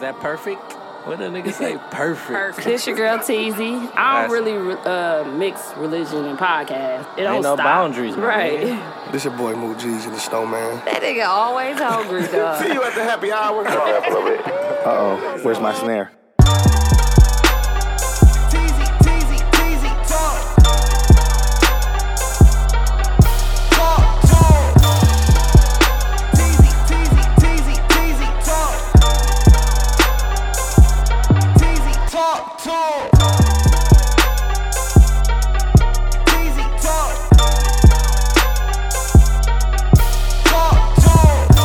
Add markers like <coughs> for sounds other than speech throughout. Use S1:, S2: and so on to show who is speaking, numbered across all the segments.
S1: that perfect? What the nigga say? Perfect.
S2: Perfect.
S3: This your girl Teasy. I
S1: Nice.
S3: don't really uh, mix religion and podcast. It don't
S1: Ain't no
S3: stop.
S1: boundaries, my
S3: right? <laughs>
S1: nigga.
S4: This your boy Moot G's and the Snowman.
S2: That nigga always
S5: <laughs>
S2: hungry, dog.
S5: See you at the happy hour.
S4: Uh-oh, where's my snare?
S6: Teasy, teasy, teasy, talk. Talk, talk. Teasy, teasy, teasy, teasy, talk. Teasy, talk, talk. Teasy, talk. Talk, talk.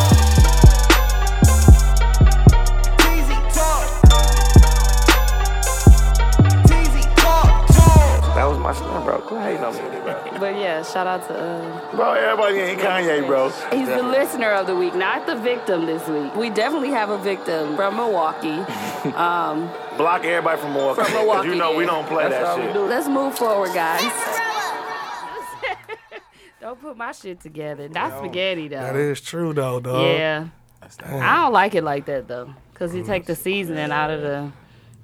S6: Teasy, talk. Teasy, talk, talk.
S5: That was my son, bro. Quit hating on me, bro.
S3: But yeah, shout out to. Uh,
S5: Bro, everybody ain't Kanye, bro.
S3: he's the listener of the week, not the victim this week. We definitely have a victim from
S5: <laughs>
S3: Milwaukee.
S5: Block everybody from Milwaukee.
S3: From
S5: 'cause
S3: Milwaukee,
S5: you know we
S3: yeah.
S5: don't play
S1: That's all
S5: that
S1: we
S5: shit.
S1: do.
S3: Let's move forward, guys. <laughs> don't put my shit together. Not spaghetti though.
S7: That is true though, dog.
S3: Yeah. I don't like it like that though, cause
S5: Mm,
S3: you take the seasoning out of the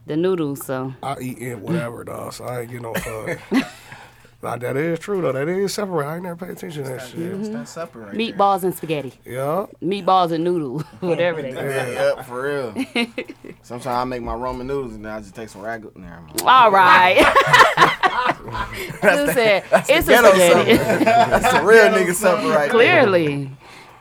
S3: the noodles. So
S7: I eat in whatever, dog. So I ain't get no <laughs> fun. like that is true though. That is separate. I ain't never paid attention to that shit.
S8: It's that supper right
S3: meatballs and spaghetti,
S7: Yeah.
S3: meatballs and noodles, <laughs> whatever they.
S8: there. Yep, for
S3: <laughs>
S8: real. Sometimes I make my Roman noodles and then I just take some ragu. Never mind.
S3: All
S7: <laughs>
S3: right. Who said it's a
S8: ghetto
S3: spaghetti?
S8: That's a real nigga supper
S3: <laughs>
S8: right
S3: Clearly,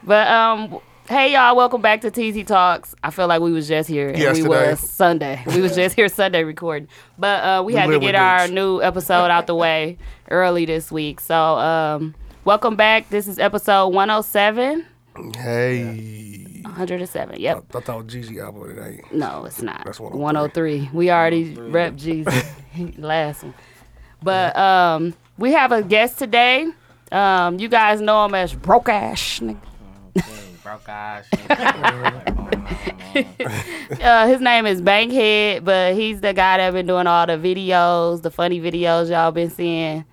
S3: but um. Hey y'all, welcome back to TZ Talks. I feel like we was just here and we
S7: Yesterday.
S3: was Sunday. We was just here Sunday recording. But uh, we, had to
S7: live with
S3: get our
S7: bitch.
S3: new episode out the
S7: <laughs>
S3: way early this week. So um, welcome back. This is episode 107.
S7: Hey.
S3: 107. Yep.
S7: I thought Gigi album it ain't.
S3: No, it's not.
S8: oh
S7: That's 103.
S3: 103. We already repped
S8: <laughs>
S3: Jesus <laughs> last one. But um, we have a guest today. Um, you guys know him as Broke Ash. nigga.
S8: Broke eyes. That's
S3: Uh, his name is Bankhead, but he's the guy that been doing all the videos, the funny videos y'all been seeing.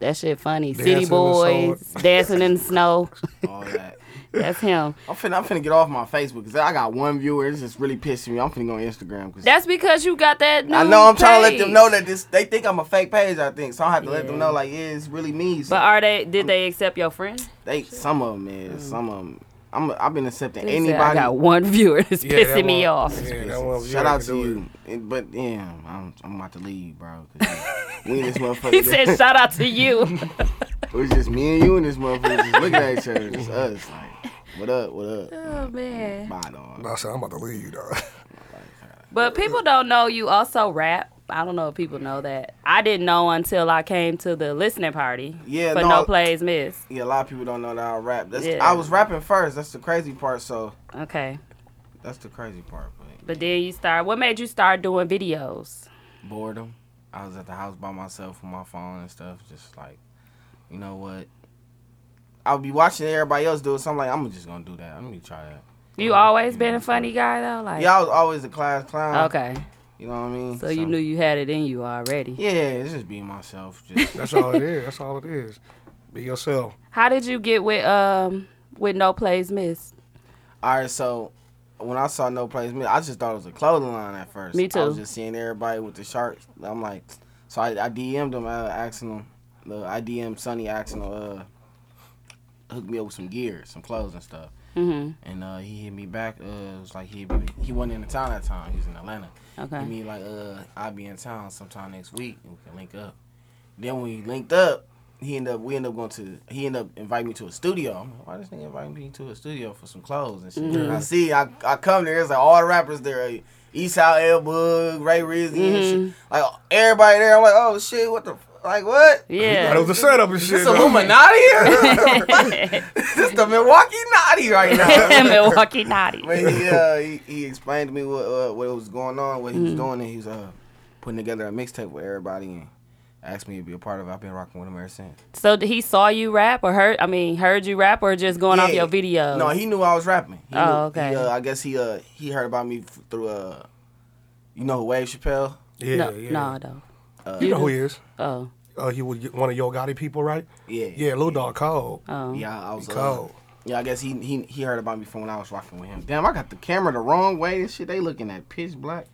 S3: That shit funny.
S7: Dancing
S3: City
S7: in the
S3: Boys, dancing in the snow.
S8: all that.
S3: That's him.
S8: I'm finna, I'm finna get off my Facebook because I got one viewer. It's just really pissing me. I'm finna go on Instagram because
S3: That's because you got that. New
S8: I know I'm trying to let
S3: page.
S8: them know that this. They think I'm a fake page. I think so. I have to let them know like yeah, it's really me. So
S3: But are they? Did they accept your friend?
S8: they some of them is some of them. I'm I've been accepting
S3: They said, I
S8: anybody.
S3: got one viewer that's
S7: Yeah, that
S3: pissing me
S7: one-
S3: off.
S7: Yeah, that one,
S8: Shout
S7: yeah,
S8: out
S7: can
S8: to
S7: do it.
S8: you. It- But yeah, I'm, I'm about to leave, bro. 'cause
S3: <laughs>
S8: we in this motherfucker.
S3: He said, "Shout out to you."
S8: it was just me and you and this motherfucker just looking at each other. Just us. Like, what up? What up?
S3: <laughs> oh man!
S8: Bye, dog.
S7: I said I'm about to leave, dog.
S3: But people don't know you also rap. I don't know if people know that. I didn't know until I came to the listening party.
S8: Yeah,
S3: but
S8: no,
S3: no,
S8: I-
S3: plays missed.
S8: Yeah, a lot of people don't know that I rap. That's
S3: Yeah.
S8: I was rapping first. That's the crazy part. So
S3: Okay,
S8: that's the crazy part. But
S3: but then you start. What made you start doing videos?
S8: boredom. I was at the house by myself with my phone and stuff. Just like, you know what? I'll be watching everybody else do it. So I'm like, I'm just gonna do that. Let me try that.
S3: You always been a funny guy though, like
S8: Uh, Yeah, I was always a class clown.
S3: okay.
S8: You know what I mean?
S3: So you knew you had it in you already.
S8: Yeah, it's just being myself. Just <laughs>
S7: That's all it is. That's all it is. Be yourself.
S3: How did you get with um with no plays missed?
S8: all right. So when I saw No Place Me, I just thought it was a clothing line at first.
S3: Me
S8: I was
S3: too.
S8: just seeing everybody with the shirts. I'm like, so I, I DM'd him, uh, asking him. Look, I DM'd Sonny asking him, uh, hook me up with some gear, some clothes and stuff.
S3: Mm-hmm.
S8: And uh, he hit me back. Uh, it was like he he wasn't in the town that time. He was in Atlanta.
S3: Okay.
S8: He mean like uh, I'll be in town sometime next week and we can link up. Then when we linked up, he ended up we ended up going to he ended up inviting me to a studio. I'm like, why this nigga invite me to a studio for some clothes and shit?
S3: Mm-hmm.
S8: And I see, I, I come there. It's like all the rappers there. Eastside L Bug, Ray Rizzy, and shit.
S3: Mm-hmm.
S8: like everybody there. I'm like, oh shit, what the f- like what?
S7: That
S8: <laughs>
S3: <laughs> Yeah.
S7: was the setup and shit.
S8: This
S7: dog.
S8: Illuminati? <laughs> this the Milwaukee Naughty right
S3: <laughs>
S8: now.
S3: Milwaukee naughty.
S8: <laughs> But he, uh, he he explained to me what uh, what was going on, what he
S3: Mm.
S8: was doing, and he was uh, putting together a mixtape with everybody and asked me to be a part of it. I've been rocking with him ever since.
S3: So did he saw you rap or heard? I mean, heard you rap or just going off
S8: Yeah.
S3: your video?
S8: No, he knew I was rapping. He
S3: Oh,
S8: knew-
S3: okay.
S8: He, uh, I guess he uh he heard about me f- through uh, you know who Wave Chappelle?
S7: Yeah,
S3: no,
S7: yeah.
S3: no, no.
S7: You know who he is.
S3: Oh, <laughs>
S7: Uh, he was one of Yo Gotti people, right?
S8: Yeah.
S7: Yeah, Lil Dog Cold.
S3: oh.
S8: Yeah, I was. Uh,
S7: Cold.
S8: Yeah, I guess he he he heard about me from when I was rocking with him. Damn, I got the camera the wrong way and shit. They looking at pitch black.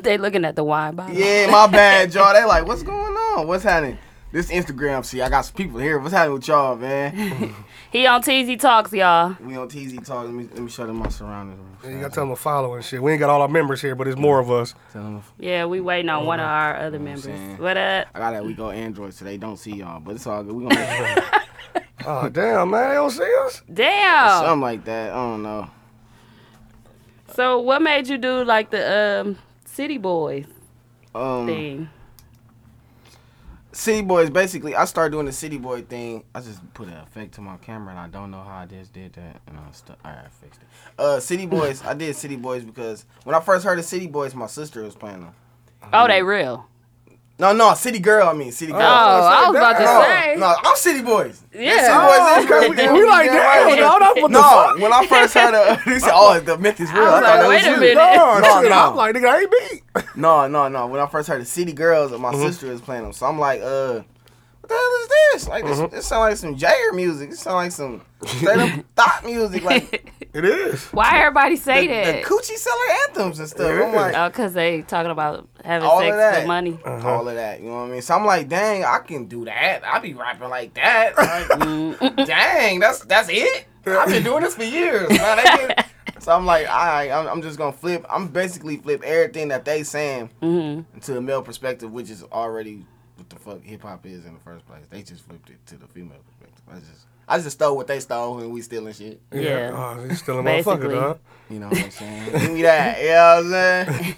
S3: They looking at the wine bottle. <laughs>
S8: Yeah, my bad, y'all. They like, what's going on? What's happening? This Instagram, see, I got some people here. What's happening with y'all, man?
S3: He on TZ Talks, y'all.
S8: We on TZ talk. Let me let me show them my surroundings.
S7: Yeah, you gotta tell them to follow and shit. We ain't got all our members here, but it's more of us.
S8: Tell them
S3: Yeah, we waiting on one of our other
S8: saying?
S3: members. What up?
S8: I got that we go Android, so they don't see y'all, but it's all good. We gonna make it
S7: Oh
S8: <laughs>
S7: damn, man, they don't see us.
S3: Damn.
S8: something like that. I don't know.
S3: So what made you do like the um City Boys
S8: Um,
S3: thing?
S8: City Boys, basically, I started doing the City Boy thing. I just put an effect to my camera, and I don't know how I just did that. And I stu- all right, I fixed it. Uh, City Boys, I did City Boys because when I first heard of City Boys, my sister was playing them.
S3: Oh, they real.
S8: No, no, City Girl. I mean, City Girl.
S3: Oh, I was about to
S8: No,
S3: say.
S8: no, I'm City Boys.
S3: Yeah. Oh,
S8: City Boys is crazy.
S7: We like, damn,
S8: no,
S7: dog, that's what the fuck.
S8: when I first heard of, <laughs> they said, "Oh, the myth is
S3: I
S8: real."
S3: was
S8: thought
S3: like,
S8: that
S3: wait a
S8: you.
S3: minute.
S7: Dog,
S8: No,
S7: shit,
S8: no.
S7: I'm like, nigga, ain't me.
S8: <laughs> No, no, no. When I first heard the City Girls, my sister was playing them, so I'm like, uh, what the hell is this? Like, this, this sound like some Jair music. It sound like some straight up thought music, like
S3: <laughs>
S7: It is.
S3: Why everybody say
S8: the, the
S3: that?
S8: coochie seller anthems and stuff. I'm like,
S3: Oh, cause they talking about having
S8: All of
S3: sex
S8: that.
S3: for money.
S8: all of that. You know what I mean? So I'm like, dang, I can do that. I be rapping like that. Like, dang, that's that's it. I've been doing this for years. Now they get- so I'm like, all right, I'm, I'm just gonna flip. I'm basically flip everything that they saying to a male perspective, which is already what the fuck hip hop is in the first place. They just flipped it to the female perspective. I just I just stole what they stole and we stealing shit.
S3: Yeah.
S7: Oh, he's
S3: <laughs>
S7: still a
S3: Basically.
S7: motherfucker, dog.
S8: You know what I'm saying? Give me that. You know what I'm saying?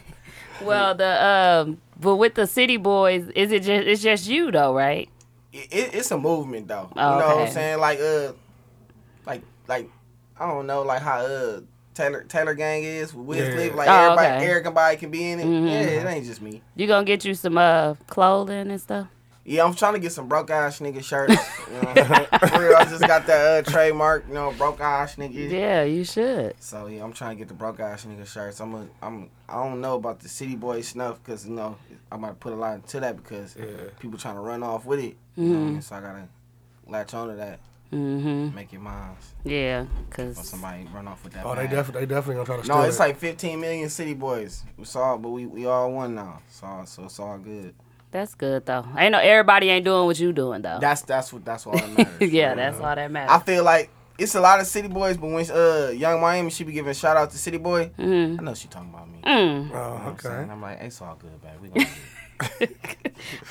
S3: Well, the um, but with the City Boys, is it just it's just you though, right?
S8: it, it- it's a movement though.
S3: Oh,
S8: you know what
S3: okay.
S8: I'm saying? Like uh like like I don't know, like how uh Taylor Taylor gang is with Wiz
S7: Yeah.
S8: Khalifa, like
S3: Oh,
S8: everybody
S3: okay. Mm-hmm.
S8: everybody can be in it. Yeah, it ain't just me.
S3: You gonna get you some uh clothing and stuff.
S8: Yeah, I'm trying to get some broke ass nigga shirts. You know
S3: <laughs>
S8: what I'm saying? For real, I just got that uh, trademark, you know, broke ass nigga.
S3: Yeah, you should.
S8: So yeah, I'm trying to get the broke ass nigga shirts. I'm a, I'm I don't know about the city boy snuff because you know I'm about to put a lot into that because people trying to run off with it. You know what I mean? So I gotta latch onto that,
S3: Mm-hmm.
S8: make it mine.
S3: Yeah,
S8: Or
S3: cause
S8: somebody run off with that.
S7: Oh, they
S8: bag.
S7: definitely, they definitely gonna try to steal
S8: No, it's
S7: it.
S8: like 15 million city boys. We saw, but we, we all won now. So so it's all good.
S3: that's good though. Ain't no everybody ain't doing what you doing <laughs> though.
S8: That's that's what that's all
S3: <laughs>
S8: that matters.
S3: yeah, that's all that
S8: I
S3: matters.
S8: feel like it's a lot of city boys, but when uh Young Miami she be giving shout out to city boy,
S3: Mhm.
S8: I know she talking about me.
S3: Mm.
S7: oh,
S8: You know what I'm saying?
S7: okay.
S8: I'm like, it's all good, babe. We
S3: <laughs>
S8: gonna do it."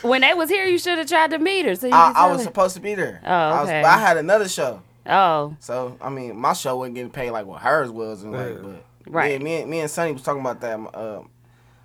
S3: When they was here, you should have tried to meet her. So you
S8: I,
S3: could
S8: I
S3: tell
S8: was
S3: her.
S8: supposed to be there.
S3: Oh,
S8: I was-
S3: okay.
S8: but I had another show.
S3: oh,
S8: So I mean, my show wasn't getting paid like what hers was, and like, but
S3: Right.
S8: Yeah, me and me and Sonny was talking about that. Um,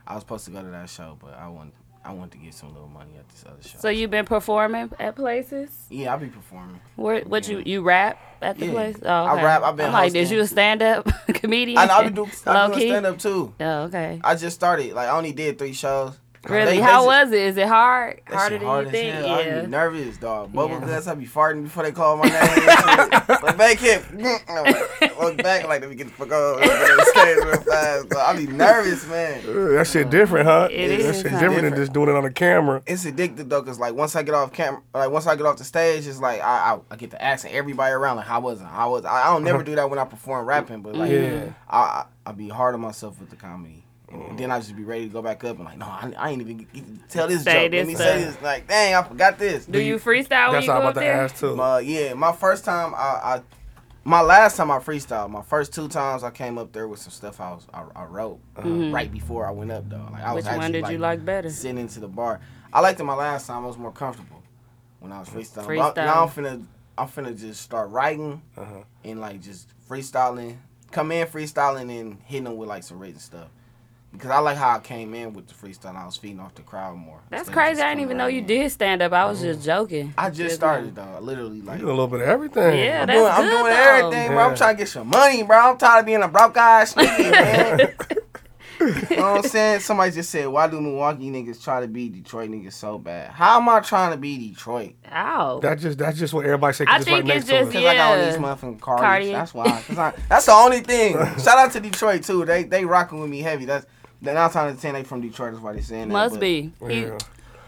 S8: I was supposed to go to that show, but I want I wanted to get some little money at this other show.
S3: so you been performing at places?
S8: yeah, I be performing.
S3: Where what you
S8: Yeah.
S3: you rap at the
S8: Yeah.
S3: place? Oh,
S8: I
S3: okay.
S8: rap, I've been
S3: I'm like, did
S8: hosting.
S3: you a stand up <laughs> comedian?
S8: I, I be do I
S3: Low
S8: be
S3: key?
S8: doing stand up too.
S3: Oh, okay.
S8: I just started. Like I only did three shows.
S3: Really?
S8: They-
S3: How
S8: they
S3: was it? Is it hard?
S8: That
S3: Harder
S8: shit
S3: than
S8: hard
S3: you
S8: as
S3: think?
S8: hell. I be
S3: Yeah.
S8: nervous, dog. Bubble
S3: Yeah.
S8: guts, I be farting before they call my name.
S3: <laughs>
S8: like back hip. <laughs> I Look back, like let me get the fuck off. Let me get on the stage real fast. dog. I be nervous, man.
S7: Uh, That shit different, huh?
S3: It
S7: that
S3: is
S7: shit
S3: kinda
S7: different, than just doing it on the camera.
S8: it's addictive though, cause like once I get off camera, like once I get off the stage, it's like I I, I get to asking everybody around like how was I? How was I? I don't
S3: Uh-huh.
S8: never do that when I perform rapping, but like
S7: Yeah.
S8: I, I I be hard on myself with the comedy, and,
S3: Mm-hmm.
S8: then I just be ready to go back up and like no, I, I ain't even get, tell this
S3: Say
S8: joke.
S3: this
S8: Let me
S3: stuff.
S8: say this. Like dang, I forgot this.
S3: Do you freestyle when
S7: That's
S3: you go
S7: what I'm
S3: up
S7: about to
S3: there?
S7: ask too.
S8: Uh, yeah, my first time, I, I, my last time I freestyled. My first two times I came up there with some stuff I was I, I wrote uh,
S3: Uh-huh.
S8: right before I went up though. Like I was
S3: Which one
S8: actually,
S3: did you like better?
S8: Sitting into the bar. I liked it my last time. I was more comfortable when I was freestyling. But I-
S3: Freestyle.
S8: now I'm finna I'm finna just start writing and like just freestyling. Come in freestyling and hitting them with like some written stuff. Because I like how I came in with the freestyle. I was feeding off the crowd more.
S3: That's
S8: instead of
S3: crazy.
S8: just
S3: I didn't
S8: coming
S3: even
S8: right
S3: know you
S8: in.
S3: did stand up. I was just joking.
S8: I just started though. Literally like
S7: You do a little bit of everything.
S3: Yeah,
S8: I'm
S3: that's
S8: doing, I'm
S3: good
S8: doing
S3: though.
S8: everything, bro.
S7: Yeah.
S8: I'm trying to get some money, bro. I'm tired of being a
S3: <laughs>
S8: broke ass nigga, man. you know what I'm saying? Somebody just said, why do Milwaukee niggas try to be Detroit niggas so bad? How am I trying to be Detroit?
S3: Ow.
S7: That just that's just what everybody say. 'cause
S3: I
S7: it's
S3: think
S7: right
S3: it's
S7: next
S3: just-
S7: to us.
S8: Because I got all
S3: Yeah.
S8: these motherfucking cardies.
S3: Cardi.
S8: That's why. 'Cause I- that's the only thing.
S7: <laughs>
S8: Shout out to Detroit, too. They they rocking with me heavy. That's they're not trying to 10 they from Detroit. That's why they saying that.
S3: Must
S8: but
S3: be. He-
S7: Yeah.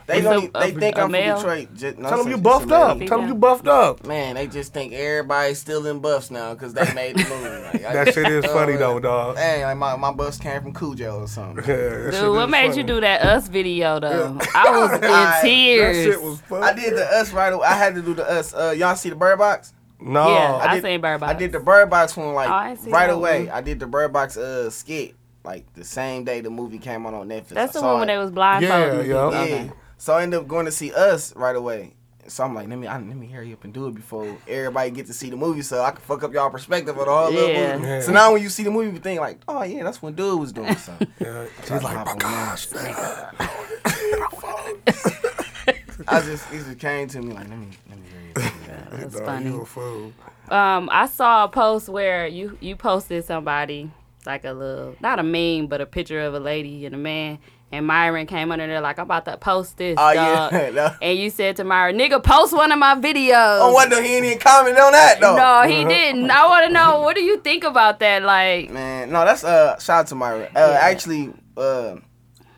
S8: They,
S3: It's a-
S8: don't- e, they
S3: a-
S8: think
S3: a
S8: I'm
S3: male?
S8: from Detroit. Just, no,
S7: Tell them
S8: it's
S7: you
S8: a-
S7: buffed
S8: it's a
S7: up.
S8: lady.
S7: Tell them you buffed up.
S8: Man, they just think everybody's stealing buffs now because they made the movie.
S7: <laughs>
S8: Like, I-
S7: That shit
S8: <laughs>
S7: is
S8: uh,
S7: funny though, dog. <laughs> Yeah,
S8: Dang, like my, my buffs came from Cujo or something.
S7: that shit
S3: Dude, what
S7: is
S3: made
S7: funny.
S3: you do that us video though?
S8: <laughs>
S3: I was in
S8: That
S3: tears.
S7: That shit was funny.
S8: I did the uh, us right away. I had to do the us. Uh, y'all see the bird box?
S7: No.
S3: Yeah, I,
S8: I did-
S3: seen Bird Box.
S8: I did the bird box one like
S3: Oh, I ain't seen
S8: right
S3: that
S8: away.
S3: one.
S8: I did the bird box uh skit like the same day the movie came out on Netflix.
S3: That's the
S8: I saw
S3: one when
S8: it.
S3: they was blindfolded.
S7: Yeah, yeah.
S8: Yeah.
S3: Okay.
S8: So I ended up going to see us right away. So I'm like, let me I, let me hurry up and do it before everybody get to see the movie, so I can fuck up y'all perspective on the whole
S3: Yeah.
S8: little movie.
S7: Yeah.
S8: So now when you see the movie, you think like, oh yeah, that's when dude was
S3: <laughs>
S8: doing something.
S7: Yeah, She's like, my gosh,
S8: <laughs> I just it just came to me like, let me let me hurry up. and do that.
S3: That's
S7: dog,
S3: funny.
S7: you a fool.
S3: Um, I saw a post where you you posted somebody like a little not a meme, but a picture of a lady and a man. And Myron came under there like I'm about to post this.
S8: Oh, <laughs>
S3: dog."
S8: yeah, no.
S3: And you said to Myron, "Nigga, post one of my videos."
S8: Oh, what the he didn't comment on that though.
S3: no, he didn't. I want to know what do you think about that? Like,
S8: Man, no, that's uh shout out to Myra. Uh actually uh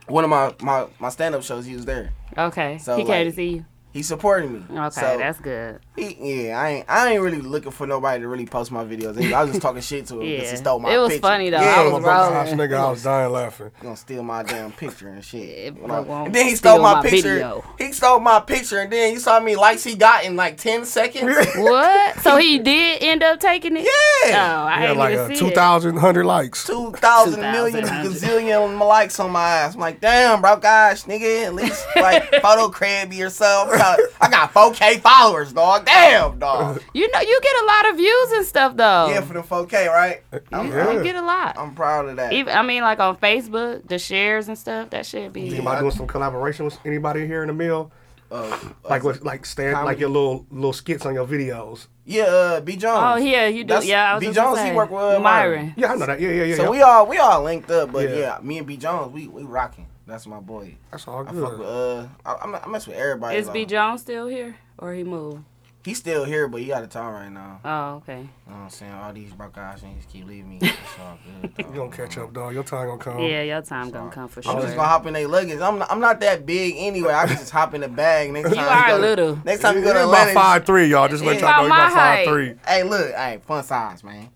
S8: one of my my my stand up shows he was there.
S3: okay,
S8: So,
S3: he came
S8: like-
S3: to see you.
S8: He supported me.
S3: Okay,
S8: So,
S3: that's good.
S8: he, yeah, I ain't I ain't really looking for nobody to really post my videos. Anyway, I was just talking shit to him because
S3: Yeah.
S8: he stole my
S3: It was
S8: picture.
S3: funny, though.
S8: Yeah,
S3: I was
S7: Oh, my
S8: he was
S7: gosh,
S3: rolling.
S7: nigga, I was dying laughing.
S8: gonna steal my damn picture and shit.
S3: Yeah,
S8: You know?
S3: but won't
S8: and then he stole
S3: steal
S8: my,
S3: my
S8: picture.
S3: video.
S8: He stole my picture and then you saw me likes he got in like ten seconds.
S3: What? So he did end up taking it?
S8: Yeah.
S3: Oh, I
S7: Yeah,
S3: didn't
S7: like
S3: even
S7: a
S3: see
S7: two
S3: it.
S7: thousand hundred likes.
S8: <laughs> two thousand million
S3: 2,000.
S8: gazillion likes on my ass. I'm like, damn, bro, gosh, nigga, at least like
S3: <laughs>
S8: photo crabby or something. I got four K followers, dog. Damn, dog.
S3: You know, you get a lot of views and stuff though.
S8: Yeah, for the four K, right? I'm,
S3: you get a lot.
S8: I'm proud of that.
S3: Even I mean, like on Facebook, the shares and stuff. That should be.
S7: Am I doing some collaboration with anybody here in the mill?
S8: Oh,
S7: Like with like stand like your little little skits on your videos.
S8: yeah, uh, B
S3: Oh
S8: Jones.
S3: yeah, you do.
S8: That's-
S3: yeah, I was
S8: B.
S3: just gonna
S8: Jones, he
S3: say.
S8: work with, uh,
S3: Myron.
S8: Myron.
S7: Yeah, I know that. Yeah, yeah, yeah.
S8: So
S7: yeah.
S8: we all we all linked up, but
S7: Yeah.
S8: yeah, me and B Jones, we we rocking. That's my boy.
S7: That's all
S8: I fuck with
S7: good.
S8: uh, I, I'm- I mess with everybody.
S3: Is B
S8: though.
S3: Jones still here or he moved?
S8: He's still here, but he out of town right now.
S3: Oh okay.
S8: You know what I'm saying? All these broke guys niggas keep leaving me.
S3: <laughs>
S8: It's all good.
S7: You gonna catch up, dog. Your time gonna
S8: Oh.
S7: come.
S3: Yeah, your time gonna come for sure.
S8: I'm just gonna hop in their luggage. I'm not, I'm not that big anyway. I can just hop in
S3: <laughs>
S8: the bag next time. we
S3: are
S8: go to-
S3: little.
S8: Next time we go
S7: Yeah,
S8: to
S7: about
S8: Atlanta.
S7: five three, y'all. Just let
S8: Yeah.
S7: y'all know you
S3: About my
S7: about five
S3: height.
S7: three.
S8: Hey, look, hey, fun size,
S7: <laughs>
S8: man.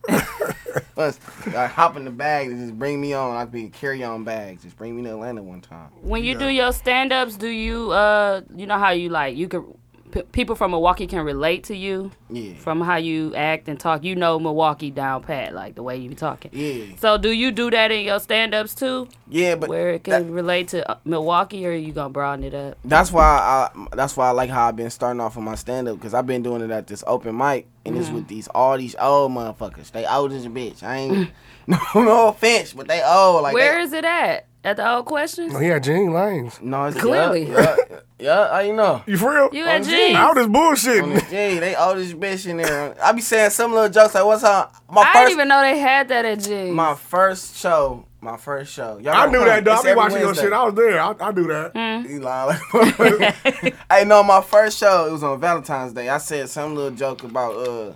S8: Fun, like, hop in the bag and just bring me on. I'd be carry on bags. Just bring me to Atlanta one time.
S3: when you do your stand ups, do you uh, you know how you like you can. p- People from Milwaukee can relate to you
S8: Yeah.
S3: from how you act and talk. You know Milwaukee down pat, like the way you be talking.
S8: Yeah.
S3: So do you do that in your stand-ups too,
S8: Yeah, but
S3: where it
S8: that-
S3: can relate to uh, Milwaukee, or you gonna broaden it up?
S8: That's why I that's why I like how I've been starting off with my stand up because I've been doing it at this open mic and
S3: Mm-hmm.
S8: it's with these all these old motherfuckers. They old as a bitch. I ain't <laughs> no no offense, but they old like
S3: Where
S8: they-
S3: is it at? At the old questions?
S7: He had Gene Lanes.
S8: no it's
S3: Clearly.
S8: yeah, yeah, yeah, I know.
S7: You for real?
S3: You at
S8: Oh,
S3: G's?
S8: geez.
S7: I was just
S3: <laughs>
S7: bullshitting.
S8: Gee, they old as a bitch in there. I be saying some little jokes like what's up my
S3: I
S8: first
S3: didn't even know they had that at G's.
S8: my first show my first show. Y'all
S7: I
S8: gotta
S7: knew
S8: come.
S7: that, dog.
S8: It's
S7: I be
S8: every
S7: watching your
S8: Wednesday.
S7: shit. I was there. I, I knew that.
S8: You lying.
S3: Mm-hmm.
S8: <laughs> hey, no, my first show it was on Valentine's Day. I said some little joke about uh,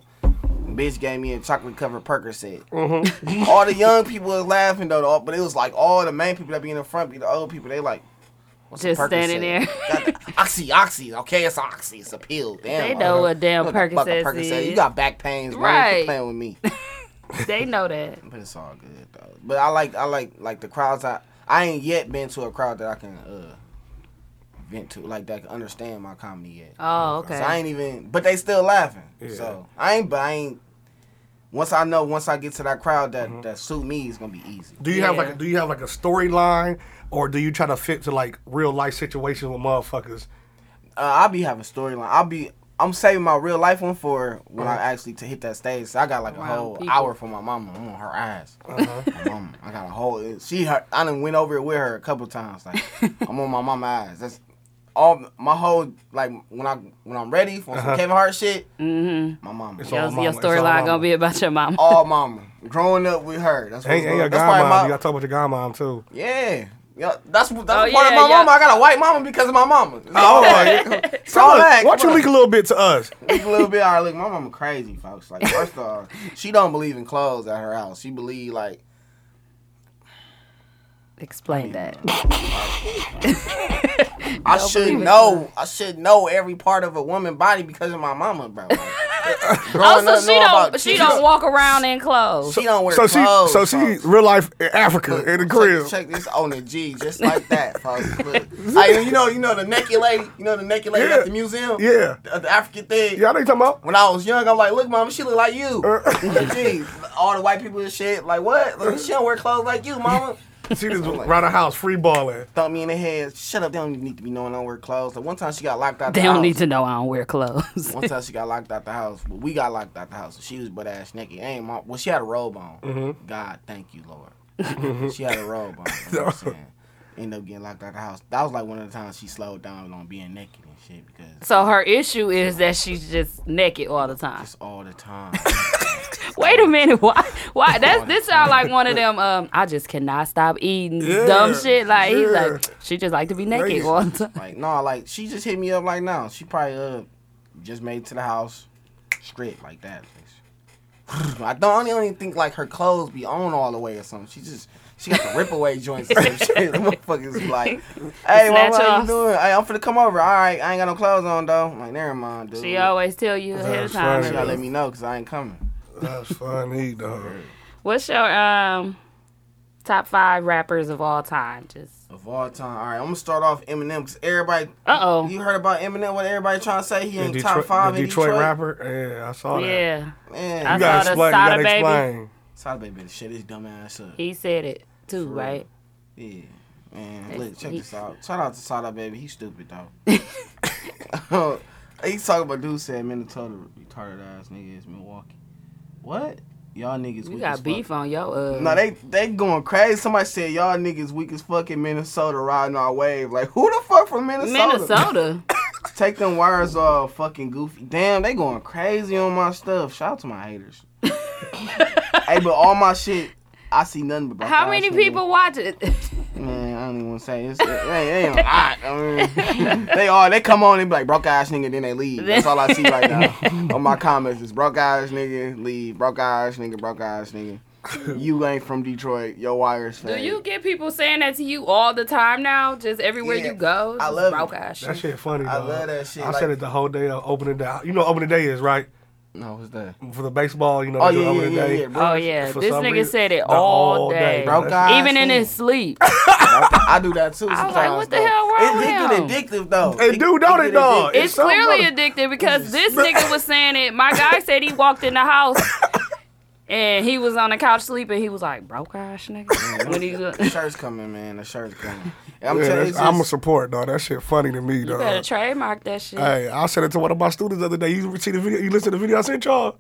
S8: bitch gave me a chocolate covered Percocet. all the young people was laughing though, though, but it was like all the main people that be in the front, be the old people. They like what's a
S3: Just standing
S8: Percocet?
S3: there.
S8: Got
S3: <laughs>
S8: the- oxy, oxy. Okay, it's oxy. It's a pill. Damn.
S3: They know what damn
S8: what the fuck a
S3: Percocets
S8: Percocet
S3: is.
S8: You got back pains, man.
S3: Right.
S8: Right? Playing with me.
S3: they know that.
S8: But it's all good though. But I like I like like the crowds I I ain't yet been to a crowd that I can uh vent to like that can understand my comedy yet.
S3: Oh, okay.
S8: So I ain't even but they still laughing. So I ain't but I ain't once I know once I get to that crowd that that suit me it's gonna be easy.
S7: Do you have
S3: Yeah.
S7: like a, do you have like a storyline, or do you try to fit to like real life situations with motherfuckers?
S8: Uh, I'll be having storyline. I'll be I'm saving my real life one for when
S7: Uh-huh.
S8: I actually to hit that stage. So I got like a
S3: Wow,
S8: whole
S3: people.
S8: hour for my mama. I'm on her ass.
S7: Uh-huh.
S8: My mama. I got a whole. She. Her, I done went over it with her a couple times.
S3: <laughs>
S8: Like I'm on my mama ass. That's all. My whole like when I when I'm ready for some Kevin Hart shit. Mm-hmm. My mama.
S7: Uh-huh. It's
S3: your
S7: all mama.
S3: your
S7: It's all
S3: storyline
S7: mama.
S3: gonna be about your mama.
S8: All mama. Growing up with her. That's what.
S7: Ain't,
S8: Hey,
S7: ain't your
S8: that's why
S7: godmom. You
S8: my.
S7: gotta talk about your godmom too.
S8: Yeah. Yeah, that's what-
S3: Oh,
S8: that's part
S3: yeah,
S8: of my
S3: yeah.
S8: mama. I got a white mama because of my mama. <laughs> Oh, it's all
S7: Why
S8: that.
S7: don't
S8: Come
S7: you
S8: on.
S7: leak a little bit to us?
S8: It's a little bit. All right, look, my mama crazy, folks. Like, first of all, she don't believe in clothes at her house. She believe like
S2: Explain that.
S8: I should know. I should know every part of a woman body because of my mama, bro.
S3: <laughs>
S8: Like,
S3: Oh,
S8: growing
S3: so
S8: up,
S3: she
S8: know
S3: don't
S8: about-
S3: she don't walk around in clothes.
S8: She don't wear
S7: So she,
S8: clothes.
S7: so she,
S8: folks.
S7: real life in Africa in the crib.
S8: Check, check this on the G, just like that, folks. Look. Like, you know, you know the naked lady, you know the naked lady
S7: Yeah.
S8: at the museum,
S7: Yeah.
S8: the, the African thing.
S7: Y'all ain't talking about?
S8: When I was young, I'm like, look, mama, she look like you.
S7: Uh.
S8: <laughs> Jeez, all the white people and shit, like what? Look, she don't wear clothes like you, mama.
S7: She
S8: <laughs>
S7: just around the house free balling.
S8: Thump me in the head. Shut up, they don't need to be knowing I don't wear clothes. Like one time she got locked out.
S3: They
S8: the
S3: don't
S8: house.
S3: need to know I don't wear clothes.
S8: One time she got locked out the house, but we got locked out the house. She was butt ass naked. Ain't my, well, she had a robe on. God, thank you, Lord. she had a robe on. You know what I'm saying? Ended up getting locked out the house. That was like one of the times she slowed down on being naked and shit because
S3: <laughs> So her issue is that she's just naked all the time.
S8: it's all the time.
S3: Wait a minute, <laughs> why? Why? That's this sound like one of them. Um, I just cannot stop eating
S7: Yeah,
S3: dumb shit. Like he's
S7: yeah.
S3: like, she just like to be naked
S7: Naked.
S3: all the time.
S8: like no, like she just hit me up like now. She probably uh just made it to the house, straight like that. <sighs> I don't, I don't even think like her clothes be on all the way or something. She just she got the rip away joints and some shit. <laughs> The motherfuckers be like, hey, mama, how
S3: Snatch-offs.
S8: you doing? Hey, I'm finna come over. All right, I ain't got no clothes on though. I'm like, never mind, dude.
S3: She always tell you ahead of
S7: That's
S3: time.
S7: funny.
S8: You gotta let me know because I ain't coming.
S7: That's funny, dog.
S3: What's your um top five rappers of all time? Just
S8: Of all time, all right, I'm gonna start off Eminem because everybody.
S3: Uh-oh.
S8: You heard about Eminem? What everybody trying to say? He
S7: The
S8: ain't
S7: Detroit,
S8: top five
S7: the
S8: in
S7: Detroit,
S8: Detroit.
S7: rapper. Oh, Yeah, I saw that.
S3: yeah,
S8: Man,
S3: I
S7: You gotta
S3: saw the
S7: explain.
S3: Sada
S7: You gotta
S3: Baby.
S7: explain.
S8: Sada Baby been shit his dumb ass up.
S3: he said it too, right?
S8: Yeah. Man,
S3: That's-
S8: look, check
S3: he-
S8: this out. Shout out to Sada Baby. He's
S3: <laughs>
S8: stupid, though. <laughs> He's talking about dude said Minnesota retarded ass niggas Milwaukee. What? Y'all niggas
S3: You
S8: weak as
S3: got
S8: fuck.
S3: beef on your uh.
S8: No, they they going crazy. Somebody said y'all niggas weak as fuck in Minnesota riding our wave. Like who the fuck from Minnesota?
S3: Minnesota.
S8: Take them wires off, fucking goofy. Damn, they going crazy on my stuff. Shout out to my
S3: <laughs>
S8: haters. hey, but all my shit, I see nothing but. black
S3: How
S8: eyes,
S3: many
S8: nigga.
S3: people watch it?
S8: Man, I don't even want to say it's, it, they, they ain't a lot. I mean, <laughs> they are. They come on and be like broke ass nigga, then they leave. That's all I see right <laughs> now on my comments is broke ass nigga leave, broke ass nigga, broke ass nigga. You ain't from Detroit. Your
S3: <laughs>
S8: wires.
S3: Do
S8: fake.
S3: you get people saying that to you all the time now? Just everywhere
S8: Yeah,
S3: you go?
S8: I
S3: Just
S8: love it.
S3: broke ass
S7: That
S3: shit.
S7: shit funny,
S8: I
S7: dog.
S8: love that shit,
S7: I
S8: like-
S7: said it the whole day of opening day. You know what opening day is, right?
S8: No, what's that?
S7: For the baseball, you know,
S8: Oh
S7: they do
S8: yeah, yeah,
S7: opening
S8: yeah,
S7: day.
S8: yeah. Bro,
S3: Oh yeah,
S7: For
S3: this
S7: some
S3: nigga
S7: reason-
S3: said it
S7: the
S3: all
S7: whole
S3: day,
S7: day.
S8: broke ass.
S3: even in
S8: nigga.
S3: his sleep.
S8: <laughs> I do that too.
S3: was like,
S8: Sometimes,
S3: what the
S8: though.
S3: hell wrong
S8: it,
S3: with
S8: It get addictive though.
S7: Hey, dude, don't it,
S8: get
S7: dog?
S8: addictive.
S3: It's
S7: something
S3: clearly
S7: about
S3: addicted because this nigga was saying it. My guy said he walked in the house and he was on the couch sleeping. He was like, broke ass nigga. When he <laughs> go-
S8: The shirt's coming, man. The shirt's coming. I'm
S7: Yeah,
S8: telling you,
S7: that's-
S8: it's
S7: I'm a
S8: just-
S7: support, dog. That shit funny to me,
S3: you better
S7: dog.
S3: trademark that shit.
S7: Hey, I said it to one of my students the other day. You see the video? You listen to the video I sent y'all?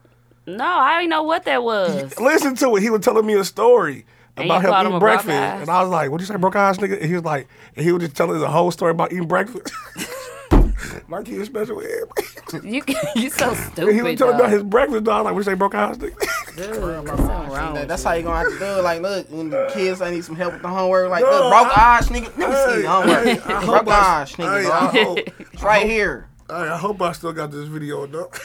S3: No, I didn't know what that was.
S7: Listen to it. He was telling me a story
S3: And
S7: about
S3: you called him
S7: him
S3: a
S7: eating
S3: broke
S7: breakfast,
S3: ass.
S7: and I was like, "What you say, broke ass nigga?" And he was like, and he was just telling us a whole story about eating breakfast. <laughs> my kid is special. <laughs> ed.
S3: You <laughs> you so stupid.
S7: he was telling
S3: dog.
S7: about <laughs> his breakfast. Dog, I was like, "What you say, broke ass nigga?" <laughs>
S3: Dude, something wrong
S8: That-
S3: with
S8: That's
S3: you.
S8: how you gonna have to do it. Like, look, when the kids, they need some help with the homework. Like,
S7: No,
S8: look, broke
S7: I-
S8: eyes, nigga. Let me
S7: Hey,
S8: see the homework. <laughs>
S7: hey, I hope
S8: broke
S7: I-
S8: eyes, nigga.
S7: hey,
S8: dog.
S7: I hope-
S8: it's right here.
S7: Hey, I hope I still got this video, dog.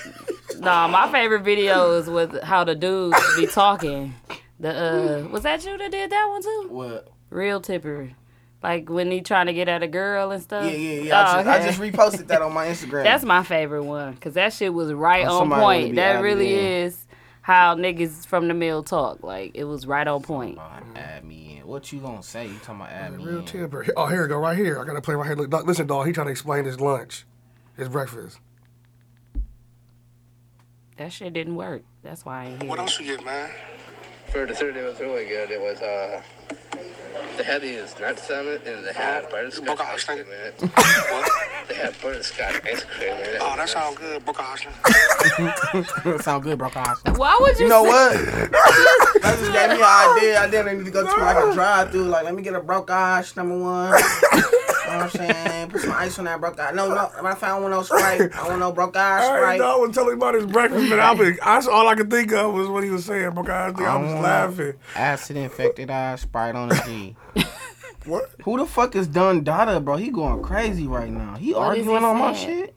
S3: Nah, my favorite video is with how the dudes be talking. The uh, was that you that did that one too?
S8: What?
S3: Real tipper, like when he trying to get at a girl and stuff.
S8: Yeah, yeah, yeah. I,
S3: Oh,
S8: just, I
S3: okay.
S8: just reposted that on my Instagram.
S3: That's my favorite one because that shit was right
S8: Oh,
S3: on
S8: somebody wanna
S3: point.
S8: be
S3: That
S8: Abby
S3: really
S8: then.
S3: is how niggas from the mill talk. Like it was right on point.
S8: Uh, add me in. What you gonna say? You talking about add
S7: <laughs>
S8: me
S7: Real
S8: in?
S7: temper. Oh, here it go, right here. I gotta play right here. Look, dog, listen, dog. He trying to explain his lunch, his breakfast.
S3: That shit didn't work. That's why I ain't here.
S4: else you get, man?
S9: For the third, it was really good. It was uh, the heavy is nut salmon, and they had butterscotch
S4: Broke
S9: ice
S4: ice
S9: cream
S4: cream.
S9: in it. <laughs>
S4: What?
S9: They had butterscotch ice cream in it.
S4: Oh, that sound good, Brooke Hodgson.
S8: Sound good, broke eyes.
S3: Why would you?
S8: You know
S3: say-
S8: what? that just gave me an idea. I didn't need to go to like a drive through. Like, let me get a broke eyes, number one. <laughs> you know what I'm saying? Put some ice on that broke eye. No, no. If I found one, no Sprite. I want no broke eyes,
S7: All right,
S8: Sprite.
S7: dog was telling me about his breakfast, but I was, I, all I could think of was what he was saying. Broke ass nigga. I was
S8: Oh.
S7: laughing.
S8: Acid infected eye, Sprite on a G. <laughs>
S7: What?
S8: Who the fuck is Don Dada, bro? He going crazy right now. He
S3: What is he
S8: arguing on my
S3: saying?
S8: shit.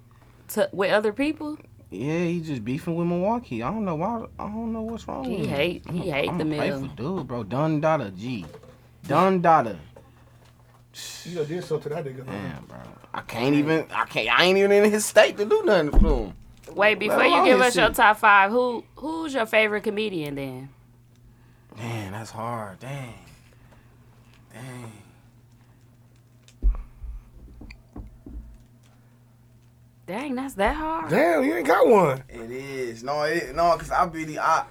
S3: To- with other people?
S8: Yeah, he just beefing with Milwaukee. I don't know why. I don't know what's wrong.
S3: He
S8: with him.
S3: hate. He hate
S8: I'm
S3: the
S8: a
S3: mill.
S8: playful dude, bro. Don Dada G. Don Dada.
S7: You done did something to that nigga.
S8: Damn, bro. I can't even. I can't. I ain't even in his state to do nothing for him.
S3: Wait, before you
S8: alone
S3: give
S8: this
S3: us your
S8: shit.
S3: top five, who who's your favorite comedian then?
S8: Man, that's hard. Dang. Dang.
S3: Dang, that's that hard.
S7: Damn, you ain't got one.
S8: It is. No, it no, cause I really I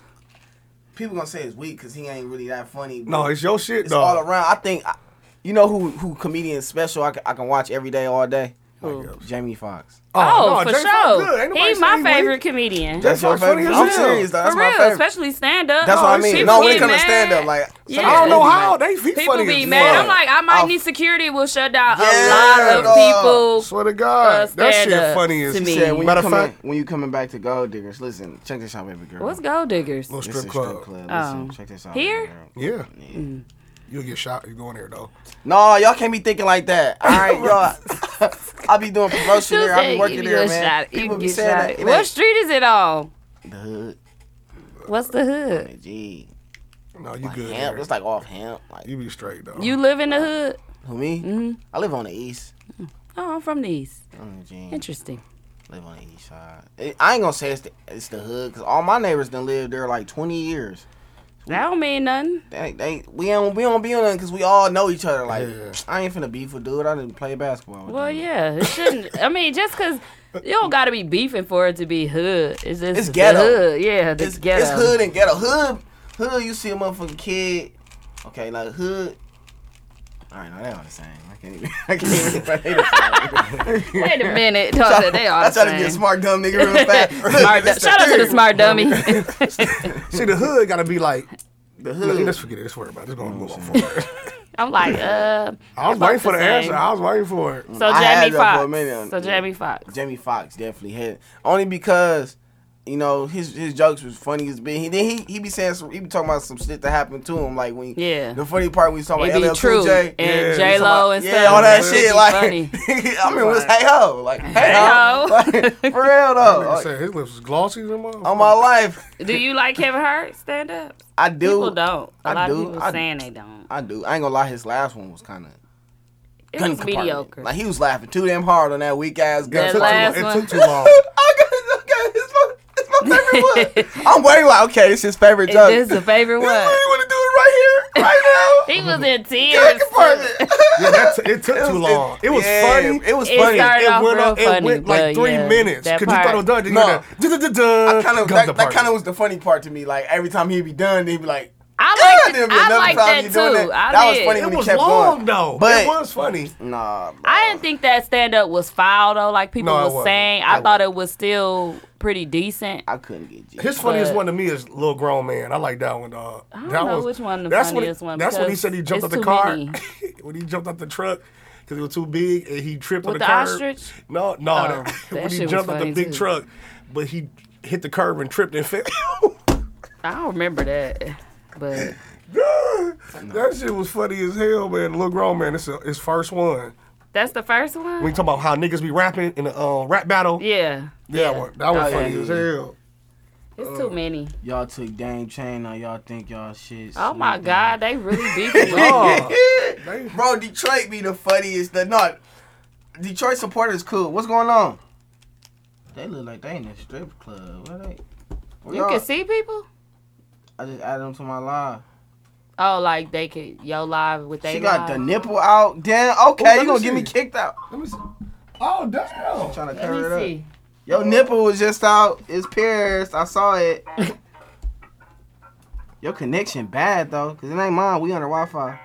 S8: people gonna say it's weak cause he ain't really that funny. but
S7: No, it's your shit,
S8: it's all
S7: dog.
S8: around. I think I, you know who who comedian special I can, I can watch every day all day. uh, Jamie Foxx.
S3: Oh,
S7: no,
S3: for
S7: Jay Fox good. Ain't
S3: sure.
S7: nobody
S3: He
S7: say
S3: my
S7: he weak.
S3: favorite comedian.
S7: That's your favorite.
S8: I'm
S7: as hell.
S8: serious. though. That's
S3: for
S8: my
S3: real,
S8: favorite.
S3: especially stand up.
S8: That's what I
S7: Oh,
S8: mean.
S7: shit.
S8: No,
S7: People
S8: when it
S7: be
S8: comes to stand up, like
S3: Yeah.
S7: I don't know
S8: sometimes
S7: how they he
S3: people
S7: funny
S3: be
S7: as
S3: mad.
S7: fuck.
S3: I'm like, I might
S8: I'll-
S3: need security will shut down a
S8: Yeah,
S3: lot of
S8: dog.
S3: people.
S7: Swear to God,
S3: Uh,
S7: that shit
S3: stand up
S7: funny as
S3: to
S8: She
S3: me.
S8: said, when you
S7: Matter of
S8: coming,
S7: fact,
S8: when you coming back to Gold Diggers, listen, check this out, baby girl.
S3: What's Gold Diggers?
S7: little
S8: This
S7: strip
S8: is
S7: club.
S8: Listen,
S3: Oh.
S8: check this out.
S3: Here?
S8: baby girl.
S7: Yeah. You'll get shot. You go in there though.
S8: No, y'all can't be thinking
S7: <laughs>
S8: like that. All right, y'all. <laughs> I be doing promotion there. I be
S3: Tuesday,
S8: working
S3: you
S8: there,
S3: get
S8: man.
S3: shot. You
S8: People be
S3: get
S8: saying
S3: shot.
S8: that. it
S3: What
S8: ain't-
S3: street is it on?
S8: The hood.
S3: What's the hood?
S8: Gee,
S7: No, you good.
S8: hemp.
S7: there.
S8: It's like off hemp. Like
S7: You be straight though.
S3: You live in the hood?
S8: who me?
S3: Mm-hmm.
S8: I live on the east.
S3: Oh, I'm from the east.
S8: I'm the G.
S3: Interesting.
S8: Mm, Live on the east side. It- I ain't gonna say it's the, it's the hood because all my neighbors done lived there like 20 years.
S3: That don't mean nothing.
S8: They, they we don't we don't be on them because we all know each other. Like
S7: Yeah.
S8: I ain't finna beef with dude. I didn't play basketball. With
S3: Well,
S8: dude.
S3: yeah, it shouldn't. I mean, just because you don't got to be beefing for it to be hood. It's just
S8: It's
S3: the
S8: ghetto.
S3: hood. Yeah, the
S8: it's,
S3: ghetto.
S8: it's hood and ghetto. Hood, hood. You see a motherfucking kid. Okay, like hood. All right, now they all the same. I can't even. <laughs> I can't
S3: <laughs>
S8: even. they the same.
S3: Wait a minute. dog, they all
S8: I
S3: the
S8: try
S3: same.
S8: to get smart dumb nigga real
S3: <laughs>
S8: fast. <laughs>
S3: Smart du- shout out to the smart dummy.
S7: <laughs> See, the hood gotta be like.
S8: The
S7: Look,
S8: hood.
S7: let's forget it. Let's worry about it. Let's go move on. forward.
S3: <laughs> I'm Mm. like, uh.
S7: I was
S3: about
S7: waiting for
S3: the
S7: the answer.
S3: same. Mm.
S7: I was waiting for it.
S3: So
S8: I had
S3: Jamie
S8: that for a
S3: Foxx.
S8: minute.
S3: So
S8: Yeah.
S3: Jamie Foxx.
S8: Jamie Foxx definitely had only because you know his his jokes was funny as big. He then he he be saying some, he be talking about some shit that happened to him like when
S3: Yeah.
S8: the funny part we was talking
S3: It
S8: about
S3: be
S8: LL
S3: true
S8: Cool J
S3: and
S8: Yeah.
S3: J Lo and
S8: yeah,
S3: stuff.
S8: all that
S3: It
S8: shit.
S3: be
S8: Like,
S3: funny.
S8: <laughs> I mean, was hey ho, like hey
S3: Hey-ho.
S8: ho, <laughs> Like, for real though.
S3: uh,
S7: Like I
S8: Like,
S7: said, his lips was glossy as a motherfucker.
S8: on my life,
S3: Do you like Kevin Hart stand up?
S8: I do.
S3: People don't. A
S8: I
S3: lot
S8: do.
S3: of people
S8: I-
S3: saying they don't.
S8: I do. I ain't gonna lie. His last one was kind of
S3: It was mediocre.
S8: Like he was laughing too damn hard on that weak ass gun.
S3: That
S8: Took too
S3: last
S8: long.
S7: it
S3: one.
S7: took too long.
S8: <laughs> I got, I got it's my, it's my favorite <laughs> one. I'm waiting like, okay, it's his favorite
S3: Is
S8: joke.
S3: this the favorite
S8: This is
S3: one?
S8: what he want to do it right here, right <laughs> now.
S3: He was in
S8: Gun
S3: tears.
S8: compartment. <laughs>
S7: Yeah, that t- it took too long. It, was
S8: yeah,
S7: funny.
S8: It was
S3: It
S8: funny.
S3: started off
S7: went
S3: real
S7: up-
S3: funny.
S7: It went
S3: but
S7: like three
S3: yeah,
S7: minutes.
S3: That
S7: Cause you thought it
S3: part,
S7: was done. Then you
S8: No.
S7: heard that, "Duh-duh-duh-duh,"
S8: I kind
S7: gun
S8: of that, that
S7: department.
S8: kind of was the funny part to me. Like every time he'd be done, they'd be like,
S3: I
S8: "God
S3: liked,
S8: damn,
S3: it.
S8: be another
S3: I liked
S8: time
S3: that
S8: you
S3: too.
S8: doing that."
S3: I
S8: That was
S3: did.
S8: funny
S7: It
S8: when he
S7: was
S8: kept
S7: long
S8: going.
S7: though.
S8: But-
S7: it was funny.
S8: "Nah." Bro.
S3: I didn't think that stand up was foul though. Like people
S7: No, it
S3: were
S7: wasn't.
S3: saying, I thought it was still pretty decent.
S8: I couldn't get you.
S7: His funniest
S3: But-
S7: one to me is little grown man. I like that one, dog. I
S3: don't
S7: that
S3: know
S7: was,
S3: which one the
S7: that's when he-
S3: funniest one,
S7: That's when he
S3: because
S7: said he jumped out
S3: it's
S7: the
S3: too
S7: car.
S3: many.
S7: <laughs> when he jumped out the truck because it was too big and he tripped
S3: With
S7: on
S3: the
S7: the, curb.
S3: ostrich?
S7: No, no.
S3: Oh,
S7: that-
S3: that
S7: <laughs> when
S3: shit
S7: he
S3: was
S7: jumped out the
S3: funny,
S7: big
S3: too.
S7: truck, but he hit the curb and tripped and <laughs> fell.
S3: I don't remember that. But
S7: that shit was funny as hell, man. Little grown man, it's a, his first one.
S3: that's the first one?
S7: We talking about how niggas be rapping in the uh, rap battle.
S3: yeah.
S7: Yeah, that one, that was
S3: Okay.
S7: funny as hell.
S3: It's too many.
S8: Y'all took Dame Chain. Now y'all think y'all shit.
S3: Oh my God, they really beat you up.
S7: Oh,
S8: <laughs> Bro, Detroit be the funniest. The not Detroit supporters cool. What's going on? They look like they in a strip club. Where they? Where
S3: You
S8: y'all-
S3: can see people?
S8: I just added them to my live.
S3: Oh, like they could yo live with they
S8: She got the
S3: live.
S8: nipple out. Damn.
S7: Ooh,
S8: Okay,
S7: let
S8: you
S7: me
S8: gonna get
S7: see.
S8: me kicked out?
S7: let me see. Oh, damn.
S8: Trying to cover
S3: Let me
S8: it up.
S3: see.
S8: Yo, nipple was just out. It's pierced. I saw it.
S3: <laughs>
S8: Your connection bad though, cause it ain't mine. We under Wi-Fi.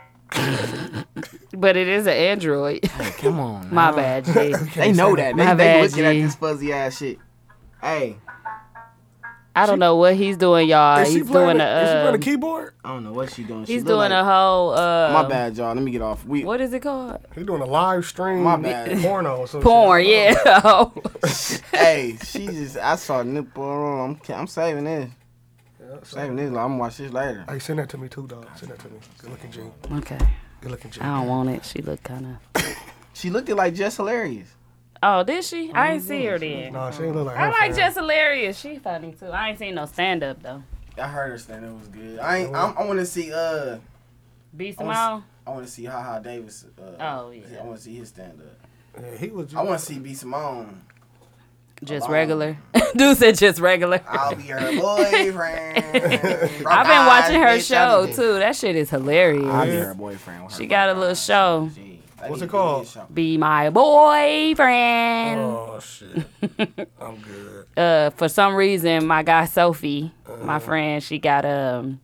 S3: But it is an Android.
S8: Come on.
S3: <laughs> My
S8: <laughs>
S3: bad, G.
S8: They know that. They,
S3: My
S8: they
S3: bad,
S8: looking at
S3: G.
S8: this fuzzy ass shit. Hey,
S3: I don't know what he's doing, y'all.
S7: Is she
S3: Uh, He's
S7: playing
S3: doing
S7: the, is she
S3: a
S7: playing
S3: uh,
S7: the keyboard?
S8: I don't know what she doing. She
S3: he's
S8: look
S3: doing a
S8: like-
S3: whole uh
S8: My bad, y'all. Let me get off. We
S3: What is it called?
S7: He doing a live stream.
S8: My bad.
S7: Porno. or some
S3: <laughs> Porn,
S7: shit.
S3: yeah.
S8: <laughs> hey, she just I saw nipple. I'm ca- I'm saving this. saving this. like, I'm gonna watch this later.
S7: Hey, send that to me too, dog. Send that to me. Good looking G.
S3: <laughs> okay.
S7: Good looking G.
S3: I don't want it. She looked kind of.
S8: She looked it like just hilarious.
S3: Oh, did she? I ain't see her then.
S7: Nah, she ain't look like
S3: I
S7: her.
S3: like
S7: fam.
S3: Jess hilarious. She funny too. I ain't seen no stand up though.
S8: I heard her stand. It was good. I ain't, I'm, I want to see. Uh,
S3: B Simone.
S8: I want to see Ha Ha Davis. Uh,
S3: Oh, yeah.
S8: I want to see his stand up.
S7: Yeah, he was.
S8: I want to see B Simone.
S3: Just
S8: Alone.
S3: regular. <laughs> Dude said just regular.
S8: I'll be her
S3: <laughs>
S8: boyfriend.
S3: I've been watching her show too. That shit is
S8: I'll be
S3: hilarious.
S8: her boyfriend. with her
S3: She got a
S8: boyfriend.
S3: little show.
S8: Gee, that
S7: What's
S8: need
S7: it
S8: to be his show.
S3: Be my boyfriend.
S7: Oh shit!
S3: <laughs>
S7: I'm good.
S3: Uh, for some reason, my guy Sophie, my friend, she got um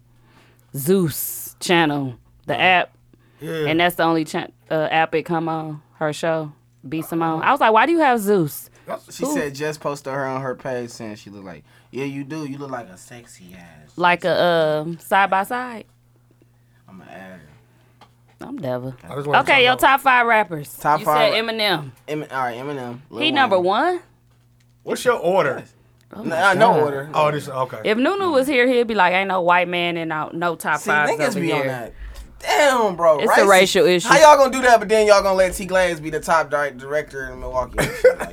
S3: Zeus channel, the app,
S7: Yeah.
S3: and that's the only cha- uh, app it come on her show. Be Simone. I was like, why do you have Zeus?
S8: She said just posted her on her page saying she look like yeah you do you look like a sexy ass.
S3: Like a um side by side.
S8: I'm gonna add her.
S3: I'm never.
S7: I just wanna talk
S3: Okay, your
S7: about-
S3: top five rappers.
S8: Top
S3: you
S8: five
S3: said Eminem.
S8: Em, all right, Eminem. Lil
S3: He
S8: Wayne.
S3: number one.
S7: What's your order?
S8: No, no order.
S7: Oh, this okay.
S3: If Nunu was here, he'd be like, "Ain't no white man and no, no top
S8: See,
S3: five
S8: niggas
S3: over
S8: be
S3: here."
S8: on that. Damn, bro.
S3: It's a
S8: racist.
S3: racial issue.
S8: How y'all gonna do that? But then y'all gonna let T. Glaze be the top di- director
S7: <laughs>
S8: in Milwaukee. and shit, like,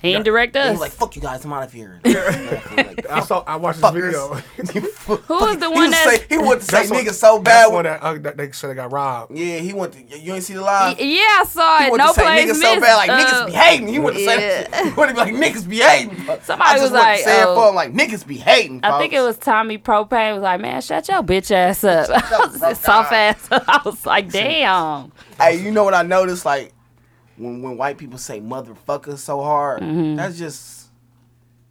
S8: he
S3: He didn't direct us.
S8: was like, "Fuck you guys, I'm out of here." <laughs> Like,
S7: I saw. I watched this
S8: Fuckers.
S7: video. <laughs>
S3: Who was the
S8: he,
S3: one
S8: was
S3: that?
S8: say, he wanted to say
S7: That's what-
S8: niggas so
S7: That's
S8: bad.
S7: when
S8: When,
S7: that, uh, that they said they got robbed.
S8: yeah, he went. To, you ain't see the live.
S3: <laughs> yeah, I saw
S8: He
S3: it.
S8: wanted
S3: No
S8: to say
S3: place
S8: niggas
S3: missed.
S8: so bad, like
S3: Uh,
S8: niggas be hating. He wanted to say, that
S3: yeah.
S8: shit. <laughs> he wanted to be like niggas be hating.
S3: Somebody
S8: I just
S3: was
S8: wanted to
S3: like,
S8: say it
S3: uh,
S8: for him, like niggas be hating.
S3: I think it
S8: folks.
S3: was Tommy Propane was like, "Man, shut your bitch ass up, <laughs>
S8: your broke
S3: soft
S8: ass.
S3: ass." <laughs> I was like, "Damn."
S8: Hey, you know what I noticed? Like when when white people say motherfucker so hard, that's just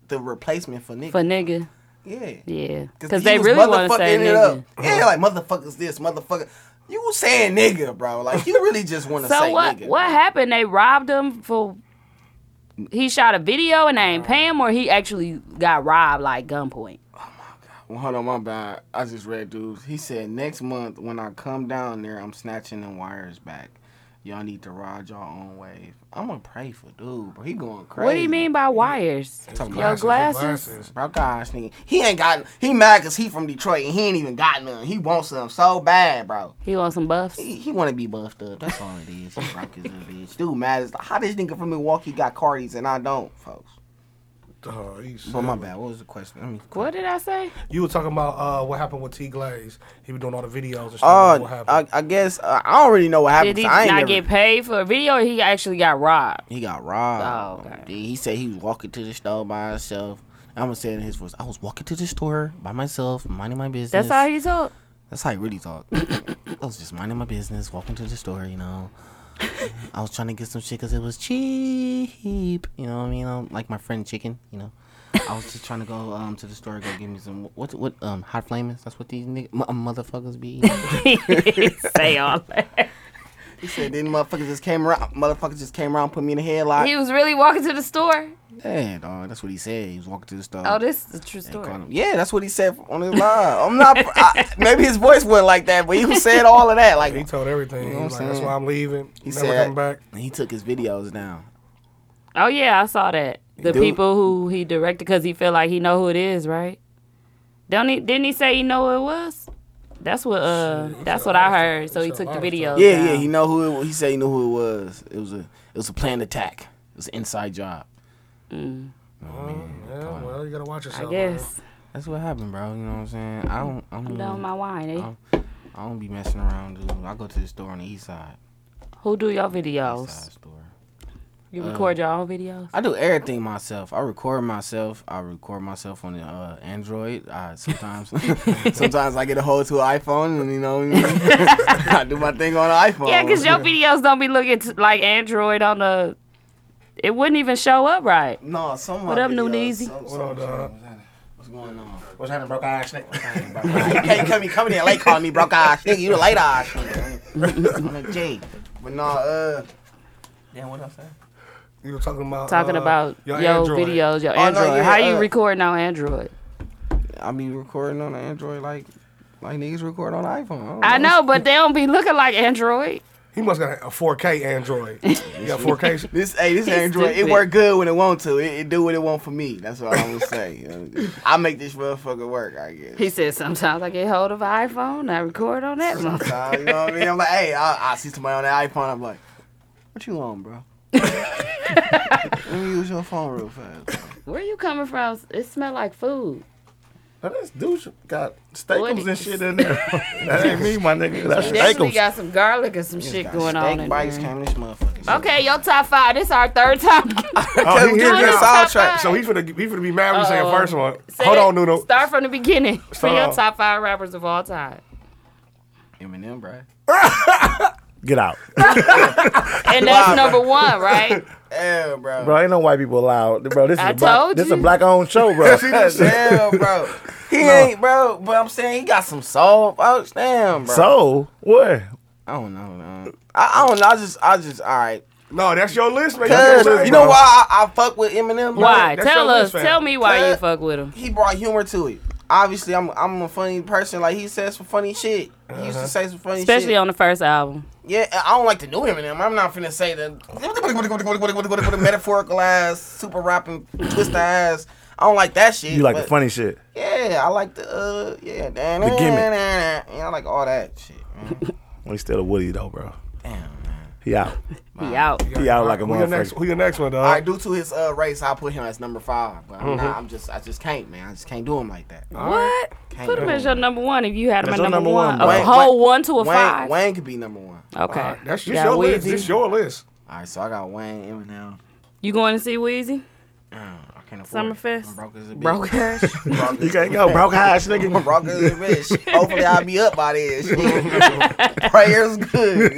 S8: the replacement for
S3: Mm-hmm.
S8: nigga.
S3: For nigga,
S8: yeah,
S3: yeah, because
S8: he
S3: they
S8: was
S3: really want to say
S8: motherfucking it
S3: nigga.
S8: up. Yeah, like motherfuckers this, motherfucker. You saying nigga, bro? Like you really just want to
S3: So
S8: say
S3: what?
S8: nigga.
S3: What happened? They robbed him for. He shot a video and they ain't pay him, or he actually got robbed like gunpoint.
S8: Well, hold on, my bad. I just read, dude. He said next month when I come down there, I'm snatching them wires back. Y'all need to ride y'all own wave. I'm gonna pray for dude, bro. He going crazy.
S3: What do you mean by wires? Your glasses.
S8: Bro, gosh, nigga, he ain't got. He mad cause he from Detroit and he ain't even got none. He wants some so bad, bro.
S3: He wants some buffs.
S8: He, he want to be buffed up. That's all it is. He broke <laughs> his little bitch. Dude, mad is like, how this nigga from Milwaukee got Cardis and I don't, folks.
S7: Oh, he's-
S8: But my bad. What was the question? Let me.
S3: What did I say?
S7: You were talking about uh, what happened with T Glaze. He was doing all the videos and stuff. about
S8: Oh,
S7: what
S8: I,
S7: happened?
S8: I guess uh, I don't really know what happened.
S3: Did he
S8: 'cause I
S3: not
S8: ain't never-
S3: get paid for a video? Or he actually got robbed.
S8: He got robbed.
S3: Oh, okay.
S8: Dude, He said he was walking to the store by himself. I'm gonna say it in his voice. I was walking to the store by myself, minding my business.
S3: That's how he told.
S8: That's how he really talked. I was just minding my business, walking to the store, you <laughs> know. I was trying to get some shit because it was cheap. You know what I mean? Um, like my friend Chicken, you know. I was just trying to go um to the store, go give me some what what um hot flamers. That's what these niggas, motherfuckers be. eating.
S3: <laughs> Say all that.
S8: <laughs> he said then motherfuckers just came around. Motherfuckers just came around, put me in the headlock.
S3: He was really walking to the store.
S8: yeah, dog. That's what he said. He was walking to the store.
S3: Oh, this is a true
S8: and
S3: story.
S8: called him- Yeah, that's what he said on his live. I'm not. I, maybe his voice wasn't like that, but he said all of that. Like
S7: he told everything.
S8: You know
S7: He
S8: what
S7: was
S8: I'm
S7: like, that's
S8: saying?
S7: why I'm leaving.
S8: He
S7: Never
S8: said-
S7: coming back.
S8: he took his videos down.
S3: Oh yeah, I saw that. The
S8: Dude.
S3: people who he directed because he felt like he know who it is, right? Don't he? Didn't he say he know who it was? That's what. Uh, that's what I heard. So he
S7: said a
S3: took the
S7: lot of
S3: video.
S8: Yeah, yeah,
S3: down.
S8: he know who it, wa- he said he knew who it was. It was a it was a planned attack. It was an inside job.
S7: Yeah, well, you gotta watch yourself.
S3: I guess.
S8: That's what happened, bro. You know what I'm saying? I don't I
S3: I'm
S8: don't,
S3: done with my wine. eh?
S8: Oh. I don't be messing around, dude. I go to the store on the east side,
S3: Who do your
S8: east
S3: videos?
S8: side store.
S3: You record your own videos?
S8: I do everything myself. I record myself. I record myself on the uh, Android. I sometimes <laughs> sometimes I get a hold to an iPhone, and you know <laughs> what I, mean? I do my thing on an iPhone.
S3: Yeah, because your videos don't be looking t- like Android on the. It wouldn't even show up right.
S8: no, some of
S3: What
S8: my
S3: up, New
S8: videos-
S3: Neasy?
S8: some-
S7: What up, dog?
S8: What's going on?
S7: What's happening, broke ass snake?
S3: <laughs>
S8: you can't come, you coming in late calling me broke ass nigga. You the late ass nigga. I'm like, Jay. But no, uh. Damn, what I'm saying?
S7: You were talking about
S3: Talking
S7: uh,
S3: about your,
S7: your, Android.
S3: videos, your
S8: Oh, no,
S3: Android.
S8: yeah,
S3: How you
S8: uh,
S3: recording on Android?
S8: I be recording on the Android like like niggas record on the iPhone.
S3: I know, but they don't be looking like Android.
S7: He must got a 4K Android.
S3: <laughs>
S7: you got 4K.
S8: This hey, this Android,
S3: stupid.
S8: it work good when it want to. It, it do what it want for me. That's what I'm gonna say. I make this motherfucker work. I guess.
S3: He said sometimes I get hold of an iPhone, I record on that one.
S8: So, you know what I mean? I'm like, hey, I, I see somebody on that iPhone. I'm like, what you on,
S3: <laughs>
S8: bro? Let me use your phone real fast.
S3: Where you coming from? It smell like food.
S5: Now, this douche got
S3: What
S5: steakums
S3: is-
S5: and shit in there. that ain't me, my nigga. That's
S3: Definitely
S5: steakums.
S3: got some garlic and some shit going on in
S8: bites
S3: there.
S8: came in this motherfucker.
S3: Okay, your top five. This our third
S7: <laughs>
S3: time.
S7: Oh, he
S3: doing
S7: here
S3: the
S7: now.
S3: top five.
S7: So he finna, he finna be mad when we say the
S3: Uh-oh.
S7: first one.
S3: Say
S7: Hold
S3: it.
S7: on, Nuno.
S3: Start from the beginning.
S7: <laughs>
S3: For
S7: Start
S3: your
S7: off.
S3: top five rappers of all
S7: <laughs>
S3: time.
S8: Eminem, bruh.
S5: Get out.
S3: And that's number one,
S7: <laughs>
S3: right?
S8: Damn, bro.
S5: Bro, ain't no white people allowed. Bro, this is
S3: I
S5: a black,
S3: told
S5: this
S3: you.
S5: a black owned show,
S7: <laughs>
S5: bro. <laughs>
S8: Damn, bro. He ain't, bro. But I'm saying he got some soul, folks. Damn, bro.
S5: so Oh, what?
S8: I don't know. man. I, I don't know. I just, I just, all right.
S7: No, that's your list, man.
S8: Cause
S7: That's your list,
S8: you know
S7: bro.
S8: why I, I fuck with Eminem? bro?
S3: Why?
S7: that's
S3: Tell
S7: your
S3: us.
S7: list, fam.
S3: Tell me why you
S8: Cut.
S3: fuck with him.
S8: He brought humor to it. Obviously, I'm, I'm a funny person. Like he says some funny shit. He
S5: Uh-huh.
S8: used to say some funny shit.
S3: Especially on the first album.
S8: Yeah, I don't like the new Eminem. I'm not finna say the metaphorical ass, super rapping, twist ass. I don't like that shit.
S5: You like the
S8: but-
S5: funny shit.
S8: Yeah, I like the uh, yeah, damn,
S5: The gimmick.
S8: Yeah, I like all that shit. Man.
S5: We still a Woody though, bro.
S8: Damn, man.
S5: He out.
S3: He out.
S5: He out like a
S7: Who your next?
S5: motherfucker.
S7: Who your next one, dog?
S8: All right, due to his uh race, I put him as number five. But I'm
S5: Mm-hmm.
S8: not. I'm just. I just can't, man. I just can't do him like that.
S3: What?
S8: Can't
S3: Put him as your number one if you had him
S5: That's
S3: at
S5: your
S3: number,
S5: number
S3: one.
S5: one,
S3: A
S5: bro.
S8: Wayne-
S3: whole
S8: Wayne-
S3: one to a
S8: Wayne,
S3: five.
S8: Wayne could be number one.
S3: Okay.
S7: Uh, That's just
S3: Got
S7: your list.
S3: Weezy.
S7: This your list.
S8: All right, so I got Wayne Eminem.
S3: You going to see Wheezy?
S8: Mm, I can't afford it.
S3: Summerfest?
S8: I'm broke as a bitch.
S3: Broke ass.
S5: You
S8: <laughs>
S5: can't go broke
S7: <laughs>
S5: ass nigga.
S8: Broke as
S3: <laughs>
S8: a bitch. Hopefully, I'll be up by then. shit.
S3: <laughs>
S8: Prayers good.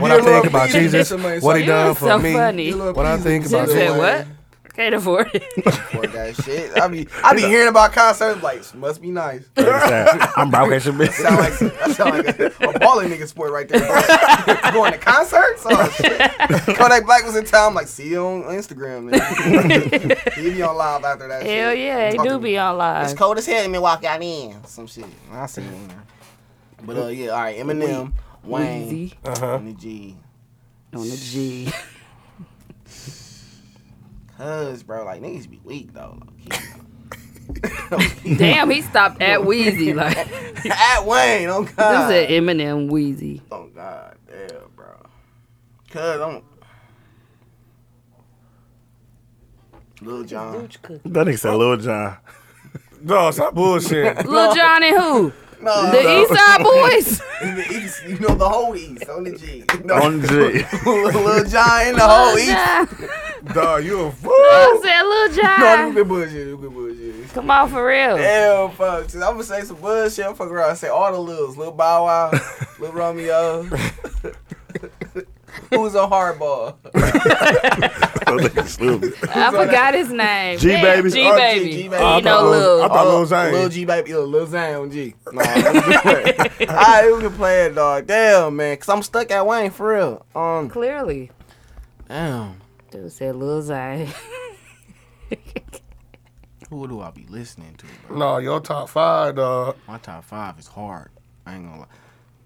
S4: What I think
S7: <laughs>
S4: about
S8: Peter.
S4: Jesus,
S7: Somebody
S4: what he
S3: You
S4: done
S3: was
S4: for
S3: so
S4: me,
S3: funny.
S4: what I think
S3: You
S4: about
S3: said
S4: Jesus.
S3: what? I can't afford it.
S8: Poor guy shit. I be I be hearing about concerts like must be nice.
S5: I'm broke as
S7: <laughs>
S5: a bitch.
S8: Sound like that sound like a, a balling nigga sport right there. <laughs> Going to concerts? Oh shit. Kodak Black was in town. I'm like, see you on Instagram.
S3: <laughs>
S8: nigga. he be on live after
S3: <laughs>
S8: that.
S3: Hell
S8: shit.
S3: yeah, he
S8: Talking-
S3: do be on
S8: It's
S3: live.
S8: cold as hell in Milwaukee. I mean, some shit. I see you in there. But uh, yeah, all right. Eminem, Wayne,
S3: Wheezy
S7: Uh-huh.
S8: and the G.
S3: on the G.
S8: Cause bro, like niggas be weak though.
S3: <laughs>
S8: Like,
S3: <laughs> Damn, he stopped at Wheezy. Like, this is
S8: <laughs> at Wayne, oh god.
S3: an Eminem Wheezy.
S8: Oh god, damn, bro. Cause I'm Lil John.
S5: That nigga said Lil John.
S7: No, stop bullshit.
S3: Lil John and who?
S8: No, <laughs>
S3: The East Side Boys.
S8: the East, you know the whole East on the G.
S7: <laughs>
S5: <laughs>
S8: No,
S5: On G.
S8: Lil John in the whole
S3: Lil
S8: East.
S3: John.
S7: dog, you a
S5: <laughs>
S7: fool.
S3: I said Lil
S8: No, you
S3: John.
S8: been bullshit. You been bullshit.
S3: Come on, for real.
S8: Damn, fuck. I'm gonna say some bullshit. I'm fuck around. and Say all the Lils. Lil
S7: <laughs>
S8: Bow Wow, Lil Romeo. Who's a hardball?
S3: I forgot his name.
S5: G
S3: Damn,
S5: Baby.
S3: G
S5: Oh, G-
S3: Baby.
S8: G
S3: He
S8: Baby. oh. I
S3: know
S8: thought-
S7: I
S3: Lil.
S7: thought Lil
S8: Lil
S7: Zane.
S8: G baby, uh, Lil Zane on G.
S7: <laughs>
S8: Nah, Alright, we can play it, dog. Damn, man, cause I'm stuck at Wayne for real. Um,
S3: Clearly.
S8: damn.
S3: Dude said Lil Zane.
S8: Who do I be listening to? Bro?
S7: No, your top five, dog.
S8: My top five is hard. I ain't gonna lie.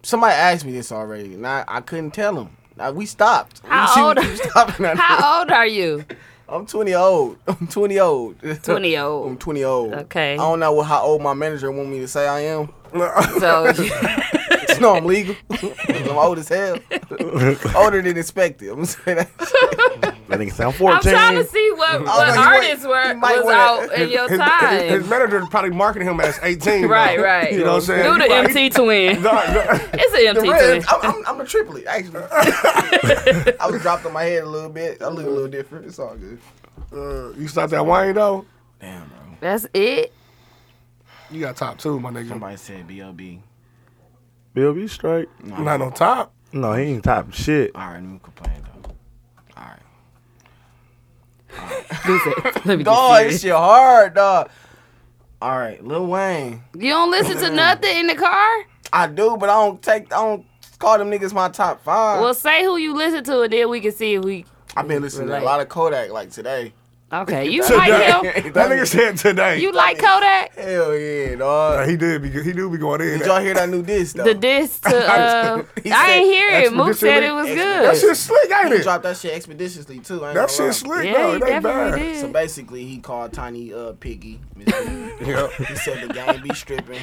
S8: Somebody asked me this already, and I, I couldn't tell him. Now, we stopped.
S3: How
S8: we
S3: old-
S8: <laughs> we stopping at-
S3: How old are you?
S8: I'm 20 old. <laughs> I'm 20 old.
S3: 20
S8: I'm
S3: old.
S8: 20 old.
S3: Okay.
S8: I don't know what, how old my manager want me to say I am. <laughs>
S3: So
S8: no, I'm legal. <laughs> I'm old as hell. Older than expected. I'm gonna say that. <laughs>
S5: That nigga sound
S3: I'm
S5: 14.
S3: trying to see what,
S8: Oh, no,
S3: what
S8: you might-
S3: artists were
S8: you might
S3: was
S8: wanna-
S3: out in your
S7: His, his, his
S3: time.
S7: manager probably marketing him as 18.
S3: Right,
S7: dog.
S3: right.
S7: You know what I'm saying?
S3: Do
S7: You
S3: the
S7: probably-
S3: MT
S7: <laughs>
S3: twin.
S7: Dog, dog.
S8: The
S3: It's an
S8: red,
S3: MT twin.
S8: I'm, I'm, I'm a triplet, actually. <laughs> I was dropped on my head a little bit. I look a little different. It's all good.
S7: Uh, you stopped that Wayne, though?
S8: Damn, bro.
S3: That's it.
S7: You got top two, my nigga.
S8: Somebody said B.O.B.
S5: Bill, you straight.
S7: Not on top.
S5: No, he ain't top shit.
S8: All right, let me complain, though. All right.
S3: Dude said,
S7: <laughs>
S3: Let me
S8: Dog,
S3: get serious.
S8: this shit hard, dog. All right, Lil Wayne.
S3: You don't listen to nothing in the car?
S8: I do, but I don't take, I don't call them niggas my top five.
S3: Well, say who you listen to, and then we can see if we.
S8: I've been listening to a lot of Kodak, like today.
S3: Okay,
S7: <laughs>
S3: you
S5: <laughs>
S3: like him?
S7: That nigga said today.
S3: You like Kodak?
S8: Hell yeah, dog.
S7: Uh, he did. Be, he do be going in.
S8: Did y'all hear that new diss, though?
S3: The diss
S7: <laughs>
S3: to uh, I
S8: He said
S3: ain't hear it. Mook said
S7: expeditiously-
S3: it was
S7: that
S3: good.
S7: shit slick, ain't
S8: He
S7: it?
S8: dropped that shit expeditiously, too. I ain't
S7: That
S8: gonna lie.
S7: shit slick,
S3: Yeah,
S7: though.
S3: he
S7: It ain't
S3: definitely
S7: bad.
S3: did.
S8: So basically, he called Tiny uh,
S7: <laughs>
S8: Piggy. Miss Piggy.
S7: Yeah.
S8: He said the game be stripping.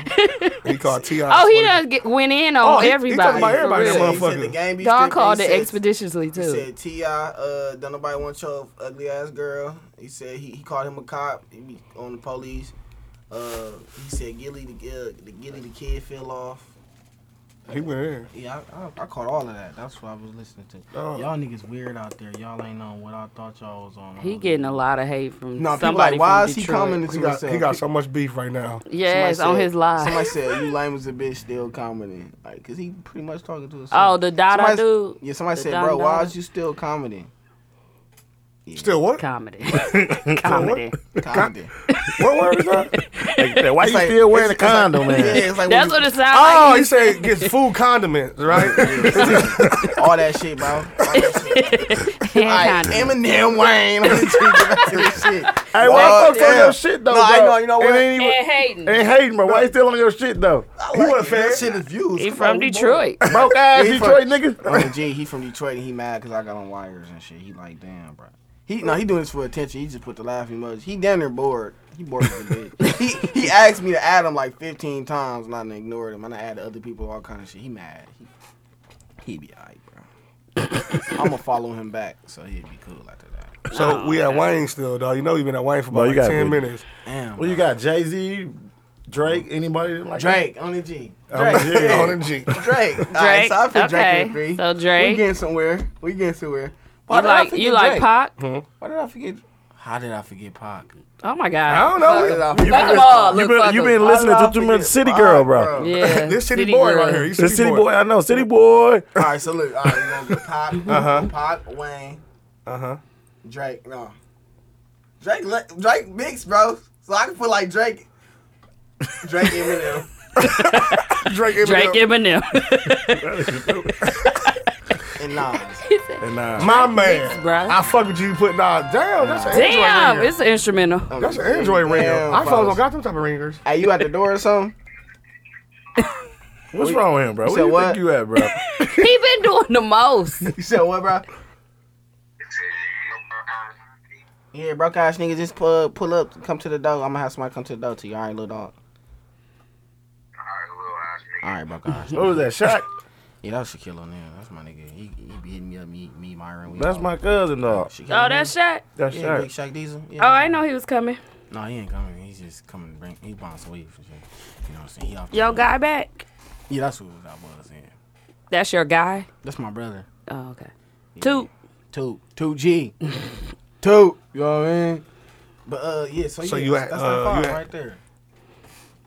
S7: He called T.I.
S3: Oh, he done get, went in on
S7: Oh, he- he
S3: everybody.
S7: talking about
S3: for
S7: everybody,
S3: real.
S7: that
S8: said, he
S7: motherfucker.
S8: said the game be
S3: Dog
S8: stripping.
S3: called it
S8: He said-
S3: expeditiously
S8: He
S3: too.
S8: said Ti, uh, don't nobody want your ugly ass girl. He said he, he called him a cop. He be on the police. Uh, he said Gilly the uh, the Gilly the kid fell off.
S7: He went in.
S8: Yeah, I, I, I caught all of that. That's what I was listening to.
S7: Oh.
S8: Y'all niggas weird out there. Y'all ain't on what I thought y'all was on.
S3: He getting a lot of hate from
S8: No, people
S3: somebody
S8: like, why
S3: from
S8: is he
S3: Detroit.
S8: commenting to
S7: He got,
S8: himself?
S7: he got so much beef right now.
S3: Yes,
S8: Somebody
S3: on
S8: said-
S3: his live.
S8: Somebody said you lame as a bitch still commenting, like, cause he pretty much talking to himself.
S3: Oh, the Dada
S8: Somebody-
S3: dude?
S8: Yeah, somebody
S3: The
S8: said,
S3: Don
S8: bro, why
S3: Dada?
S8: is you still commenting?
S7: Still what?
S8: <laughs>
S3: Comedy. Comedy.
S8: Commenting.
S7: What word is that?
S5: Like that. Why you
S8: like-
S5: still wearing a
S8: it's
S5: <laughs>
S8: like-
S5: condom,
S8: yeah,
S5: man?
S8: it's like
S3: That's what
S8: when you-
S3: it sounds
S7: <laughs> Oh,
S3: like.
S7: he said gets food condiments,
S5: <laughs>
S7: right?
S8: all that shit, bro. All that shit.
S3: He <laughs> ain't
S8: Like,
S3: kinda-
S8: Eminem, Wayne. <laughs> I'm just thinking back to this shit.
S5: Hey,
S8: Well,
S5: why the fuck on
S8: yeah.
S5: your shit though?
S8: No, I
S5: bro?
S8: know, you know
S5: It
S8: what?
S5: ain't, even,
S3: And hating.
S5: it ain't hating, bro. Why you still on your shit though?
S8: He wasn't fair. That shit is views.
S3: He
S8: Come
S3: from
S8: on, we both-
S3: Detroit.
S5: Broke ass
S8: He
S5: Detroit nigga.
S8: Oh, G, he from Detroit and he mad because I got on wires and shit. He like, damn, bro. He no, he doing this for attention. He just put the laugh emoji. He down there bored. He bored as
S3: <laughs>
S8: a bitch. he he asked me to add him like 15 times, and I done ignored him. And I added other people, all kind of shit. He mad. He, he be alright, bro.
S3: <laughs>
S8: I'm gonna follow him back, so he'd be cool after that.
S7: So we at Wayne still, dog. You know we been at Wayne for
S5: Bro,
S7: about
S5: you
S7: like
S5: gotta
S7: ten
S5: be-
S7: minutes.
S8: Damn.
S5: Well, you
S8: bro.
S5: got Jay Z, Drake, anybody like
S8: Drake, only G.
S5: I'm
S8: Drake.
S5: G.
S7: On the Oh, G.
S8: Drake. Drake. All right,
S3: <laughs> Drake.
S8: so I feel Drake
S3: Okay.
S8: in three.
S3: So
S8: We
S3: Drake.
S8: getting somewhere. We getting somewhere. Why
S3: You
S8: did I
S3: like
S8: forget
S3: you like
S8: Drake?
S3: Pac?
S8: Why did I forget? How did I forget Pac?
S3: Oh my God.
S7: I don't
S8: How did
S7: know.
S8: I forget?
S3: Fuck 'em all.
S5: You
S3: Look,
S5: been,
S3: fuck
S5: you
S3: 'em.
S5: been
S8: Why
S5: listening
S8: did I
S5: to too much
S8: forget
S5: City
S8: Pac,
S5: Girl, bro.
S8: <laughs>
S3: Yeah.
S7: <laughs> This city, boy right here. He's
S5: The City Boy, I
S3: <laughs>
S5: know City Boy.
S8: All right, so look, all right, we're gonna go Pop, uh-huh. Pop, Wayne,
S7: Uh huh.
S8: Drake. No, Drake, le- Drake mix, bro. So I can put like Drake, Drake, Eminem.
S3: <laughs>
S7: Drake. Eminem.
S3: Drake
S8: <laughs>
S3: Eminem.
S8: And Nas.
S5: And uh,
S7: My man.
S3: bruh.
S7: I fuck with you. Put nah. Damn, that's an Android
S3: Damn,
S7: ringer.
S3: it's an instrumental.
S8: Oh.
S7: that's an Android ringer.
S8: Damn,
S7: I
S8: fellas.
S7: folks don't got them type of ringers.
S8: Hey, you at the door or something?
S5: what's wrong with him, bro? What
S8: said
S5: do you
S8: what?
S5: think you at, <laughs> bro?
S3: He been doing the
S8: <laughs>
S3: most. Oh,
S8: You said what, bro? Yeah, broke ass niggas just pull pull up, come to the door. I'm gonna have somebody come to the door to you. All right, little dog. All right, broke ass.
S5: what was that? Shaq?
S8: Yeah, that was Shaquille O'Neal. That's my nigga. He, he be hitting me up, me, me, Myron. We
S5: That's
S8: all-
S5: my cousin, dog.
S3: Oh,
S8: Shaquille O'Neal.
S3: that's Shaq.
S5: That's
S8: Yeah,
S5: Shaq.
S8: Big Shaq Diesel. Yeah.
S3: Oh, I know he was coming.
S8: No, he ain't coming. He's just coming to bring. He buying some weed for shit. You know what I'm saying? He off the
S3: Your
S8: hook.
S3: guy back.
S8: Yeah, that's who that was. Yeah,
S3: That's your guy.
S8: that's my brother.
S3: Oh, okay. Two.
S8: Two, two <laughs> G, two. You know what I mean? But uh, yeah. So,
S7: So
S8: yeah,
S7: you at,
S8: that's
S7: uh,
S8: the five
S7: you at-
S8: right there.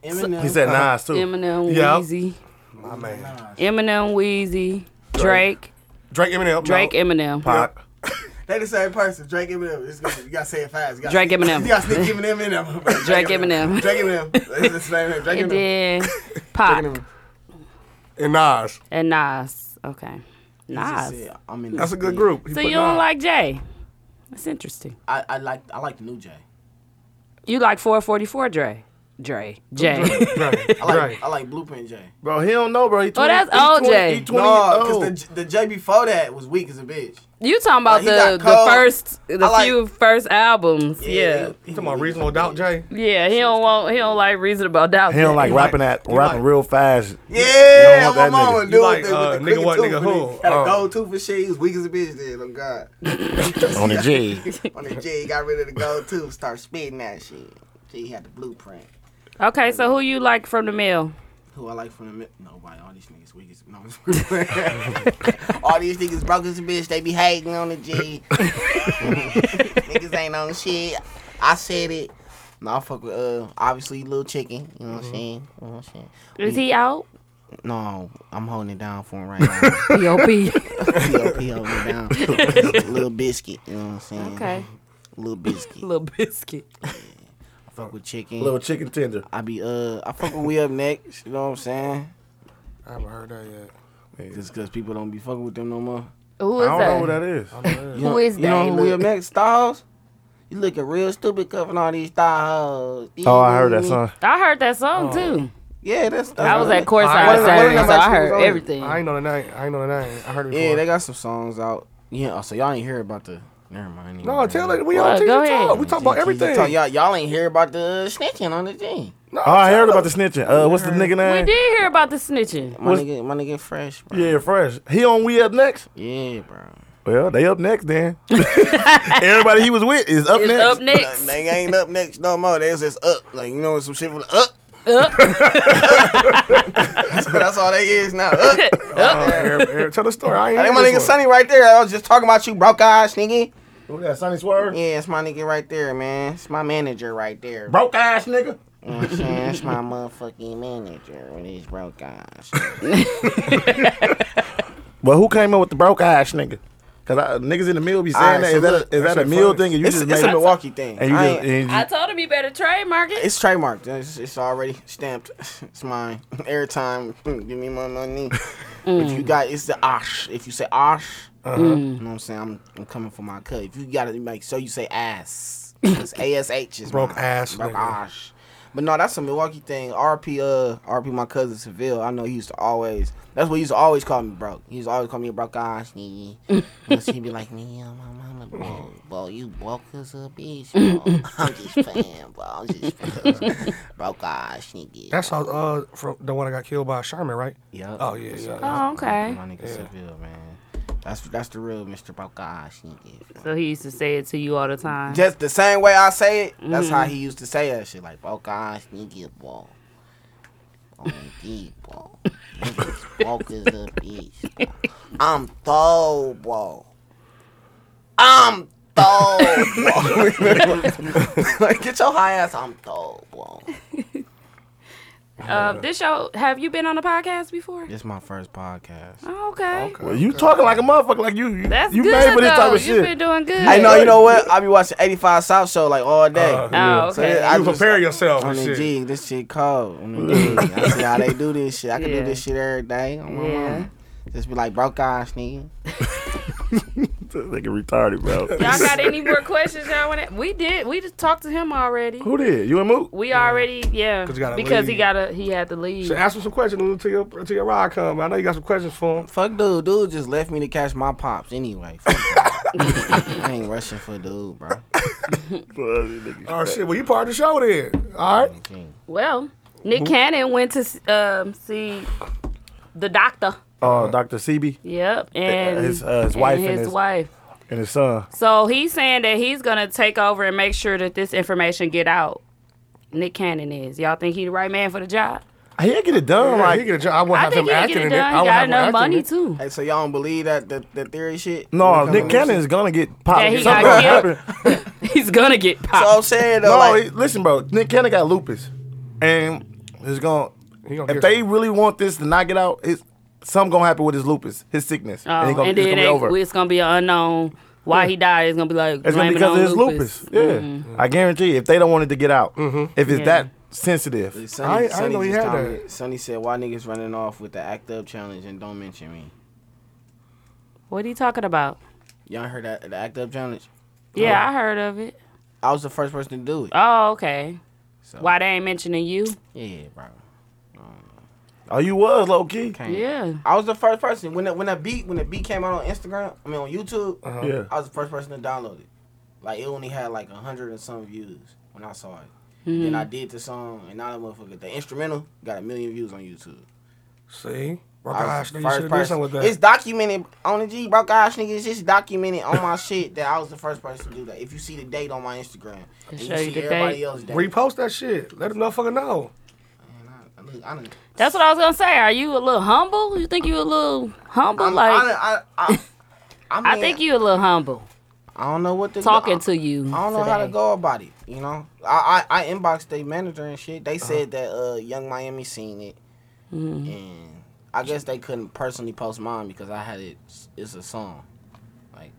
S8: Eminem.
S5: He said Nas too.
S3: Eminem,
S7: Yeah.
S3: Weezy.
S7: Uh-huh. My man.
S3: Eminem, Weezy. Drake.
S7: Drake Eminem.
S3: Drake,
S7: No.
S3: Eminem.
S5: Pac.
S8: They the same person. Drake Eminem. It's gonna, you gotta say it fast. <laughs> You gotta
S3: Drake
S8: sneak-
S3: Eminem.
S8: You gotta sneak Eminem
S3: <laughs>
S8: in there.
S3: Drake Eminem.
S8: Drake Eminem. It's the same name. Drake
S3: And
S8: Eminem.
S3: then Pac
S8: Eminem.
S7: and Nas.
S3: and Nas. Okay.
S8: Just
S3: Nas.
S8: said, I mean,
S7: That's a good group. He
S3: So
S7: put
S3: you don't
S7: Nas.
S3: like Jay? That's interesting.
S8: I, I like I like the new Jay.
S3: You like 444 Dre? Dre. Jay.
S7: Drake.
S8: I like
S7: Drake.
S8: I like Blueprint Jay.
S5: Bro, he don't know, bro. He 20,
S3: Oh, that's
S5: he 20
S3: OJ.
S5: He 20
S8: No,
S5: oh.
S8: because the, the Jay before that was weak as a bitch.
S3: <laughs> You talking about
S8: Like, he got
S3: the, the
S8: cold.
S3: first the
S8: I like-
S3: few first albums? Yeah.
S8: he-
S7: Come on, reasonable doubt, Jay.
S3: yeah, He don't want. He don't like reasonable doubt.
S5: He don't like rapping at rapping
S7: like-
S5: real fast.
S8: Yeah,
S5: You don't want
S8: my
S5: that
S8: mama
S5: nigga.
S8: do
S7: You like,
S8: with the,
S7: uh,
S8: with the
S7: nigga
S8: crooked
S7: what,
S8: tooth
S7: nigga
S8: and
S7: who?
S8: he Had
S7: Uh.
S8: a gold tooth and shit. He was weak as a bitch then. Oh God.
S5: on <laughs> the G.
S8: On the J, he got rid of the gold tooth. Start spitting that shit. G had the blueprint.
S3: Okay, so who you like from the mill?
S8: Who I like from the mi- nobody. All these niggas weak as no. I'm just playing. all these niggas broke as a bitch. They be hating on the G. niggas ain't on shit. I said it. No, I fuck with uh obviously little chicken. You know what I'm saying? You know what I'm saying?
S3: Is he out?
S8: No, I'm holding it down for him right now.
S3: <laughs> P.O.P.
S8: P.O.P. holding it down. little biscuit. You know what I'm saying?
S3: Okay.
S8: Little biscuit.
S3: Little biscuit.
S8: I fuck with chicken.
S5: Little chicken tender.
S8: I be uh I fuck with we up next. You know what I'm saying?
S7: I haven't heard that yet.
S8: Just cause people don't be fucking with them no more.
S3: Who
S5: I
S3: is
S5: don't know who
S3: that?
S5: that is.
S8: You know-
S3: is
S8: You know
S3: they,
S8: who we
S3: Luke?
S8: up next? Styles. You looking real stupid covering all these styles.
S5: Oh, I heard that song.
S3: I heard that song too.
S8: Yeah, that's. that's
S3: I was
S8: that-
S3: at courtside
S7: What is- what is
S3: Saturday,
S7: that
S3: so I
S8: actually was
S3: heard
S8: on it?
S3: everything.
S7: I ain't know the name. I ain't know the name. I heard it before.
S8: Yeah, they got some songs out. Yeah, oh, so y'all ain't hear about the. Never mind. ain't
S7: no,
S8: gonna
S7: tell
S8: bring
S7: it. We
S3: What?
S7: on TV
S3: Go
S7: talk.
S3: ahead.
S7: We talk about everything.
S8: Talk- y'all, y'all ain't hear about the uh, snitching on the team.
S7: No,
S5: Oh, I
S7: tell
S5: heard about
S7: us.
S5: the snitching. Uh, what's the nigga
S3: We
S5: name?
S3: did hear about the snitching.
S8: My
S5: What's-
S8: nigga, my nigga, fresh, bro.
S5: Yeah, fresh. He on We Up Next.
S8: Yeah, bro.
S5: Well, they up next <laughs> then. Everybody he was with is up
S3: It's
S5: next.
S3: up next.
S8: They ain't up next no more. They was just up. Like, you know, some shit from up. that's, <laughs> that's all they is now. Up.
S5: Oh,
S7: Uh, Eric- Eric, tell the story.
S5: <laughs>
S7: I ain't
S8: That
S7: hear
S8: ain't my
S7: this
S8: nigga
S7: one.
S8: Sonny right there. I was just talking about you, broke ass nigga.
S5: Who that? Sonny Swerve?
S8: Yeah, it's my nigga right there, man. It's my manager right there.
S5: Broke ass nigga.
S8: You know what I'm saying? That's my motherfucking manager with these broke guys.
S5: Well, who came up with the broke ass nigga? Cause I, niggas in the mill be
S8: Alright,
S5: saying that.
S8: so
S5: Is that
S8: look,
S5: a, is that
S7: that shit
S5: a mill
S7: funny.
S5: thing? And you
S8: It's,
S5: just
S8: it's
S5: made
S8: a Milwaukee thing.
S5: And you
S8: I
S5: just
S8: ain't-
S5: and you,
S3: I told him he better trademark it.
S8: it's trademarked. It's, it's already stamped. <laughs> It's mine. Every time, hmm, give me my money. If you got, it's the osh. If you say osh,
S7: Uh-huh.
S8: you know what I'm saying? I'm, I'm coming for my cut. If you got to make so you say ass. It's ASH. Is
S7: Broke
S8: mine.
S7: ass,
S8: Broke
S7: nigga.
S8: osh. But no, that's a Milwaukee thing. RP, uh, RP, my cousin Seville. I know he used to always. That's what he used to always call me, broke. He used to always call me a broke ass nigga. Because he'd be like, nigga, my mama broke, bro. You broke as a bitch. Bro. I'm just playing, bro. I'm just playing. broke ass nigga.
S7: That's how, uh, from the one that got killed by Sherman, right?
S8: Yup.
S7: Oh, yeah, yeah.
S3: Oh, okay.
S8: My nigga Seville, man. That's that's the real Mr. Broke ass nigga.
S3: So he used to say it to you all the time.
S8: Just the same way I say it, that's how
S3: Mm-hmm.
S8: he used to say that shit. Like, broke ass nigga, bro. On deep, bro. Niggas broke as a bitch, bro. I'm thorough, bro. I'm thorough, bro. <laughs> like, get your high ass, I'm thorough, bro.
S3: Uh, this show, have you been on a podcast before?
S8: This my first podcast.
S3: Oh, okay.
S5: well, you talking like a motherfucker. Like you you,
S3: That's
S5: you
S3: good.
S5: made for this type
S3: though.
S5: of
S3: You've been
S5: shit.
S3: doing good.
S8: I know, you know what? I be watching 85 South Show like all day.
S7: Uh,
S3: Oh,
S8: So,
S3: okay.
S8: yeah, I
S7: You
S8: just-
S7: prepare yourself
S8: On
S7: and
S8: the
S7: Oh, shit.
S8: G, this shit cold. On the G. I see how they do this shit. I can
S3: Yeah.
S8: do this shit every day. On my
S3: Yeah.
S8: mama. Just be like, broke ass nigga.
S5: Nigga retarded, bro. <laughs>
S3: Y'all got any more questions? Y'all want to? We did. We just talked to him already.
S5: Who did you and Moot?
S3: We already, yeah,
S7: 'Cause you gotta
S3: because he
S7: leave.
S3: got to he had to leave.
S7: So ask him some questions until your, until your ride come. I know you got some questions for him.
S8: Fuck dude. Dude just left me to catch my pops anyway. Fuck
S3: <laughs>
S8: that. I ain't rushing for dude, bro.
S7: Oh, shit. Well, you part of the show then. All right.
S3: Well, Nick Cannon went to um, see the doctor.
S5: Oh, Doctor CB
S3: Yep, and
S5: his, uh, his wife and
S3: and his,
S5: his-
S3: wife.
S5: and his son.
S3: So he's saying that he's gonna take over and make sure that this information get out. Nick Cannon is. Y'all think he the right man for the job?
S5: He'll get it done.
S7: Yeah,
S5: like
S7: he get a job. I
S3: I
S7: won't have
S3: think
S7: him
S3: he can
S7: acting
S3: get it
S7: in it. I
S3: done. He
S7: won't
S3: got
S7: have him
S3: enough
S7: acting in
S3: money
S7: it.
S3: too. <laughs>
S8: Hey, so y'all don't believe that that, that theory shit?
S5: no,
S8: When it
S5: Nick
S8: comes to
S5: Cannon is gonna get popped.
S3: Yeah, he
S5: Something
S3: got
S5: gonna
S3: killed.
S5: happen.
S3: He's gonna get
S8: So I'm
S3: popped.
S8: saying
S5: No,
S8: though, like,
S5: he- listen, bro. Nick Cannon got lupus, and it's gonna.
S7: He gonna
S5: if
S7: get-
S5: they really want this to not get out, it's something gonna happen with his lupus, his sickness,
S3: Oh,
S5: and, he gonna,
S3: and
S5: it's
S3: then
S5: gonna be
S3: they-
S5: over.
S3: it's gonna be an unknown why he died. It's gonna be like
S5: It's gonna
S3: blaming
S5: be because
S3: on
S5: of his lupus. Yeah,
S8: Mm-hmm.
S5: I guarantee. If they don't want it to get out,
S7: Mm-hmm.
S5: if it's
S3: Yeah.
S5: that sensitive,
S7: I- I
S8: Sonny,
S7: didn't
S8: Sonny
S7: know he
S8: just
S7: had that.
S8: commented- Sonny said, why niggas running off with the act up challenge and don't mention me?
S3: What are you talking about?
S8: Y'all heard that the act up challenge?
S3: Yeah, I heard of it.
S8: I was the first person to do it.
S3: Oh, okay.
S8: So,
S3: Why they ain't mentioning you?
S8: Yeah, bro.
S5: oh, you was low key.
S8: Can't-
S3: Yeah.
S8: I was the first person when it, when that beat when the beat came out on Instagram. I mean on YouTube.
S5: Yeah.
S8: I was the first person to download it. Like it only had like a hundred and some views when I saw it. And
S3: Hmm.
S8: I did the song, and now that motherfucker, the instrumental got a million views on YouTube.
S7: See? Bro,
S8: I
S7: gosh,
S8: was the
S7: nigga, you should do something with that.
S8: It's documented on the G, bro. Gosh, nigga, it's just documented on my shit that I was the first person to do that. If you see the date on my Instagram, and you
S3: show you
S8: see
S3: the
S8: everybody
S3: date.
S8: else date.
S7: Repost that shit. Let the motherfucker know.
S8: Man, I- I look- I done-
S3: That's what I was gonna say. Are you a little humble? You think you a little humble?
S8: I'm-
S3: like
S8: I done- I- I- I
S3: <laughs> I
S8: mean,
S3: think you a little humble.
S8: I don't know what to
S3: Talking
S8: I-
S3: to you.
S8: I don't know how to
S3: today.
S8: go about it. You know, I I, I inboxed their manager and shit.
S3: Uh-huh.
S8: They said that uh, Young Miami seen it,
S3: Mm-hmm.
S8: and I guess they couldn't personally post mine because I had it. It's a song. Like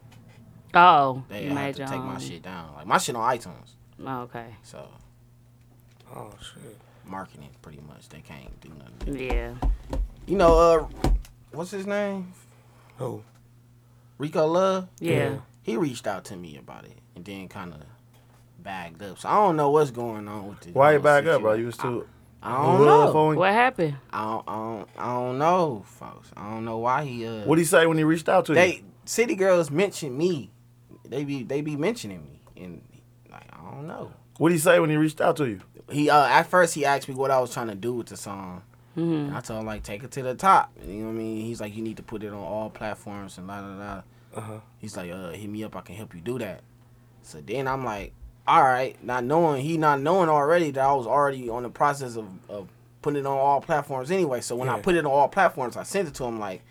S3: Oh,
S8: they
S3: you
S8: had
S3: made
S8: to
S3: your
S8: take my
S3: own.
S8: shit down. Like my shit on iTunes,
S3: Okay.
S8: so
S7: Oh, shit.
S8: marketing pretty much they can't do nothing.
S3: Yeah.
S8: You know, uh, what's his name?
S7: Who?
S8: Rico Love.
S3: Yeah.
S8: He reached out to me about it and then kind of bagged up. So I don't know what's going on with this.
S5: Why you
S8: whole
S5: back up, bro?
S8: situation.
S5: You was too.
S8: I don't
S5: hood
S8: know.
S5: for him?
S3: What happened?
S8: I don't, I don't, I don't know, folks. I don't know why he. Uh,
S5: What did he say when he reached out to you?
S8: they city girls mention me. They be they be mentioning me, and like I don't know.
S5: What did he say when he reached out to you?
S8: He uh, at first he asked me what I was trying to do with the song, And I told him like take it to the top. You know what I mean? He's like, you need to put it on all platforms and la la la. He's like, uh, hit me up. I can help you do that. So then I'm like, all right, not knowing he not knowing already that I was already on the process of, of putting it on all platforms anyway. So when I put it on all platforms, I sent it to him like,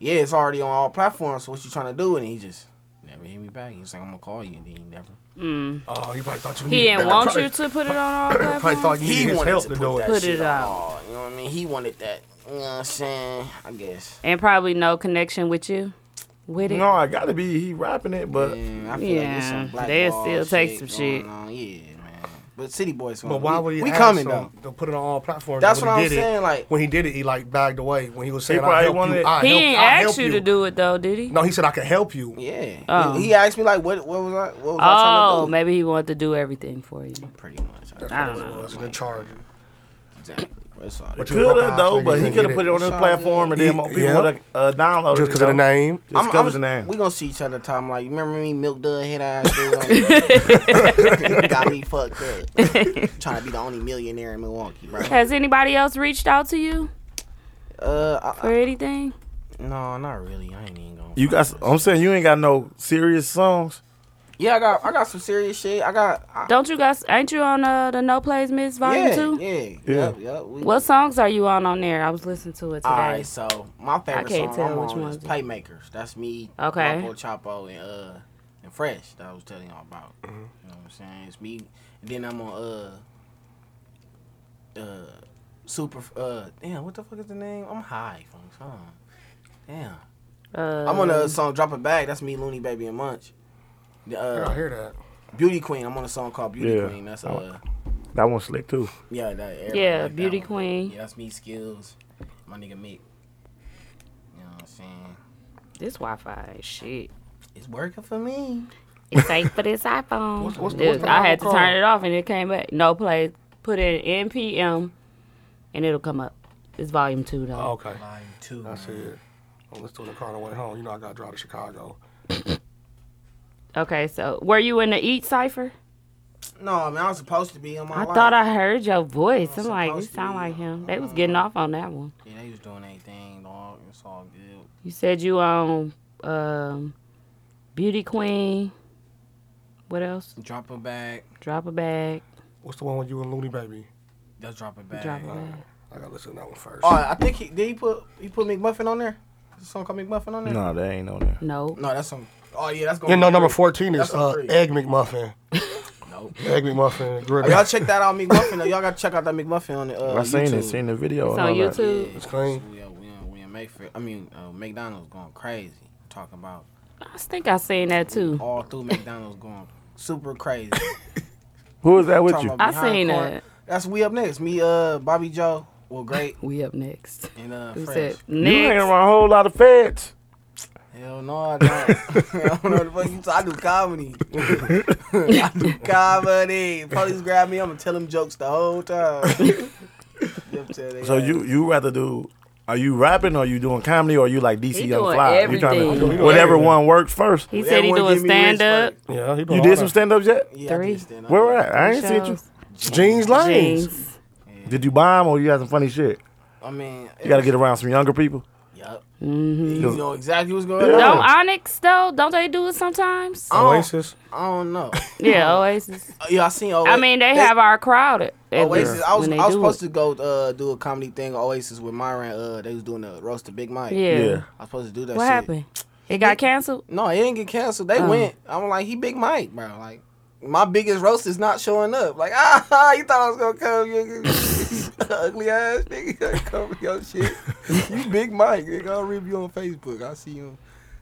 S8: yeah, it's already on all platforms. So what you trying to do? And he just never hit me back. He was like, I'm gonna call you, and then he never.
S7: Oh, he probably thought you.
S3: He
S7: needed
S3: didn't
S7: that.
S3: want
S7: Probably-
S3: you to put it on all
S7: <laughs> Probably
S3: platforms.
S7: thought you needed his help to do it.
S3: Put it out.
S8: on. You know what I mean? He wanted that. You know what I'm saying? I guess.
S3: and probably no connection with you. With it.
S5: No, I gotta be. He rapping it, but
S8: Yeah, Mm, I feel like it's
S3: Yeah,
S8: some black
S3: they'll
S8: ball
S3: still take some shit.
S8: going on. Yeah, man. But City Boys,
S7: But why
S8: Uh, we,
S7: would he?
S8: we
S7: ask
S8: coming
S7: him
S8: though?
S7: To put it on all platforms.
S8: That's
S7: when
S8: what
S7: he
S8: I'm
S7: did it,
S8: saying, like-
S7: when he did it, he like bagged away. When he was saying,
S5: probably
S7: "I help
S5: wanted-
S7: you," I
S3: He
S7: help,
S3: didn't
S7: I help
S3: ask you to do it though, did he?
S7: No, he said, "I can help you."
S8: Yeah.
S3: Oh.
S8: He, he asked me like, what, what was I? What was I trying to
S3: Oh, Ah.
S8: do?
S3: maybe he wanted to do everything for you.
S8: Pretty much.
S3: I don't know.
S7: That's a good charge.
S8: Exactly. That's all.
S7: But you-
S5: could have though.
S7: Nigga,
S5: But he
S7: nigga,
S5: could
S7: get
S5: have put it on his
S8: Sorry.
S5: platform, and then
S7: Yeah.
S5: more people would have uh, downloaded it.
S7: Just because of the
S5: though.
S7: name.
S5: Just because of the name.
S8: We gonna see each other time. Like, you remember me, milk dud head ass
S3: <laughs>
S8: <laughs> dude? Got me fucked up. Trying to be the only millionaire in Milwaukee, bro.
S3: Has anybody else reached out to you
S8: Uh, I,
S3: for anything?
S8: no, not really. I ain't even gonna.
S5: You got. I'm saying you ain't got no serious songs.
S8: Yeah, I got I got some serious shit. I got I,
S3: Don't you guys? Ain't you on uh, the No Plays Miss Volume
S8: yeah,
S3: Two?
S8: yeah, yeah,
S5: Yeah.
S8: yeah, we-
S3: What songs are you on on there? I was listening to it today.
S8: All right, so my favorite
S3: I can't
S8: song
S3: tell
S8: I'm
S3: which
S8: on
S3: one's
S8: is
S3: it.
S8: Playmakers. That's me,
S3: Okay.
S8: Loco Chapo, and uh, and Fresh that I was telling y'all about. You know what I'm saying? It's me. And then I'm on uh, uh, super. Uh, damn, what the fuck is the name? I'm high from the song. Damn,
S3: Uh,
S8: I'm on a song Drop It Back. That's me, Looney Baby, and Munch. The,
S7: I
S8: Uh,
S7: hear that.
S8: Beauty Queen. I'm on a song called Beauty
S5: Yeah.
S8: Queen. That's uh,
S5: That one's slick
S8: <laughs>
S5: too.
S8: yeah, that, everybody
S3: Yeah,
S8: like that
S3: Beauty
S8: one.
S3: Queen.
S8: Yeah, that's me, Skills. My nigga Mick. You know what I'm saying?
S3: This Wi-Fi ain't shit.
S8: It's working for me.
S3: It's safe for this iPhone.
S7: What's- what's the-
S3: Look,
S7: what's the
S3: I had to
S7: album
S3: turn
S7: called?
S3: it off and it came back. No play. Put in NPM, and it'll come up. It's Volume Two though.
S7: Oh, Okay.
S8: Volume two.
S7: I see it. I'm listening to the car on the way home. You know, I got to drive to Chicago.
S3: Okay, so were you in the Eat Cipher?
S8: No, I mean I was supposed to be on my.
S3: I
S8: life.
S3: thought I heard your voice.
S8: I'm
S3: I'm like, you
S8: supposed to
S3: sound
S8: be.
S3: like him. They was getting off on that one.
S8: Yeah, they was doing anything, dog. It's all good.
S3: You said you on um, Beauty Queen. What else?
S8: Drop it back.
S3: Drop a bag.
S7: What's the one with you and Looney Baby?
S8: Let's drop it back.
S3: Drop a bag.
S7: I got to listen to that one first.
S8: Oh, I think he did. He put he put McMuffin on there. Is the song called McMuffin on there.
S5: No, that ain't on there.
S3: No.
S8: No, that's on. Oh yeah, that's going.
S7: You know, number 14 is
S8: That's on
S7: uh,
S8: three.
S7: Egg McMuffin.
S8: <laughs> Nope.
S7: Egg McMuffin. Griddle.
S8: y'all check that out, McMuffin. though. Y'all gotta check out that McMuffin on the. Uh,
S5: I seen
S8: YouTube.
S5: it. Seen the video.
S3: It's
S5: and
S3: on
S5: all that.
S3: YouTube.
S7: It's clean.
S8: We uh, we uh, we in Mayfair. I mean uh, McDonald's going crazy. Talking about
S3: I think I seen that too.
S8: all through McDonald's going
S5: <laughs>
S8: super crazy.
S5: Who is that with
S8: Talking
S5: you?
S8: about
S3: I
S8: behind
S3: seen
S8: court.
S3: it.
S8: That's we up next. Me, uh, Bobby Joe. Well, great.
S3: We up next.
S8: And uh,
S3: Who
S8: Fresh.
S3: said
S5: You ain't
S3: next?
S5: around a whole lot of feds.
S8: Hell no, I don't. <laughs> I don't know the fuck you talk. I do comedy. <laughs> I do comedy. Police grab me. I'm gonna tell them jokes the whole time. <laughs> Yep, tell they
S5: So
S8: ass.
S5: you you rather do? Are you rapping? or Are you doing comedy? Or are you like DC
S3: He
S5: Young
S3: doing
S5: Fly? You
S8: <laughs>
S5: trying
S3: everything.
S5: to whatever one works first.
S3: He said he
S8: Everyone
S3: doing
S8: give me rich
S3: stand up.
S8: first.
S7: Yeah, he doing
S5: You
S7: all
S5: did some
S7: that.
S5: stand ups yet?
S8: Yeah, I
S3: Three.
S8: did stand up.
S5: Where at? I ain't seen you.
S3: Shows,
S7: Jeans Lanes.
S3: jeans.
S5: Did you bomb or you had some funny shit?
S8: I mean,
S5: You got to get around some younger people.
S8: Yep.
S3: Mm-hmm.
S8: You know exactly what's going
S5: Yeah.
S8: on. Uh,
S3: Don't Onyx though? Don't they do it sometimes?
S8: I don't-
S7: Oasis.
S8: I don't know.
S3: Yeah, Oasis.
S8: Uh, Yeah, I seen. Oasis.
S3: I mean, they have our crowd at at
S8: Oasis.
S3: there
S8: I was
S3: when they
S8: I was
S3: do
S8: supposed
S3: it.
S8: to go uh, do a comedy thing. at Oasis with Myron. Uh, they was doing the roast to Big Mike.
S3: Yeah.
S5: Yeah.
S8: I was supposed to do that.
S3: What
S8: shit.
S3: happened? Oh. It got canceled.
S8: No, it didn't get canceled. They went. I'm like, he Big Mike, bro. Like, my biggest roast is not showing up. Like, <laughs> ah, you thought I was gonna come, you <laughs> ugly ass nigga, come with your shit. You Big Mike, nigga. I'll rip you on Facebook. I see you.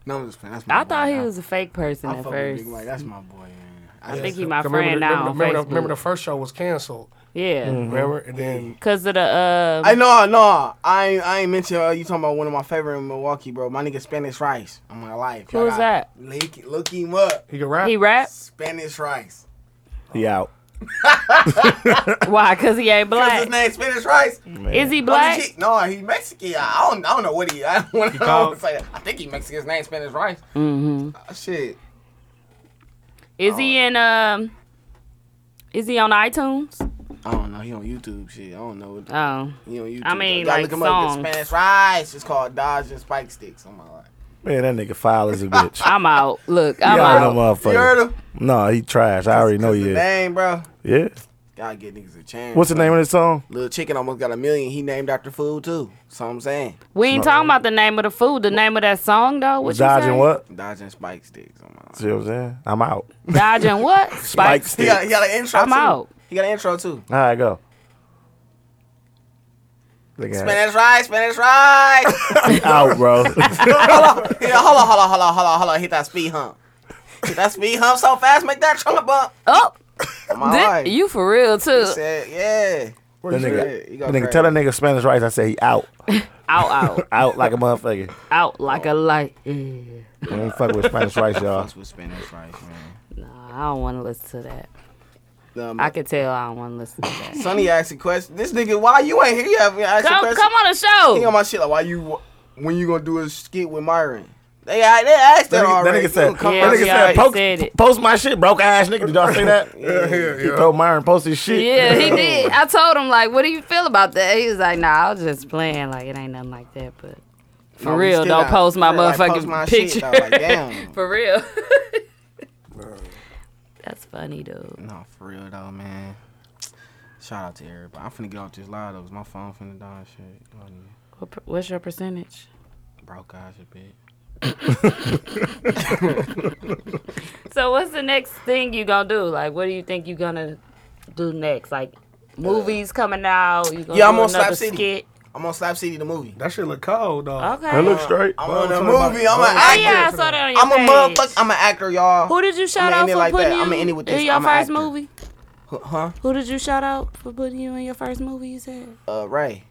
S8: No, I'm just playing. That's my
S3: I
S8: boy.
S3: thought he was a fake person
S8: I, I
S3: at
S8: fuck with
S3: first.
S8: Big Mike. That's my boy, man.
S3: I
S8: I
S3: think
S8: just,
S3: he my
S7: Remember the-
S3: friend now. on
S7: remember, the,
S3: Facebook.
S7: remember the first show was canceled.
S3: yeah,
S8: Mm-hmm.
S7: Remember? And then
S3: because of the uh,
S8: I know, no, I ain't, I ain't mentioned. Uh, you talking about one of my favorite in Milwaukee, bro? My nigga Spanish Rice. On my life.
S3: Who is that?
S8: Look, look him up.
S7: he could rap.
S3: he rap.
S8: Spanish Rice.
S5: He out.
S3: Why? Because he ain't
S8: <laughs> Cause his
S3: black.
S8: name Spanish Rice.
S3: Is he black?
S8: Legit- No, he Mexican. I don't, I don't know what he. I don't want to
S7: called-
S8: say. I think he Mexican. His name Spanish rice.
S3: hmm
S8: Uh, shit. Oh.
S3: Is he in um? Is he on iTunes?
S8: I don't know. He on YouTube shit. I don't know. What the,
S3: Oh.
S8: he on YouTube.
S3: I mean,
S8: Y'all
S3: like,
S8: look him up.
S3: songs.
S8: Get Spanish rice. It's called dodging spike sticks. I'm all right.
S5: Man, that nigga foul as a bitch.
S3: I'm out. Look, <laughs> I'm
S5: You already
S3: out.
S5: know motherfucker.
S8: You heard him?
S5: No, he trash. I already know
S8: The
S5: you. is.
S8: name, bro.
S5: Yeah.
S8: Gotta get niggas a chance.
S5: What's the name of this song?
S8: Little Chicken almost got a million. He named after food too. So I'm saying
S3: We ain't talking about the name of the food. The name of that song though. What you
S5: Dodging
S3: say?
S5: what?
S8: dodging spike sticks. I'm all right.
S5: See what I'm saying? I'm out.
S3: Dodging
S5: <laughs>
S3: what?
S5: Spike
S8: <laughs>
S3: Spikes.
S8: He
S5: stick.
S8: got, he got an intro.
S3: I'm
S8: too.
S3: out.
S8: He got an intro too.
S5: All right, go. Look at
S8: Spanish rice, Spanish rice.
S5: <laughs> it. out, bro.
S8: hold on, yeah, hold on, hold on, hold on, hold on, hold on. Hit that speed hump. Hit that speed hump so fast, make that trailer bump.
S3: Oh,
S8: I'm all
S3: thi-
S8: right.
S3: you for real too?
S8: He said, yeah.
S5: That
S8: Shit,
S5: nigga,
S8: you go
S5: that nigga
S8: crazy.
S5: tell that nigga Spanish rice. I say he out,
S3: Out,
S8: <laughs>
S3: out,
S5: out like a motherfucker.
S3: out like a light. Mm. Yeah.
S5: I ain't fuck with Spanish rice, y'all.
S8: Fucks with Spanish rice, man.
S3: Nah, I don't want to listen to that.
S8: Um,
S3: I can tell I don't want to listen to
S8: <laughs>
S3: that.
S8: Sonny asked a question. This nigga, why you ain't here? You have asked a
S3: come,
S8: question.
S3: come on the
S8: He on
S3: show.
S8: my shit like, why you? When you gonna do a skit with Myron? They, I, they asked that,
S5: That nigga, that nigga
S8: already. You
S5: said,
S8: don't come
S3: Yeah,
S5: that
S3: we
S5: nigga said,
S3: already
S5: post,
S3: said it.
S5: post my shit, broke ass nigga. Did y'all see that?
S7: Yeah, yeah,
S5: He
S7: yeah.
S5: told Myron post his shit.
S3: Yeah,
S8: <laughs>
S3: he did. I told him like, what do you feel about that? He was like, nah, I was just playing. Like it ain't nothing like that, but. For
S8: No, Oh, we
S3: real,
S8: still
S3: don't
S8: out.
S3: post my
S8: Yeah, like,
S3: motherfucking
S8: post my shit,
S3: picture. <laughs>
S8: though, <laughs> like, damn.
S3: For real. <laughs> That's funny though.
S8: No, for real though, man. Shout out to everybody. I'm finna get off this live though, 'cause my phone finna die and shit. You know what I mean?
S3: What, per- what's your percentage?
S8: Broke eyes a bit.
S3: So what's the next thing you gonna do? Like, what do you think you gonna do next? Like, movies coming out? You gonna
S8: Yeah,
S3: do
S8: I'm on Slap
S3: another
S8: City.
S3: skit?
S8: I'm on Slap City the movie.
S7: That shit look cold, dog.
S3: Okay.
S5: straight.
S8: I'm
S7: Well,
S8: on the
S7: I'm talking
S8: movie.
S7: about-
S8: I'm an
S3: Oh
S8: actor.
S3: yeah, I saw that on your
S8: I'm a
S3: page.
S8: motherfucker. I'm an actor, y'all.
S3: Who did you shout
S8: I'ma
S3: out
S8: end it
S3: for
S8: like that.
S3: putting you
S8: I'ma end it with
S3: in
S8: this.
S3: your
S8: I'm a
S3: first
S8: actor.
S3: movie?
S8: Huh?
S3: Who did you shout out for putting you in your first movie? You said.
S8: Uh, Ray.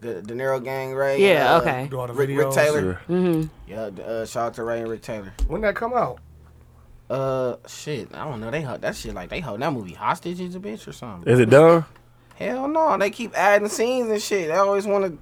S8: The De Niro gang, Ray.
S3: Yeah.
S8: uh,
S3: okay.
S7: Do all the
S8: Rick, Rick
S7: videos.
S8: Taylor.
S3: Mm-hmm.
S8: Yeah. d- Uh, shout out to Ray and Rick Taylor.
S7: When that come out?
S8: Uh, shit. I don't know. They held that shit like they hold that movie hostage is a bitch or something.
S5: Is it done?
S8: Hell no, they keep adding scenes and shit. They always want to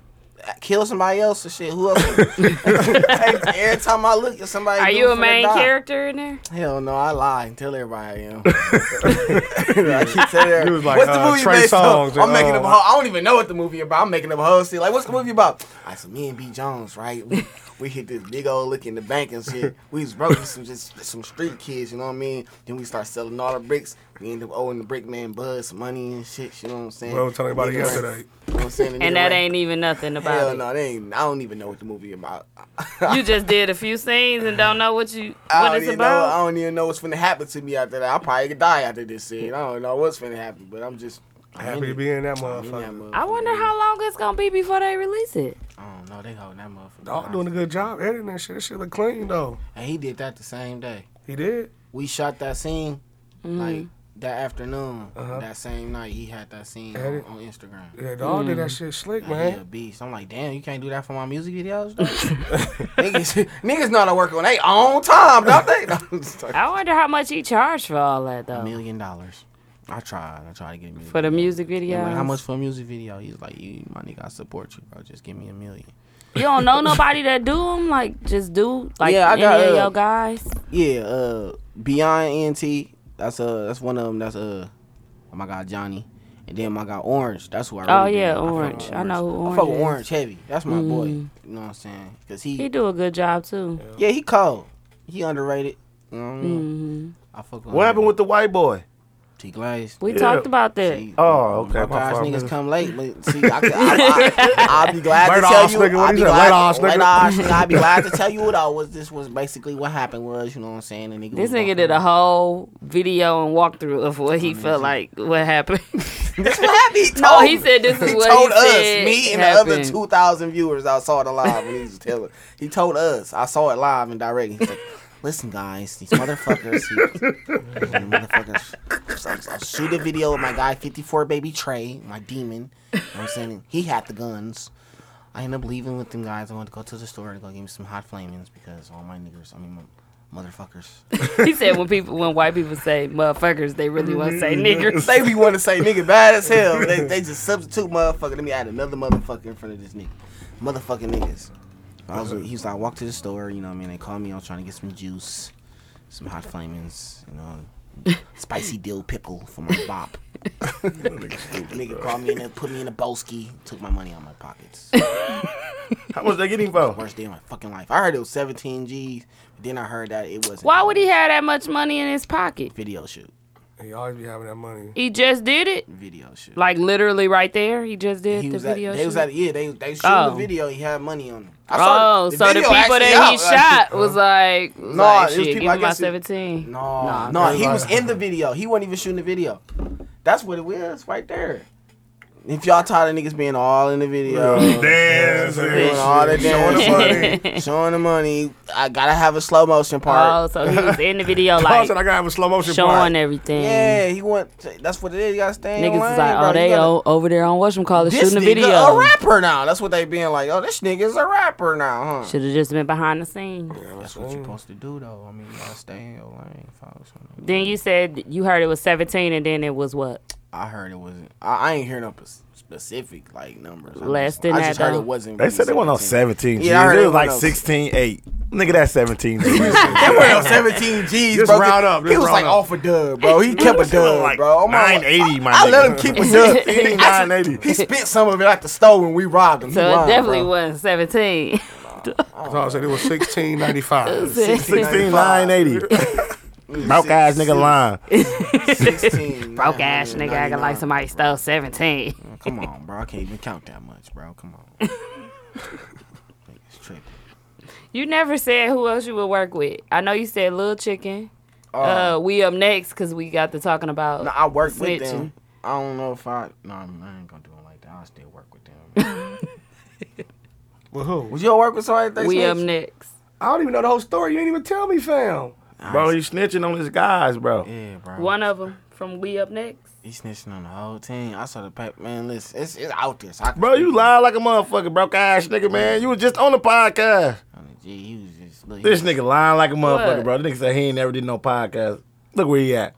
S8: kill somebody else or shit. Who else? <laughs> Every time I look at somebody,
S3: Are
S8: dude
S3: you a
S8: finna
S3: main
S8: die.
S3: character in there?
S8: Hell no, I lie and tell everybody I
S7: <laughs>
S8: am. <laughs> I keep telling everybody.
S7: You was like,
S8: what's the
S7: uh,
S8: movie
S7: Trey
S8: based
S7: Songz
S8: on? I'm
S7: and,
S8: making
S7: uh,
S8: up a whole. I don't even know what the movie about. I'm making up a whole scene. Like, what's the movie about? I said, me and B Jones, right?
S7: <laughs>
S8: We, we hit this big old lick in the bank and shit. We was broke, some just some street kids, you know what I mean? Then we start selling all the bricks. We end up owing the brick man Bud some money and shit. You know what I'm saying?
S7: Well, I was telling everybody
S8: Nigga ran-
S7: yesterday.
S8: You know what I'm saying? The
S3: And
S8: nigga
S3: that
S8: ran-
S3: ain't even nothing
S8: Hell
S3: about
S8: no, they ain't. I don't even know what the movie about.
S3: it. You just did a few scenes and don't know what you
S8: I
S3: what
S8: don't
S3: it's
S8: even know. um, I
S3: about.
S8: don't even know what's finna happen to me after that. I'll probably could die after this scene. I don't know what's finna happen, but I'm just I'm
S7: Happy
S8: in
S7: to
S8: it.
S7: be in that
S8: I'm in that
S7: motherfucker.
S8: motherfucker.
S3: I wonder how long it's gonna be before they release it.
S8: I don't know. They holding that motherfucker.
S7: Dog doing a good job editing that shit. That shit look clean though.
S8: And he did that the same day.
S7: He did.
S8: We shot that scene
S3: Mm-hmm.
S8: like that afternoon.
S7: Uh-huh.
S8: That same night, he had that scene on,
S7: Edit.
S8: on Instagram.
S7: Yeah, dog did
S3: Mm.
S7: that shit slick,
S8: Like, he a
S7: man.
S8: beast. I'm like, damn, you can't do that for my music videos.
S3: <laughs>
S8: dog? niggas, niggas know how to work on their own time, don't they? <laughs> No, I'm just talking.
S3: I wonder how much he charged for all that
S8: a
S3: though.
S8: million dollars. I tried. I tried to get a million
S3: For the
S8: dollars.
S3: music
S8: They
S3: video.
S8: like, how much for a music video? He's like, you, my nigga, I support you, bro. Just give me a million.
S3: You don't know nobody that do them. Like just do like
S8: Yeah, I
S3: any
S8: got,
S3: of
S8: uh,
S3: your guys.
S8: Yeah, uh, Beyond NT. That's uh, that's one of them. That's uh, oh my god, Johnny. And then my god, Orange. That's who I.
S3: Oh,
S8: really
S3: yeah,
S8: dig. I fuck with
S3: Orange. I know who
S8: I fuck
S3: Orange
S8: with
S3: is. Mm-hmm.
S8: Orange heavy. That's my boy. You know what I'm saying? Cause he,
S3: He do a good job too.
S8: yeah, he cold. He underrated. You know what I mean?
S3: Mm-hmm.
S8: I fuck with
S5: What happened with the white boy?
S8: T Glaze?
S3: We talked about that.
S8: See,
S5: Oh, okay,
S8: my
S5: my
S8: guys
S5: fault,
S8: niggas
S5: nigga.
S8: come late, but see, I, I, I, will be glad
S7: Late
S8: to tell
S7: ass
S8: you.
S7: nigga, what
S8: I'll
S7: he
S8: be
S7: said, late ass
S8: glad.
S7: nigga.
S8: I'll be glad to tell you what I was. This was basically what happened. Was you know what I'm saying? The nigga
S3: This
S8: was
S3: nigga
S8: walking-
S3: did <laughs> a whole video and walkthrough of what he felt like what
S8: <laughs>
S3: happened.
S8: This what happened. He told
S3: no, he
S8: me.
S3: said this is
S8: He
S3: what
S8: told
S3: he
S8: us,
S3: said
S8: me and the other
S3: happened.
S8: two thousand viewers I saw it live when he was telling. He told us. I saw it live and direct. He's like, listen, guys, these motherfuckers, he, motherfuckers. So I, I shoot a video of my guy fifty four baby Trey, my demon. You know what I'm saying he had the guns. I ended up leaving with them guys. I went to go to the store to go get me some hot flamings because all my niggers, I mean, my motherfuckers.
S3: He said when people when white people say motherfuckers, they really want to say niggers.
S8: They be want to say nigga bad
S3: <laughs>
S8: as hell. They, they just substitute motherfucker. Let me add another motherfucker in front of this nigga. Motherfucking niggas. I was, he was like, I walked to the store, you know what I mean? They called me, I was trying to get some juice, some hot flamings, you know,
S3: <laughs>
S8: spicy dill pickle for my bop. Nigga called me in and put me in a bolski. Took my money out of my pockets.
S5: How much they getting for?
S8: Worst day of my fucking life. I heard it was 17 G's. But then I heard that it wasn't.
S3: Why would he have that much money in his pocket?
S8: Video shoot.
S7: He always be having that money.
S3: He just did it.
S8: Video shoot.
S3: Like literally right there, he just did
S8: he
S3: the
S8: was at,
S3: video.
S8: they was
S3: shoot.
S8: at yeah they they shooting
S3: Oh.
S8: the video. He had money on. Him. I saw
S3: Oh, so the
S8: video
S3: people
S8: actually
S3: that he
S8: out, like-
S3: shot was like, was
S8: Nah,
S3: like
S8: it was
S3: shit,
S8: people-
S3: give
S8: I
S3: him my
S8: guess it-
S3: 17.
S8: No,
S3: Nah,
S8: no, he was in the video. He wasn't even shooting the video. That's what it was right there. If y'all tired of niggas being all in the video,
S4: Dance.
S8: doing all the dancing, showing the money, I gotta have a slow motion
S3: Oh,
S8: part.
S3: so he was in the video
S8: <laughs>
S7: I said I
S3: like
S7: gotta have a slow motion part.
S3: showing everything.
S8: Yeah, he went. That's what it is. You gotta stay in your
S3: Niggas
S8: lane,
S3: is like,
S8: bro.
S3: oh,
S8: You
S3: they
S8: gotta-
S3: o- over there on whatchamacallit
S8: This
S3: shooting the
S8: nigga
S3: video.
S8: a rapper now. That's what they being like. Oh, this nigga's a rapper now, huh?
S3: Should have just been behind the scenes.
S8: That's what you're supposed to do, though. I mean, you gotta stay in your lane, folks.
S3: Then you said you heard it was 17, and then it was what?
S8: I heard it wasn't. I, I ain't hearing no p- specific like numbers. I
S3: Less
S8: just,
S3: than
S8: I
S3: that,
S8: just heard
S3: though.
S8: it wasn't.
S5: They said they went on 17 G's.
S8: Yeah, I heard
S5: it
S8: they
S5: was
S8: went
S5: like
S8: on-
S5: 16, 8. Nigga, that's 17 G's.
S8: They went
S5: <laughs>
S8: on 17 G's,
S7: Just
S8: bro.
S7: round up,
S8: He
S7: just
S8: was
S7: round
S8: like
S7: up.
S8: off a dub, bro. He kept a
S5: <laughs>
S8: dub,
S5: like
S8: bro. Oh my,
S5: 980, my
S8: I
S5: nigga.
S8: let him keep a
S5: <laughs>
S8: dub. He actually-
S5: 980.
S8: He spent some of it at the store when we robbed him. He
S3: So it
S8: lying,
S3: definitely
S8: bro.
S3: wasn't 17. <laughs>
S7: So I said it was sixteen ninety
S5: uh, <laughs>
S7: five.
S5: 16, 980. Broke ass nigga lying.
S3: <laughs>
S8: 16.
S3: Broke ass Oh, nigga acting like somebody stole 17.
S8: Come on, bro. I can't even count that much, bro. Come
S3: <laughs>
S8: on. Niggas tripping.
S3: You never said who else you would work with. I know you said Lil Chicken. Uh, we up next because we got to talking about.
S8: No, I worked with
S3: Snitching.
S8: them. I don't know if I. No, I ain't gonna do it like that. I still work with them. <laughs>
S7: Well, who?
S8: Would you work with somebody? That
S3: we up
S8: snitched?
S3: next.
S7: I don't even know the whole story. You ain't even tell me, fam.
S5: Bro, you snitching on his guys, bro.
S8: Ah, Yeah, bro.
S3: One of them from We Up Next.
S8: He snitching on the whole team. I saw the paper. Man, listen, it's, it's out there. So I can
S5: Bro, you
S8: speak
S5: lie like a motherfucker, broke ass nigga, man. You was just on the podcast.
S8: on it. Gee, he was just look, he
S5: This
S8: was-
S5: nigga lying like a motherfucker,
S3: What?
S5: bro. The nigga said he ain't never did no podcast. Look where he at.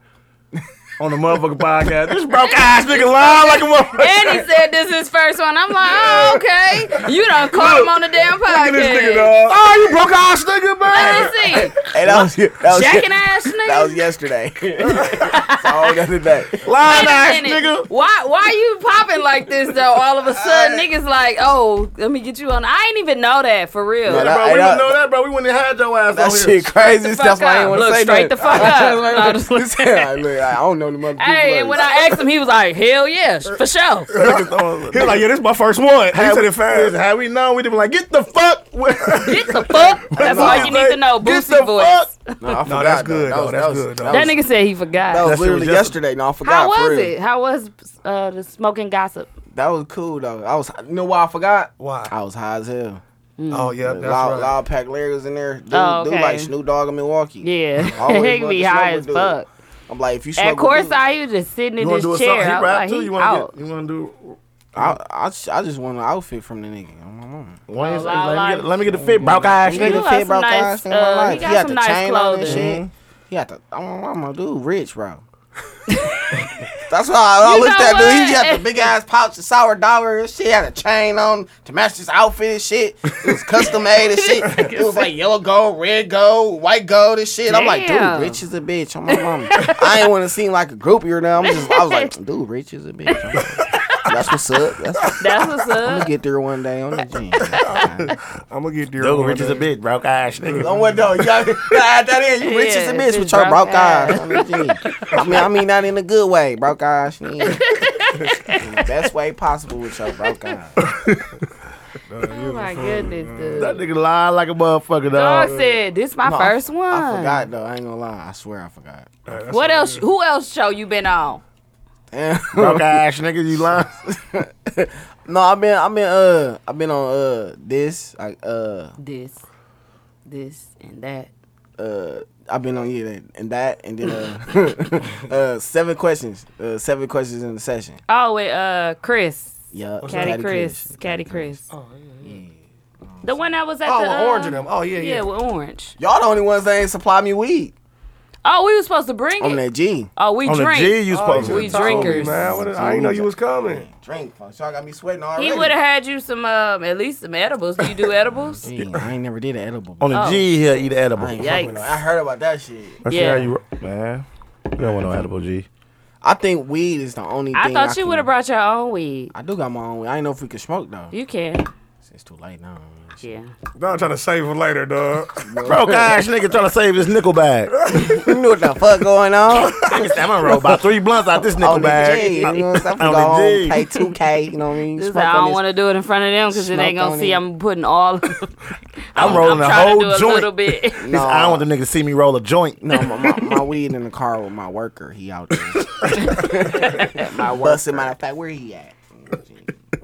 S5: on the motherfucking podcast. This broke ass nigga lying like a motherfucker.
S3: <laughs> And he said this is his first one. I'm like, oh, okay. You done caught him on the damn podcast.
S5: Look at this nigga, dog. Oh, you broke ass nigga, man.
S3: Let me see.
S8: Hey, that was that was,
S3: Jacking ass nigga.
S8: that
S5: <laughs>
S8: was yesterday. <laughs> It's all the other day.
S5: Lying ass
S3: Wait a minute.
S5: nigga.
S3: Why why you popping like this though? All of a sudden, niggas like, oh, let me get you on. I ain't even know that for real.
S8: Yeah, that-
S5: Bro, we
S8: Hey,
S5: didn't know that, bro. We wouldn't have had your ass
S8: That
S5: on here.
S8: shit crazy.
S3: the
S8: That's
S3: fuck
S8: why I didn't
S3: up.
S8: want to
S3: Look
S8: say
S3: straight
S8: <laughs>
S3: the
S8: nothing.
S5: <laughs>
S3: fuck up.
S8: I just- I look, I don't know the mother
S3: Hey, and when I asked him, he was like, hell yeah, for sure.
S5: <laughs> He was like, yeah, this is my first one. He
S7: said it fast.
S5: Had we known, we'd have been like, get the fuck.
S3: Get the fuck. That's all you need to know.
S5: Get
S3: Boosie
S5: the
S3: voice.
S5: fuck.
S7: No, that's good. though. That's good. though.
S3: That nigga said he
S8: That
S3: forgot.
S8: was
S5: shit was
S8: literally
S5: just-
S8: yesterday. No, I forgot.
S3: How
S8: for
S3: was
S8: real.
S3: it? How was uh, the smoking gossip?
S8: That was cool though. I was. You know why I forgot?
S7: Why?
S8: I was high as hell.
S7: Oh yeah, that's
S8: Mm. Loud,
S7: right.
S8: loud pack Larry was in there. Dude,
S3: Oh,
S8: dude
S3: okay.
S8: like Snoop Dogg in Milwaukee.
S3: Yeah,
S8: Always
S3: <laughs> he
S8: love
S3: be
S8: to
S3: high
S8: smoke
S3: as
S8: with
S3: fuck.
S8: I'm like, if you smoke
S3: At
S8: with
S3: course,
S8: dudes-
S3: I was just sitting in
S5: You want
S3: this
S5: to do a song? He
S3: chair. I was
S5: rap
S3: like,
S5: too?
S3: he
S5: You
S3: out.
S5: want to get? You want to do?
S8: I, I, just- I just want an outfit from the nigga. I'm- I'm- I'm-
S5: Wayne said,
S3: loud
S5: let, me
S3: life.
S5: get, let me get the fit, broke ass
S8: He
S3: do
S5: nigga.
S8: done
S3: got some
S8: broke
S3: nice-
S8: eyes thing in my
S3: uh, he
S8: life.
S3: got some
S8: the
S3: nice
S8: chain on and
S3: clothing.
S8: shit. He had the. I'm, I'm a dude, rich, bro.
S3: <laughs>
S8: That's why I, I
S3: You
S8: looked
S3: know
S8: at dude. He
S3: what?
S8: had the big ass pouch of sour dollar and shit. Had a chain on to match his outfit and shit. It was custom made and
S3: <laughs>
S8: shit. It was like yellow gold, red gold, white gold and shit. I'm like,
S3: Damn.
S8: dude, rich is a bitch. I'm my mama. I ain't want to seem like a groupie or nothing. I'm just, I was like, dude, rich is a bitch. I'm like, That's what's up. That's,
S3: That's what's
S8: I'm
S3: up.
S8: gonna get there one day on the
S3: <laughs>
S8: gym.
S7: I'm gonna get there.
S5: Dude,
S7: one
S5: Rich is a
S7: day.
S5: bitch, broke ass
S8: Don't
S5: nigga.
S8: want no.
S3: <laughs>
S8: You gotta gotta add that in. You rich as
S3: Yeah,
S8: a bitch with
S3: just
S8: your
S3: broke
S8: broke eyes. on the G. I mean, I mean not in a good way, broke eyes.
S3: <laughs>
S8: yeah. In the best way possible with your broke eyes.
S3: Oh my goodness,
S5: <laughs> That
S3: dude.
S5: nigga lying like a motherfucker,
S3: Dog
S5: dog.
S3: said, "This my
S8: No, I-
S3: first one."
S8: I forgot though. I ain't gonna lie. I swear I forgot.
S3: What else? Who else show you been on?
S8: Damn. <laughs>
S5: Broke ass nigga, you lying.
S8: no, I've been, I've been, uh, I've been on uh this, I, uh,
S3: This, this, and that.
S8: uh. I've been on yeah that- and that and then uh, <laughs> uh seven questions uh seven questions in the session
S3: Oh, with uh Chris,
S8: yeah
S3: Caddy Chris, Caddy Chris. The one that was at the
S7: Oh, with
S3: uh,
S7: orange in them. Oh yeah,
S3: Yeah,
S7: yeah.
S3: with orange.
S8: y'all the only ones that ain't supply me weed
S3: Oh, we were supposed to bring
S8: on
S3: it.
S8: that G
S3: Oh, <laughs> we
S5: On the
S3: drink.
S5: G, you supposed
S7: Oh,
S5: to.
S3: we
S7: you told me,
S3: drinkers.
S7: man. What- I didn't know you was coming.
S8: drink, folks. Y'all got me sweating already.
S3: he would have had you some, um, at least some edibles. Do you do
S8: <laughs>
S3: edibles?
S8: Damn, I ain't never did an edible.
S5: On the
S3: Oh.
S5: G, he'll eat an edible.
S8: I ain't
S3: Yikes.
S8: fucking with no- I heard about that shit.
S5: That's
S3: Yeah.
S5: how you, man. You don't want no edible G.
S8: I think weed is the only.
S3: I
S8: thing
S3: thought you
S8: can-
S3: would have brought your own weed.
S8: I do got my own. weed. I ain't know if we could smoke though.
S3: You can.
S8: It's too late now. man. Shit.
S3: Yeah.
S7: Dog trying to save for later, dog.
S5: <laughs> <laughs> Broke ass nigga trying to save his nickel <laughs> bag.
S8: You knew what the fuck going <laughs> on.
S5: I'm gonna roll about three blunts out this nickel
S8: On the G, you know what I'm
S5: <laughs>
S8: saying?
S5: On
S8: Go
S5: the
S8: home,
S5: G.
S8: pay two K. You know what I mean?
S3: This is
S8: Smoke
S3: I
S8: on
S3: don't
S8: this-
S3: want to do it in front of them because they
S8: Smoke
S3: ain't
S8: on
S3: gonna see.
S8: it.
S3: I'm putting all. I'm,
S5: I'm rolling a
S3: trying
S5: whole
S3: to do a
S5: joint.
S3: little bit.
S8: No.
S5: I don't want the nigga to see me roll a joint.
S8: No, my, my, my weed in the car with my worker. He out there. <laughs> my worker. Matter of fact, where he at?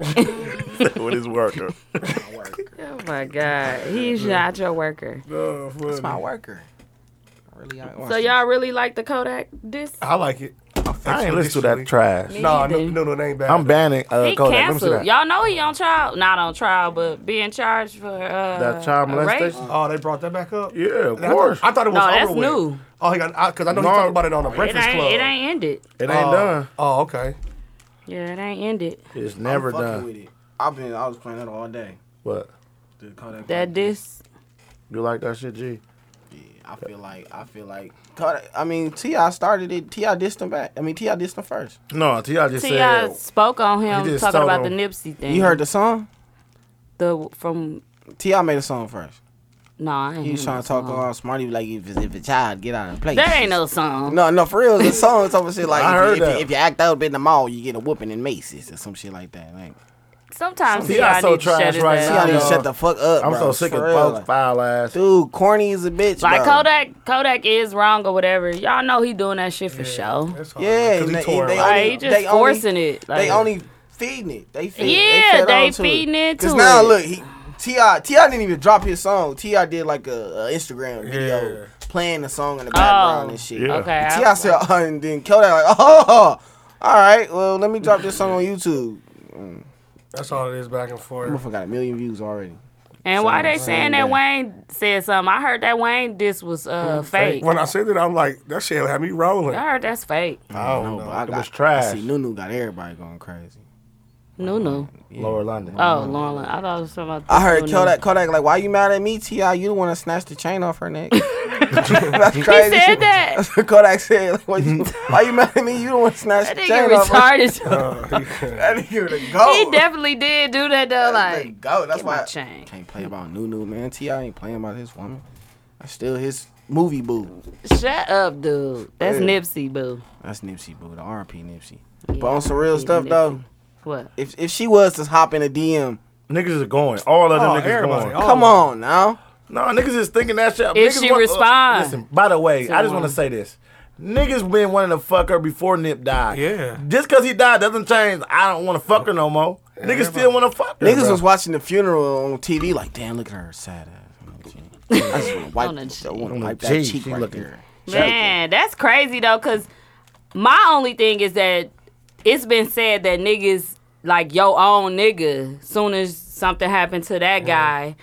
S5: <laughs> with his worker.
S3: oh my god, he's not your worker.
S7: Dog,
S8: It's my
S7: funny.
S8: worker. Really out.
S3: So y'all really like the Kodak disc?
S7: I like it.
S5: I ain't listen to that trash.
S7: No, no,
S3: either.
S7: no, no, it ain't bad.
S5: I'm banning uh,
S3: He
S5: Kodak. Let me see
S3: canceled.
S5: that.
S3: Y'all know he on trial, not on trial, but being charged for uh,
S5: That child
S3: a rape.
S5: molestation?
S7: Oh, they brought that back up.
S5: Yeah, of
S7: I thought-
S5: course.
S7: I thought it was
S3: No,
S7: over
S3: that's
S7: with.
S3: new.
S7: Oh, he got because I know he
S5: No.
S7: talked about it on the
S3: It
S7: Breakfast Club.
S3: ain't, it ain't ended.
S5: It ain't
S7: Oh,
S5: done.
S7: Oh, okay.
S3: Yeah, it ain't ended.
S5: It's never done.
S8: With it. I've been. I was playing that all day.
S5: What?
S8: Dude, Kodak.
S3: That disc.
S5: You like that shit, G?
S8: I feel like. I feel like. Kodak, I mean, Ti started it. Ti dissed him back. I mean, Ti dissed him first.
S5: No, T.I. just
S3: T.I.
S5: said.
S3: spoke on him
S5: just
S3: talking
S5: told
S3: about
S5: him-
S3: the Nipsey thing.
S5: Mm-hmm.
S8: You heard the song?
S3: the from?
S8: Ti made a song first.
S3: No, I ain't
S8: He
S5: Mm-hmm.
S8: was
S3: heard
S8: trying
S3: no
S8: to talk
S3: song.
S8: all smarty like if it's if a child get out and play.
S3: That ain't no song.
S8: No, no, for
S5: <laughs>
S8: real, the song is some shit like
S5: I
S8: if,
S5: heard
S8: you, if,
S5: that.
S8: you, if you act up in the mall, you get a whooping in Macy's or some shit like that. Like,
S3: Sometimes
S5: T.I.
S3: T.I.
S5: so
S3: need to
S5: trash
S3: shut his
S5: right
S3: ass
S5: now,
S3: up.
S8: y'all need to
S5: dog.
S8: shut the fuck up.
S5: I'm
S8: bro,
S5: so sick
S8: for
S5: of
S8: real.
S5: folks
S8: Like,
S5: foul ass.
S8: Dude, corny as a bitch.
S3: Like
S8: bro.
S3: Kodak, Kodak is wrong or whatever. Y'all know he doing that shit for show.
S7: That's all
S8: Yeah,
S7: right, 'cause
S8: and
S7: he
S8: they,
S7: tore
S8: they
S7: it.
S3: Like,
S8: only,
S3: he just
S8: they
S3: forcing
S8: only,
S3: it. Like,
S8: They only feeding it. They feed,
S3: Yeah,
S8: they, fed
S3: they
S8: on to
S3: feeding
S8: it.
S3: into
S8: now
S3: it.
S8: look, he Ti Ti didn't even drop his song. Ti did like a, a Instagram video
S7: Yeah.
S8: playing the song in the background
S3: Oh.
S8: and shit.
S5: Yeah.
S3: okay. I-
S8: T.I. said, <laughs> oh, and then Kodak like, <laughs> oh, all right, well, let me drop this song on YouTube.
S7: That's all it is back and forth.
S8: Motherfucker got a million views already.
S3: and why they
S8: Same
S3: saying that
S8: thing.
S3: Wayne said something? I heard that Wayne this was uh, fake.
S7: When I said that, I'm like, that shit had me rolling.
S3: I heard that's fake.
S5: I don't know.
S8: but I
S5: It
S7: <laughs>
S8: got,
S5: was trash.
S8: I see, Nunu got everybody going crazy.
S3: No, no.
S5: Lower London.
S3: Oh, Lauren, I thought it was something about.
S8: I heard
S3: Nunu.
S8: Kodak, Kodak like, why you mad at me, T.I.? You the one that snatched the chain off her
S3: <laughs>
S8: neck. <laughs> That's
S3: He
S8: <laughs> crazy.
S3: said that.
S8: Kodak said, like, why, you, <laughs> why you mad at me? You the one that
S3: That
S8: snatched the
S3: nigga
S8: chain off her <laughs>
S3: retarded.
S5: <laughs>
S8: That nigga the goat.
S3: he definitely did do that though.
S8: Oh. That's the
S3: Like,
S8: goat. That's
S3: get
S8: why
S3: my
S8: I
S3: chain.
S8: can't play about Nunu, man. T.I. ain't playing about his woman. That's still his movie boo.
S3: shut up, dude. That's
S8: Yeah.
S3: Nipsey, boo.
S8: That's Nipsey boo, the R.P. Nipsey.
S3: Yeah,
S8: but on some real
S3: R.I.P.
S8: stuff,
S3: Nipsey.
S8: though,
S3: What?
S8: if if she was to hop in a DM,
S5: Niggas is going. All of them
S7: Oh,
S5: niggas
S7: everybody.
S5: going.
S7: Oh.
S8: come on now.
S5: No, niggas is thinking that shit.
S3: If
S5: niggas
S3: she respond.
S5: listen, by the way, I just
S3: one.
S5: want to say this. Niggas been wanting to fuck her before Nip died.
S7: Yeah.
S5: Just because he died doesn't change. I don't want to fuck her no more. niggas still want to fuck her.
S8: Niggas
S5: bro.
S8: was watching the funeral on TV, like, damn, look at her sad
S3: <laughs>
S8: ass. I just want to wipe,
S3: On the
S8: I wanna
S5: cheek.
S8: wipe
S5: On
S8: that
S5: the
S8: cheek
S5: cheek,
S8: right
S5: look at
S8: there.
S3: Man, that's crazy though, cause my only thing is that it's been said that niggas like your own nigga. Soon as something happened to that guy,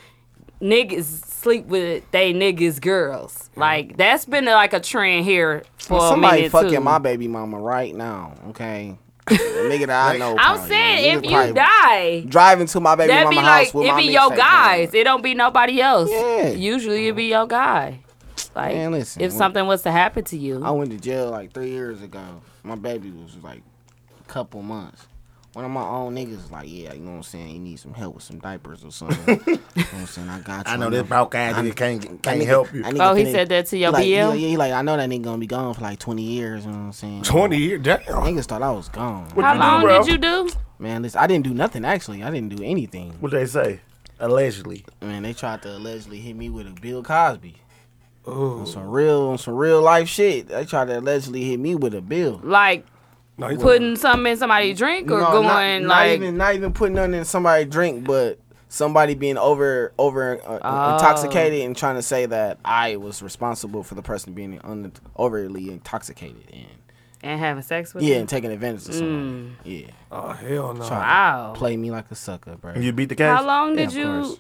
S3: niggas sleep with they niggas girls. Like that's been like a trend here for a
S8: Somebody
S3: minute
S8: fucking
S3: too.
S8: my baby mama right now, okay? The nigga that I know.
S3: I'm
S8: probably,
S3: saying if
S8: nigga Oh, probably
S3: you die,
S8: driving to my baby
S3: that
S8: mama
S3: be
S8: house
S3: like
S8: with
S3: it
S8: my
S3: be your
S8: mixtape
S3: guys.
S8: on.
S3: It don't be nobody else.
S8: Yeah.
S3: Usually it be your guy. Like
S8: Man, listen,
S3: if
S8: when-
S3: something was to happen to you,
S8: I went to jail like three years ago. My baby was like a couple months. One of my own niggas was like, yeah, you know what I'm saying? You need some help with some diapers or something. you know what I'm saying? I got
S5: <laughs>
S8: you.
S5: I know
S8: I'm
S5: this
S8: not-
S5: broke ass
S8: I'm-
S5: nigga can't,
S8: I
S5: can't
S8: nigga-
S5: help you.
S8: I nigga
S3: Oh, he
S8: finna-
S3: said that to your
S8: like,
S3: BL?
S8: Yeah, he like, I know that nigga gonna be gone for like 20 years, you know what I'm saying?
S7: 20 years. Damn.
S8: Niggas thought I was gone.
S3: how
S5: you do,
S3: long
S5: bro?
S3: did you do?
S8: Man, listen, I didn't do nothing actually. I didn't do anything.
S5: What they say? Allegedly.
S8: Man, they tried to allegedly hit me with a Bill Cosby. On some real, on some real life shit. They tried to allegedly hit me with a bill.
S3: Like
S7: No, you
S3: putting something in somebody's drink or
S8: No,
S3: going
S8: not, not
S3: like
S8: even not even putting nothing in somebody's drink, but somebody being over over uh,
S3: Oh.
S8: intoxicated and trying to say that I was responsible for the person being un- overly intoxicated and
S3: and having sex with
S8: yeah,
S3: them?
S8: and taking advantage of someone. Yeah,
S7: Oh, hell no.
S8: Trying to
S3: Mm. Wow.
S8: play me like a sucker, bro.
S5: You beat the case?
S3: How long did
S8: Yeah, of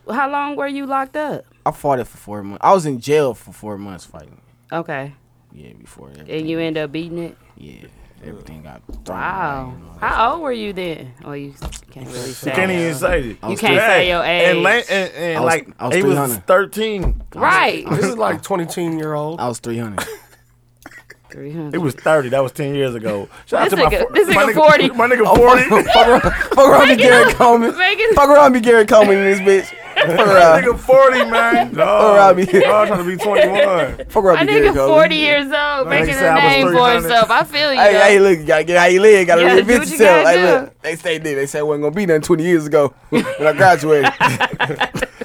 S3: you how long were you locked up?
S8: I fought it for four months. I was in jail for four months fighting.
S3: Okay.
S8: Yeah, before everything.
S3: And you end up beating it?
S8: yeah, everything got thrown.
S3: Wow.
S8: away, you know.
S3: How old were you then? Well you can't really say.
S5: You can't even say it.
S3: You can't say your age.
S5: And, la- and, and
S8: I was-
S5: like,
S8: I was
S5: he was
S8: 300.
S5: 13.
S3: right.
S7: This is like 22 year old.
S5: <laughs>
S8: I was three hundred.
S3: <laughs> three hundred.
S5: It was 30. That was 10 years ago. Shout
S3: This
S5: out to
S3: nigga-
S5: my,
S3: this
S5: my
S3: nigga 40.
S5: My
S8: <laughs> Oh,
S5: nigga 40.
S4: <laughs> Fuck around- fuck around with
S3: <laughs>
S4: Gary Coleman.
S3: Megan-
S4: Fuck around with Gary Coleman in this bitch.
S5: <laughs>
S4: Fuck
S5: my
S4: around.
S5: nigga 40,
S8: <laughs>
S5: man.
S4: Fuck
S5: Dog,
S4: around me.
S5: dog trying to be 21.
S4: Fuck around
S3: My
S4: with Gary
S3: nigga,
S4: Coleman.
S3: forty years old, making
S5: said
S3: a
S5: I was
S3: name for
S5: 300.
S3: himself. I feel you.
S4: Hey,
S3: though.
S4: hey, look, you gotta get how you live, gotta
S3: You gotta do
S4: reinvent
S3: what you
S4: yourself.
S3: gotta
S4: Hey,
S3: do.
S4: look, they say did. They said it wasn't gonna be nothing 20 years ago when I
S3: <laughs>
S4: graduated. <laughs>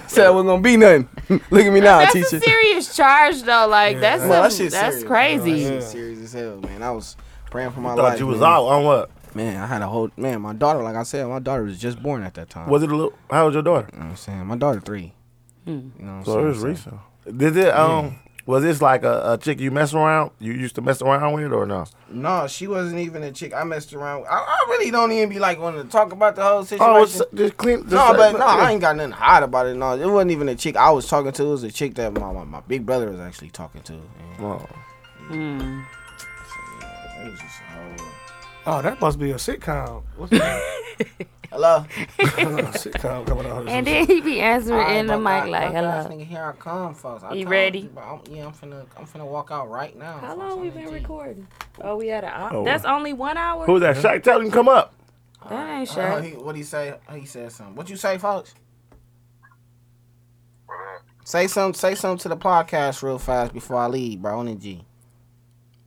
S4: said it wasn't gonna be nothing. <laughs> look at me now,
S3: that's
S4: teacher. <laughs>
S3: a serious charge though. Like that's
S8: Well, that
S3: some-
S8: shit's
S3: that's
S8: serious,
S3: crazy.
S8: Bro. That shit's serious as hell, man. I was praying for my life.
S5: Thought you was
S8: man.
S5: out on what?
S8: Man, I had a whole man. My daughter, like I said, my daughter was just born at that time.
S5: Was it a little? How was your daughter?
S8: You know what I'm saying? My daughter three.
S3: Hmm.
S8: You know what I'm
S5: So it was
S8: saying?
S5: recent. Did
S3: Mm.
S5: it? Um, was this like a, a chick you mess around? You used to mess around with, or no?
S8: No, she wasn't even a chick I messed around with. I, I really don't even be like wanting to talk about the whole situation.
S5: Oh, it's just clean. Just
S8: no,
S5: like-
S8: but no, I ain't got nothing to hide about it. No, it wasn't even a chick I was talking to. It was a chick that my, my, my big brother was actually talking to. And
S5: Oh.
S8: it was just a whole-
S7: Oh, that must be a sitcom.
S3: <laughs>
S7: What's
S8: Hello.
S7: <laughs> a sitcom coming out?
S3: And then he be answering in the
S8: All right,
S3: mic
S8: my
S3: like,
S8: God, my gosh,
S3: "Hello."
S8: Nigga, here I come, folks. I
S3: You
S8: told
S3: ready?
S8: bro, I'm, yeah, I'm finna, I'm finna walk out right now. folks. I'm gonna tell you.
S3: recording? Oh, we had an hour.
S5: Oh.
S3: That's only one hour.
S5: Who was that? Shaq, tell him to come up.
S3: That ain't
S8: Uh,
S3: sure.
S8: he, what he say? He said something. What you say, folks? Say something. Say something to the podcast real fast before I leave, bro. On the G.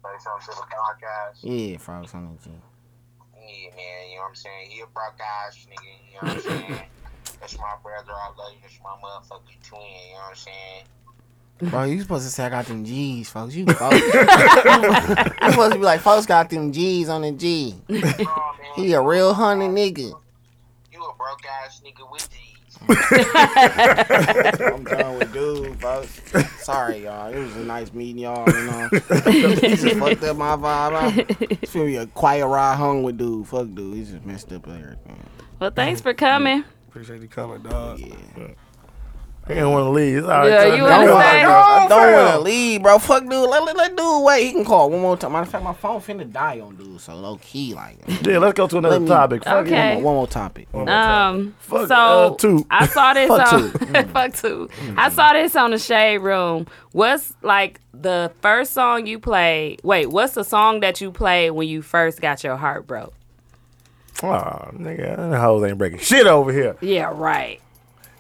S10: Say something to the podcast.
S8: Yeah, folks. On the G.
S10: Yeah, man, you know what I'm saying? He a broke ass nigga, you know what I'm
S8: <laughs>
S10: saying? That's my brother, I love you, that's my motherfucking twin, you know what I'm
S8: <laughs>
S10: saying?
S8: Bro, you supposed to say I got them G's, folks.
S5: <laughs>
S8: You, folks. you supposed to be like, folks got them G's on the G.
S10: Bro, man,
S8: He a real honey nigga.
S10: you a broke ass nigga with
S8: <laughs>
S10: these.
S8: I'm done with dude, folks. Sorry, y'all. It was a nice meeting, y'all. You know, he just fucked up my vibe. I'm- It's gonna be a quiet ride home with dude. Fuck dude, he just messed up everything.
S3: Well, thanks for coming.
S7: Appreciate you coming, dog.
S8: Yeah.
S5: He didn't want to leave. It's all right.
S3: Yeah,
S5: tell him
S3: you
S5: to
S8: Don't
S5: come
S3: wanna
S5: up.
S3: stay?
S8: wanna, I don't
S5: fam.
S8: wanna leave, bro. Fuck dude. Let, let, let dude wait. He can call one more time. Matter of fact, my phone finna die on dude. So low key, like
S5: Yeah, let's go to
S8: Let
S5: another
S8: me-
S5: topic. Fuck
S3: Okay.
S5: it.
S8: one, more, one more topic.
S3: Um,
S5: Fuck,
S3: so
S5: uh, two.
S3: I saw this
S5: Fuck
S3: <laughs> on fuck two. I saw this on the Shade Room. What's like the first song you played? Wait, what's the song that you played when you first got your heart broke?
S5: Aw, nigga, the hoes ain't breaking shit over here.
S3: Yeah, right.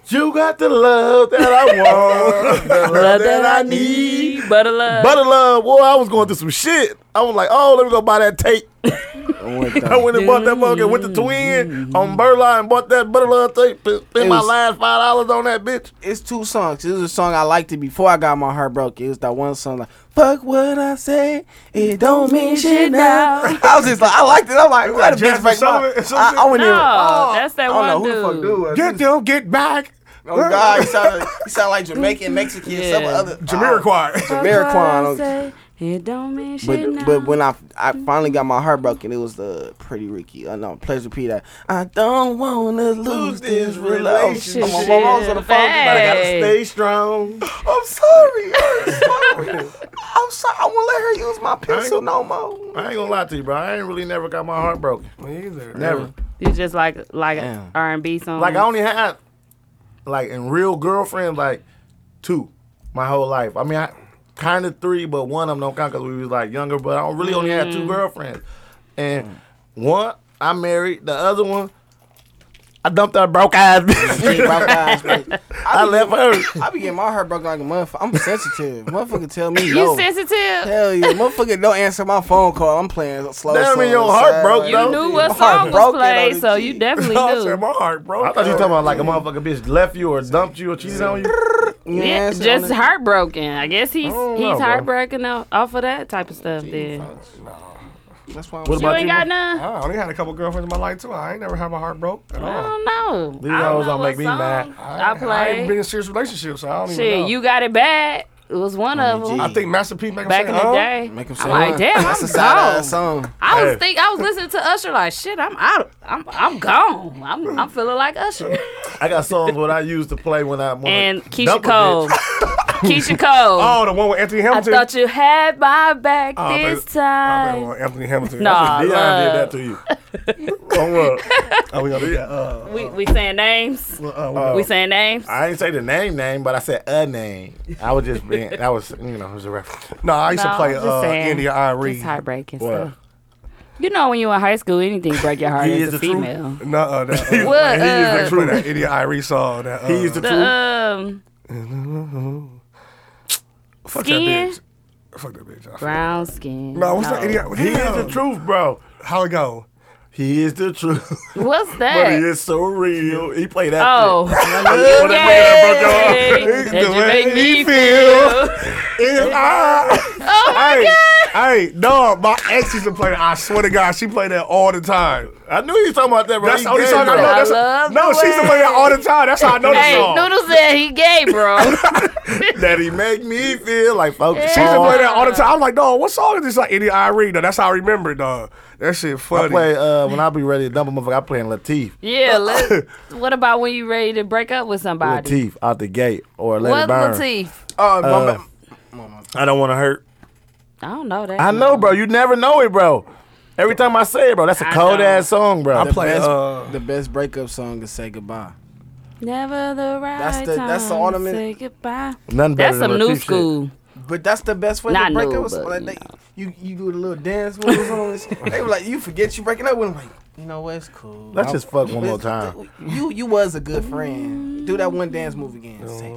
S5: You got the love that I want, <laughs> the love that I need.
S3: Butter love.
S5: Butter love, boy, I was going through some shit. I was like, oh, let me go buy that tape. I went and bought that motherfucker with the twin on Burline and bought that butter love tape. Spent my
S8: was-
S5: last five dollars on that bitch.
S8: it's two songs. It was a song I liked it before I got my heart broke. It was that one song like "Fuck what I say, it don't mean
S3: <laughs>
S8: shit now." I was just like, I liked it. I'm like, what a bitch
S5: Jasmine
S8: break
S5: Sullivan
S8: my.
S5: or some
S8: I,
S5: shit?
S8: I went in.
S3: No,
S8: oh,
S3: that's that
S8: I don't know
S3: one
S8: who the fuck
S3: dude.
S8: dude was.
S5: Get them, get back.
S8: Oh God, he sounded, he sounded like Jamaican, Mexican, some other uh, <laughs>
S5: Jamiroquai.
S8: Jamiroquai.
S3: It don't mean shit now.
S8: But, but when I, I finally got my heart broken, it was the Pretty Ricky. Uh, no, Pleasure P. That I don't wanna lose this relationship.
S3: relationship.
S8: I'm on my mom's on the phone. just like,
S3: Hey.
S5: Stay strong.
S3: <laughs>
S8: I'm sorry. I'm sorry. I'm sorry. I won't let her use my pencil no more.
S5: I ain't gonna lie to you, bro. I ain't really never got my heart broken.
S7: Me either.
S5: Never.
S3: it's just like like
S8: Damn.
S3: R and B song.
S7: Mm.
S5: Like I only had like in real girlfriends like two my whole life. I mean, I kind of three, but one of them don't count because we was like younger. But I don't really only had
S7: Mm.
S5: two girlfriends, and one I married, the other one I dumped that broke ass <laughs> bitch. I
S8: I,
S5: left
S7: <laughs>
S5: her.
S8: <laughs> I be getting my heart broken like a motherfucker. I'm sensitive. motherfucker tell me
S3: you
S8: no.
S3: sensitive.
S8: Hell yeah. Motherfucker don't answer my phone call. I'm playing slow
S5: Damn,
S8: song,
S5: your heart
S8: sad.
S5: broke,
S3: You
S5: though.
S3: knew what
S8: My heart
S3: song was
S8: broken on
S3: played,
S8: the
S3: so
S8: G.
S3: you definitely
S5: <laughs> I said,
S3: knew.
S5: Oh, my heart broke. Mm. I thought you were talking about like a motherfucking bitch left you or dumped you or cheated on <laughs> you.
S8: You
S3: Yeah,
S8: answer on
S3: just
S8: it.
S3: heartbroken. I guess he's
S5: don't
S3: he's
S5: know, bro.
S3: heartbroken off off of that type of stuff. Then
S8: That's why I'm
S5: What
S3: you
S5: about
S3: ain't
S5: you?
S3: got none.
S7: I only had a couple girlfriends in my life too. I ain't never had my heart broke at
S3: I
S7: all.
S3: don't know.
S5: These
S3: I
S5: hoes
S3: know
S5: don't
S3: what
S5: make me
S3: song
S5: mad.
S3: I,
S7: I ain't been
S3: played.
S7: in serious relationships, so I don't even know.
S3: Shit, you got it bad. It was one of
S8: the
S3: them.
S8: G.
S7: I think Master P make him
S3: Back
S7: say,
S3: in the
S7: huh?
S3: day,
S8: Make him say
S3: I'm like,
S8: huh?
S3: damn,
S8: That's a
S3: I'm
S8: sad
S3: gone.
S8: ass song.
S3: I was
S5: Hey.
S3: think I was listening to Usher like, shit, I'm out. I'm I'm gone. I'm I'm feeling like Usher
S5: I got songs what I used to play when I when
S3: <laughs>
S5: I
S3: and Keisha <laughs>
S5: <laughs> dumped a bitch.
S3: Cole. Keisha Cole.
S7: Oh, the one with Anthony Hamilton.
S3: I thought you had my back
S7: Oh, I
S3: this
S7: thought-
S3: time.
S7: Oh, Anthony Hamilton.
S3: Nah,
S7: Deion
S3: love.
S7: did that to you. Don't worry. Oh, we gonna do that. Uh,
S3: we we saying names.
S5: uh,
S3: we saying names.
S5: I didn't say the name name, but I said a name. I was just being that was you know it was a reference.
S7: no, I used
S3: No,
S7: to play
S3: I'm just
S7: uh,
S3: saying.
S7: India Irene.
S3: It's heartbreaking
S5: What?
S3: stuff. You know, when you in high school, anything break your heart
S5: He
S3: as
S5: is
S3: a
S5: the truth.
S3: female.
S7: No, uh, that, uh,
S3: <laughs> What,
S7: he is
S3: uh,
S7: the true that India Irene song. That uh,
S5: He used to
S3: The um,
S7: fuck
S3: skin?
S7: that bitch. Fuck that bitch. I forget.
S3: brown skin. Oh.
S7: No, what's that India?
S5: He is the truth, bro.
S7: How it go?
S5: He is the truth. <laughs>
S3: What's
S5: but he
S3: that?
S5: is so real. He played that.
S3: <laughs> Oh,
S7: When that man broke your
S3: Yay.
S7: arm.
S3: That you make me
S7: If I,
S3: oh my
S7: hey,
S5: <laughs>
S3: god.
S7: hey, no, my ex used to play that. I swear to God, she played that all the time.
S5: I knew he was talking about that, bro.
S7: That's
S5: He
S7: the only
S5: gay,
S7: song I know.
S5: bro.
S3: I
S7: That's
S3: love
S7: no,
S3: the
S7: she used to
S3: way.
S7: play that all the time. That's how I know the
S3: Hey,
S7: song.
S3: Noodle said he gay, bro.
S5: that he make me feel like focus.
S7: She used to
S5: on.
S7: play that all the time. I'm like, dog, what song is this? Like India Irene. though. That's how I remember it, dog. That shit funny.
S5: I play uh, when I be ready to dump a motherfucker. I playing Latif,
S3: yeah. Let, what about when you ready to break up with somebody?
S5: Latif out the gate or let
S3: What
S5: it burn.
S3: Latif?
S7: Uh, my
S5: Uh,
S7: ma-
S5: I don't want to hurt.
S3: I don't know that.
S5: I know, bro. You never know it, bro. Every time I say it, bro, that's a
S3: I
S5: cold
S3: know.
S5: ass song, bro.
S7: I play.
S8: best,
S7: Uh,
S8: the best breakup song is "Say Goodbye."
S3: Never the right
S8: That's the-
S3: time.
S8: that's the ornament-
S3: to Say goodbye.
S5: Nothing better
S3: That's
S5: than
S3: some new
S5: Latif shit.
S3: school.
S8: But that's the best way
S3: Not
S8: to break
S3: new,
S8: up with
S3: but,
S8: someone.
S3: you
S8: Like they, you you do the little dance moves on. and <laughs> shit. They were like, you forget you breaking up with them. Like, you know what? It's cool.
S5: Let's just fuck one more
S8: It's-
S5: time.
S8: You you was a good friend. Do that one dance move again. Say,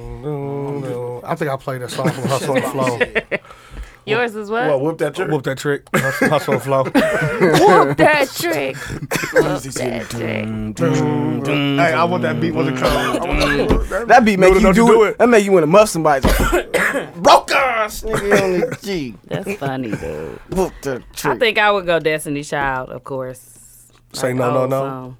S7: I think I played that song from Hustle and
S5: <laughs>
S7: Flow.
S3: Yours is what?
S5: Well, whoop that trick.
S7: Whoop that trick. Hustle Hustle and Flow.
S3: Whoop that trick. Whoop that trick.
S7: <laughs> hey, I want that beat. Was it called?
S5: <laughs>
S7: I want that beat.
S4: That beat make
S7: Noodle,
S4: you
S7: don't
S4: do,
S7: you do
S4: it.
S7: it.
S4: That make you want to muff
S8: <coughs>
S4: somebody.
S8: broke us, nigga on the G.
S3: That's funny, dude.
S8: Whoop the
S3: I
S8: trick.
S3: think I would go Destiny Child, of course.
S7: Say
S3: Like,
S7: no, no,
S3: old
S7: no.
S3: song.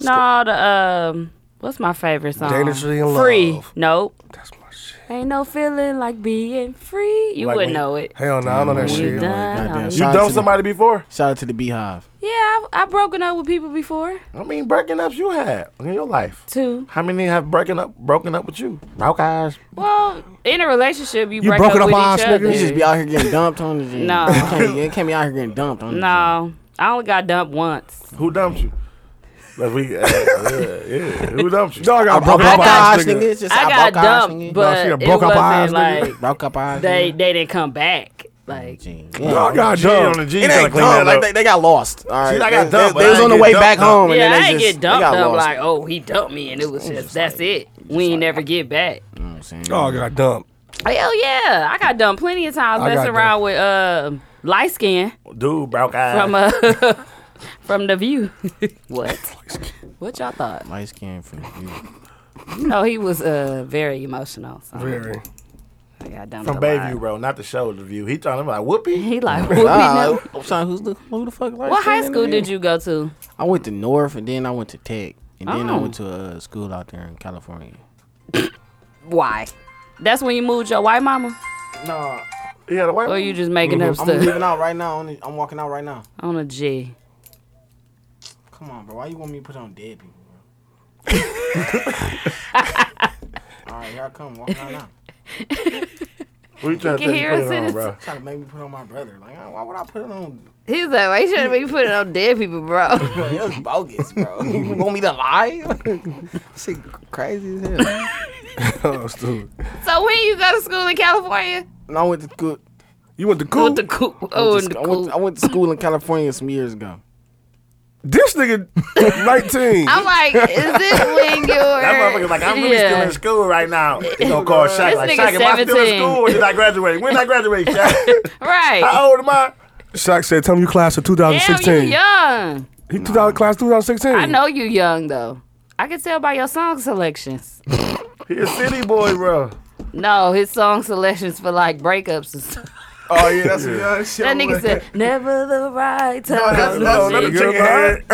S3: No, the um, what's my favorite song?
S7: Dangerously in
S3: Free.
S7: Love.
S3: Nope.
S7: That's my shit.
S3: Ain't no feeling like being free. You
S5: Like
S3: wouldn't
S5: when-
S3: know it.
S7: Hell no, I know that
S3: You
S7: shit.
S3: done all
S5: You
S8: Shout out to
S5: dumped
S8: the-
S5: somebody before?
S8: Shout out to the Beehive.
S3: Yeah, I've, I've broken up with people before
S5: I mean, breaking ups you had in your life.
S3: too.
S5: How many have broken up, broken up with you? Broke eyes.
S3: Well, in a relationship, you,
S7: You
S3: break
S7: broke
S3: up
S7: it up
S3: with
S7: eyes,
S3: each
S7: nigga.
S3: other.
S8: You just be out here getting dumped on the G.
S3: No.
S8: You can't, be- you can't be out here getting dumped on the G.
S3: no, I only got dumped once.
S5: Who dumped you? Like we, uh, yeah, yeah. Who dumped you?
S7: Dog, I broke
S8: Broke up
S7: up
S8: eyes,
S7: eyes,
S8: nigga.
S7: nigga.
S8: It's just,
S3: I,
S8: broke
S3: got
S8: eyes,
S3: dumped,
S8: nigga.
S3: but
S7: she done
S3: it
S7: broke up
S3: wasn't
S7: eyes, nigga.
S3: like
S8: broke up eyes.
S3: they
S8: nigga.
S3: they didn't come back. Like
S8: G.
S7: Dog, I
S8: Yeah.
S7: got
S5: Mm. G on
S7: dumped.
S5: the G
S8: It
S5: trying to
S8: ain't
S5: clean
S8: dumb.
S5: that
S8: Like
S5: up.
S8: they, they got lost. All right.
S5: See, I got
S8: They-
S5: dumped,
S8: They,
S5: but
S8: they was
S5: I
S8: on the
S5: ain't
S8: way
S5: get
S8: back
S5: dumped, no.
S8: home. and
S3: yeah,
S8: then they
S3: I didn't
S8: just-
S3: get
S8: they
S3: dumped
S8: got
S3: up
S8: lost.
S3: like oh he dumped me and it was just that's it. We ain't never get back.
S8: You know what I'm saying?
S7: Dog, I got dumped.
S3: Hell yeah, I got dumped plenty of times
S7: I got
S3: messing around with uh light skin
S5: Dude, broke eyes.
S3: from uh <laughs> from the view. <laughs> what? What y'all thought?
S8: Light skin from you.
S3: No, he was uh very emotional. So
S7: Very.
S3: I got dumped
S5: from
S3: a
S5: Bayview,
S3: lot.
S5: bro. Not the show, the view. He talking about whoopee.
S3: He <laughs> like whoopee no.
S8: I'm sorry, who's the, who the fuck?
S3: What high school did you go to?
S8: I went to North, and then I went to Tech, and then I
S3: Oh.
S8: went to a school out there in California.
S3: Why? That's when you moved your white mama,
S8: No,
S5: He had a white.
S3: or
S5: one?
S3: you just making up
S8: I'm
S3: stuff
S8: leaving out right now. On the, I'm walking out right now.
S3: on a G?
S8: Come on, bro. Why you want me to put on dead people,
S3: <laughs>
S8: bro? All right, here I come. Walking out now.
S5: What you
S3: can
S5: trying to tell me?
S3: hear
S5: Put
S3: us
S5: it
S3: in
S5: on,
S3: his-
S5: bro.
S8: Trying to make me put on my brother. Like, why would I put it on?
S3: He's like, why you shouldn't be putting on dead people, <laughs> bro?
S8: Bro, it was bogus, bro. <laughs> you want me to lie? <laughs> Shit, crazy as hell.
S7: Oh, stupid.
S3: so when you go to school in California?
S8: And I went to school.
S7: You went to
S3: With
S7: cool.
S3: the cool.
S8: I
S3: Oh,
S8: went
S3: and
S8: to,
S3: the
S8: I went,
S3: cool.
S8: I went to school in California some years ago.
S7: This nigga,
S3: <laughs>
S7: 19.
S3: I'm like, is
S5: <laughs>
S3: this when you're?
S5: That motherfucker's like, I'm really still in school right now. He gonna call Shaq.
S3: This
S5: Like,
S3: nigga
S5: Shaq, am I still in
S3: 17.
S5: school or did I graduate? When did I graduate, Shaq?
S7: <laughs>
S3: Right.
S5: How old am I?
S7: Shaq said, tell me you class of
S3: Damn, you
S7: 2016.
S3: young.
S7: He 2000, class 2016.
S5: Hmm.
S3: I know you young though. I can tell by your song selections.
S5: He a city boy, bro.
S3: No, his song selections for like breakups and stuff.
S7: Oh, yeah, that's yeah. shit.
S3: That nigga
S8: <laughs>
S3: said, "Never the right time."
S8: that's-
S7: Oh,
S8: that's-
S7: another
S8: You're
S7: chicken head.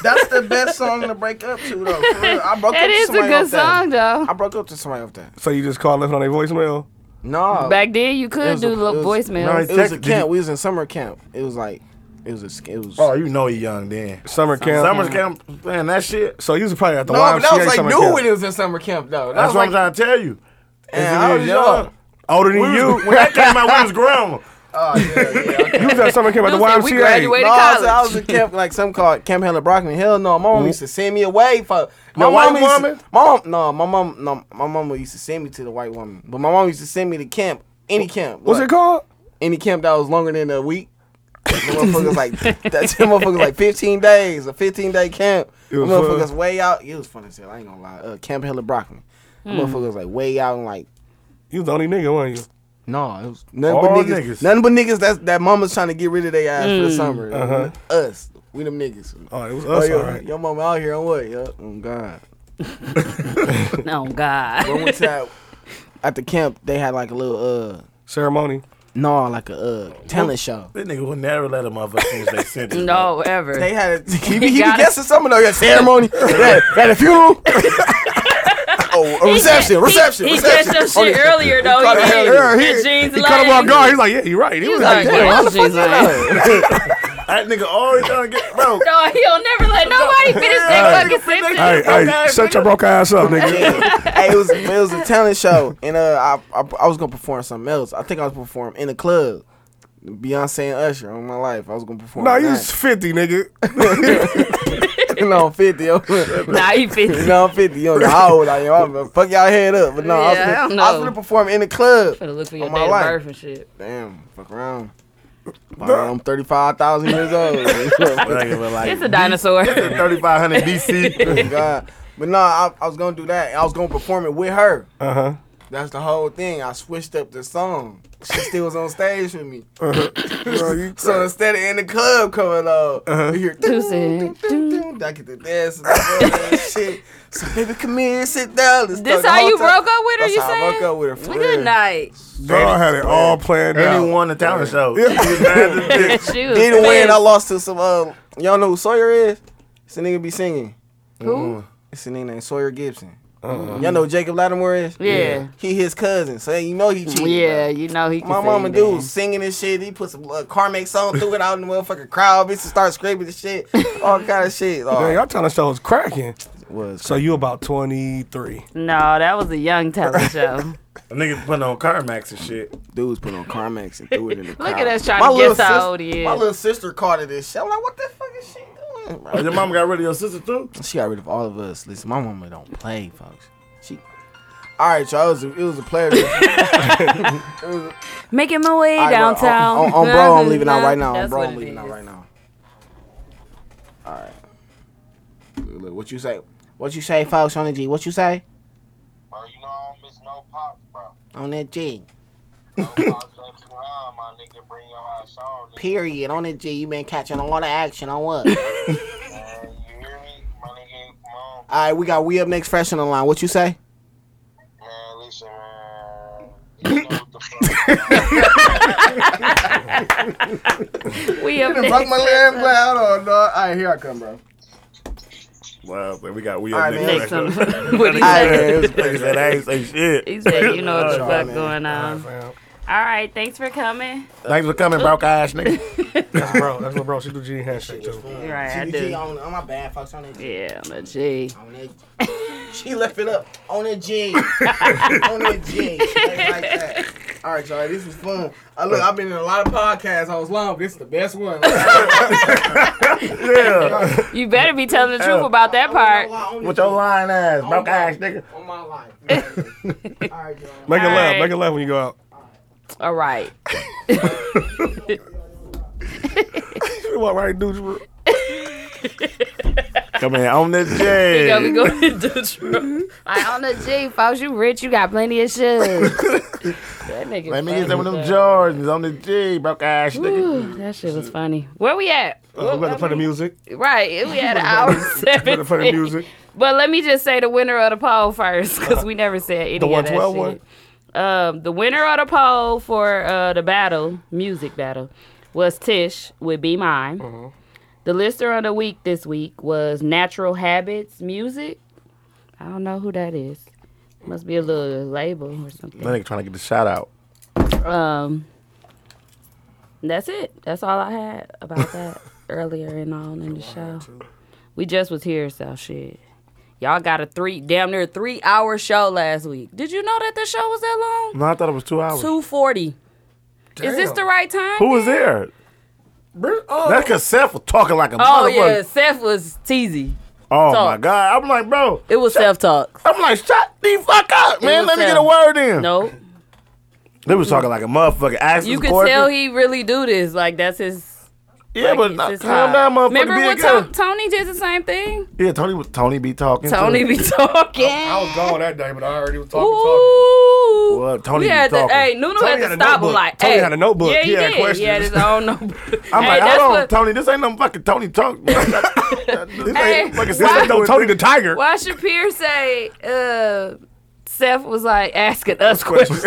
S8: That's the best song to break up to, though. For real. I broke
S3: that
S8: up to
S3: is a
S8: somebody
S3: good
S8: off that.
S3: song though.
S8: I broke up to somebody off that.
S7: So you just called left on their voicemail?
S8: No,
S3: Back then, you
S8: It
S3: could
S8: was
S3: do
S8: a- it
S3: little
S8: was-
S3: voicemails.
S8: it was a
S5: Did
S8: camp.
S5: you-
S8: We was in summer camp. It was like, it was a, sk- it was.
S5: Oh, you know he young then.
S7: Summer camp.
S5: Summer camp, man, that shit.
S7: So you was probably at the
S8: no,
S7: YMCA
S8: but that was like
S7: summer
S8: new
S7: camp.
S8: when it was in summer camp, though. That
S5: That's
S8: was
S5: what
S8: like,
S5: I'm trying to tell you. And
S7: it
S5: I was
S7: is
S5: young.
S7: Older than
S5: We was-
S7: you.
S5: when that came out, we was grandma.
S8: Oh, yeah,
S7: <laughs>
S8: yeah.
S7: You was at something came out the
S8: Dude said
S7: YMCA.
S8: we graduated no, I was, I was in camp like some called Camp Hella Brockman. Hell no, my mom used to send me away for my
S5: Your white
S8: mama used to-
S5: woman?
S8: my mom, no, my mom, no, my mama used to send me to the white woman, but my mom used to send me to camp, any camp.
S7: What's
S8: like,
S7: it called?
S8: Any camp that was longer than a week. The motherfuckers like that's the <laughs> motherfuckers like fifteen days, a fifteen day camp.
S7: It
S8: The
S7: was
S8: motherfuckers
S7: fun.
S8: way out. It was funny as hell. I ain't gonna lie. Uh, camp Hella Brockman. The Motherfuckers like way out and like
S7: You was the only nigga, wasn't you?
S8: no, it was nothing
S7: All
S8: but niggas,
S7: niggas.
S8: Nothing but niggas that's, that mama's trying to get rid of their ass for the summer.
S7: Uh-huh.
S8: Us. We them niggas.
S7: Oh, it was
S8: Oh,
S7: us,
S8: yo,
S7: all right.
S8: Your mama out here on what? Yo? Oh, God.
S3: Oh God.
S8: But one time at the camp, they had like a little, uh,
S7: Ceremony.
S8: no, like a uh, talent show.
S5: This nigga would never let a motherfucker finish their sentence.
S3: <laughs> No, ever.
S8: They had a, <laughs> he, be-
S3: He
S8: he be
S3: got it.
S8: guessing something though. Your <laughs> ceremony, at, at a funeral. oh, a reception, reception,
S3: He, he
S8: reception. Oh,
S3: dressed up shit earlier though. He,
S8: caught it
S3: did.
S8: earlier.
S3: The
S8: He-
S3: jeans
S7: He caught him off
S3: leg.
S7: guard. He's like, yeah, you're right. He
S3: He
S7: was
S3: was
S7: like,
S3: like,
S7: damn.
S3: damn, jeans leg.
S5: That nigga always trying to get bro.
S3: No, he'll never let nobody finish
S5: Hey.
S3: that fucking sentence.
S7: Hey, hey, shut your broke ass up, <laughs> nigga.
S8: <laughs> hey, it was it was a talent show, and uh, I, I I was gonna perform something else. I think I was performing in a club, Beyonce and Usher. On my life, I was gonna perform.
S7: No,
S8: that.
S7: you was
S8: <laughs>
S7: 50, nigga.
S5: <laughs>
S8: no, I'm fifty. <laughs> I'm-
S3: <laughs> Nah, he fits.
S8: <laughs> You know I'm 50, you know how old I am. I'm gonna fuck y'all head up, but no, I was
S3: Yeah,
S8: gonna,
S3: I don't
S8: I was
S3: know.
S8: gonna perform in the club.
S3: Finna look for your
S8: On my
S3: date of
S8: life.
S3: birth and shit.
S8: Damn, fuck around. Fuck around, I'm thirty five thousand years old. <laughs>
S5: That nigga look like
S3: It's a
S5: <laughs>
S3: dinosaur.
S5: 3500 DC.
S8: Oh, God. But no, I, I was gonna do that. I was gonna perform it with her.
S7: Uh
S5: Uh-huh.
S7: huh.
S8: That's the whole thing. I switched up the song. She still was on stage with me. so instead of in the club coming on, you hear doo, doo, doo, doo, I get the dance and the and shit. So baby, come here, sit down. Let's
S3: This
S8: talk the
S3: how
S8: whole
S3: you
S8: time.
S3: broke up with her?
S8: That's
S3: you
S8: how
S3: saying?
S8: I broke up with her. For
S3: Well,
S8: real.
S3: Good night.
S7: Dog had it all planned
S5: And he
S7: out.
S5: won the talent show. He was mad as a
S3: <laughs>
S5: bitch.
S3: She was
S8: Didn't win. I
S3: pissed.
S8: lost to some. Uh, y'all know who Sawyer is? It's a nigga be singing.
S3: Who?
S8: It's a nigga named Sawyer Gibson. Y'all know who Jacob Lattimore is?
S3: Uh-huh. Yeah.
S8: He his cousin, so you know he cheated.
S3: Yeah,
S8: bro.
S3: you know he. Can
S8: My
S3: sing
S8: mama
S3: that.
S8: dude was singing and shit. He put some uh, Carmack song, threw it out in the motherfucking crowd. Bitches start scraping the shit,
S3: <laughs>
S8: all kind of shit. Oh,
S7: Dang, y'all telling us that was cracking.
S8: was
S7: So you about 23.
S3: No, that was a young talent
S8: <laughs>
S3: show.
S5: A nigga putting on Carmax and shit.
S8: dudes put on Carmax and threw
S3: <laughs>
S8: it in the crowd.
S3: at us trying to
S8: little
S3: guess how
S8: sis-
S3: old he is.
S8: My little sister caught it and shit. I'm like, what the fuck is she doing? bro?
S5: Oh, your mama got rid of your sister too?
S8: She got rid of all of us. Listen, my mama don't play, folks. She. All right, y'all. It was a, it was
S3: <laughs>
S8: a pleasure.
S3: Making my way
S8: All right, well,
S3: downtown.
S8: On, on, on bro, I'm leaving out right now. On
S3: That's
S8: bro,
S3: what
S8: I'm
S3: it
S8: leaving out
S3: is.
S8: right now. All right. Look, look, what you say? What you say, folks? On the G. What you say?
S10: Bro, you know I don't miss no pops,
S8: <laughs>
S10: bro.
S8: On that G.
S10: No pops up too high, my nigga. Bring your ass on, nigga.
S8: Period. On the G. You been catching a lot of action
S3: <laughs>
S8: on what? All
S10: Man, you hear me? My nigga, come on.
S8: right, we got we up next fresh on the line. What you say?
S10: Man, listen,
S8: <laughs>
S10: man. You know what the fuck.
S3: We
S8: <laughs>
S3: up
S8: Rock
S3: next.
S8: my lamb. Hold on, dog. All right, here I come, bro. All
S5: Wow, man, we got we
S8: All
S5: up
S8: right,
S5: next.
S3: Next
S8: <laughs>
S5: That
S3: one. What he
S8: right,
S3: say?
S8: man. It was a
S5: nigga said, I ain't say shit.
S3: He said, "You know what the
S8: All right,
S3: fuck
S8: man.
S3: going on."
S7: Fam.
S3: All right, thanks for coming.
S5: Thanks for coming, broke ass nigga.
S8: <laughs>
S7: That's bro. That's what bro. She do G handshake too.
S3: Right, I
S8: CBG
S3: do.
S8: On, on my bad, folks. On that G.
S3: Yeah, on the G.
S8: On that. she left it up on
S11: <laughs>
S8: that G. on that G. Like that. All right, y'all. This was fun. Uh, look, I've been in a lot of podcasts. I was long. This is the best one.
S5: Yeah.
S3: You better be telling the truth about that part.
S5: With your lying ass, broke ass nigga.
S8: On my life. All right, y'all.
S7: Make it
S3: All
S7: laugh.
S3: right.
S7: Make it laugh when you go out.
S3: All right.
S7: You walk right, dude. you-
S5: Come here,
S3: <laughs>
S5: on this
S3: You gotta
S5: jet.
S3: go into the <laughs> truth. Like on the G, folks, you rich, you got plenty of shit.
S7: <laughs>
S3: that nigga.
S5: Let me
S3: funny.
S5: get some of them Jordans on the G, broke ass nigga.
S3: Ooh, that shit was funny. Where we at?
S8: Uh,
S7: We're gonna play
S3: <laughs>
S7: the music.
S3: Right, we had an hour
S7: <laughs> We're
S3: seven.
S7: gonna play the music. Uh,
S3: But let me just say the winner of the poll first, because we never said any
S7: The
S3: of that
S7: 112 one.
S3: shit. Um, the winner of the poll for uh, the battle, music battle, was Tish with "Be Mine."
S7: Uh-huh.
S3: The lister of the week this week was Natural Habits Music. I don't know who that is. Must be a little label or something.
S5: That nigga trying to get the shout out.
S3: Um, that's it. That's all I had
S5: <laughs>
S3: about that earlier and all in the show. We just was here, so shit. Y'all got a three, damn near three hour show last week. Did you know that the show was that long?
S5: No, I thought it was two hours.
S3: Two forty. Is this
S5: Damn.
S3: the right time?
S5: Who was there?
S4: Oh.
S5: That's because Seth was talking like a
S3: Oh
S5: motherfucker.
S3: yeah, Seth was teasy.
S5: Oh
S3: Talk.
S5: my god! I'm like, bro.
S3: It was self talk.
S5: I'm like, shut the fuck up,
S3: It
S5: man.
S3: was
S5: Let me
S3: Seth.
S5: get a word in. <laughs>
S3: No,
S5: They was talking like a motherfucker. Access
S3: you could
S5: Corcoran.
S3: tell he really do this. Like that's his.
S5: Yeah,
S3: like,
S5: but
S3: it's
S5: nah,
S3: his
S5: calm
S3: vibe.
S5: down, motherfucker.
S3: Remember
S5: be a
S3: when
S5: girl.
S3: Ton- Tony did the same thing?
S5: yeah, Tony was Tony be talking.
S3: Tony
S5: too.
S3: be <laughs> talking.
S7: I was gone that day, but I heard he was talking.
S3: Ooh.
S5: Well, Tony
S3: we
S5: be
S3: had to,
S5: talking.
S3: hey, Nunu
S7: Tony
S3: had to
S7: had a
S3: stop him
S7: notebook.
S3: like,
S7: Tony
S3: hey.
S7: had a notebook.
S3: Yeah, he,
S7: He had
S3: did. He had
S7: questions.
S3: his own notebook.
S5: <laughs> I'm
S3: hey,
S5: like,
S3: that's
S5: hold on,
S3: what,
S5: Tony. This ain't no fucking Tony talk. <laughs> this
S3: Hey,
S5: ain't fucking
S3: why-
S5: Seth doing
S7: Tony the Tiger.
S3: Why Shapir say uh, Seth was like asking us questions? <laughs>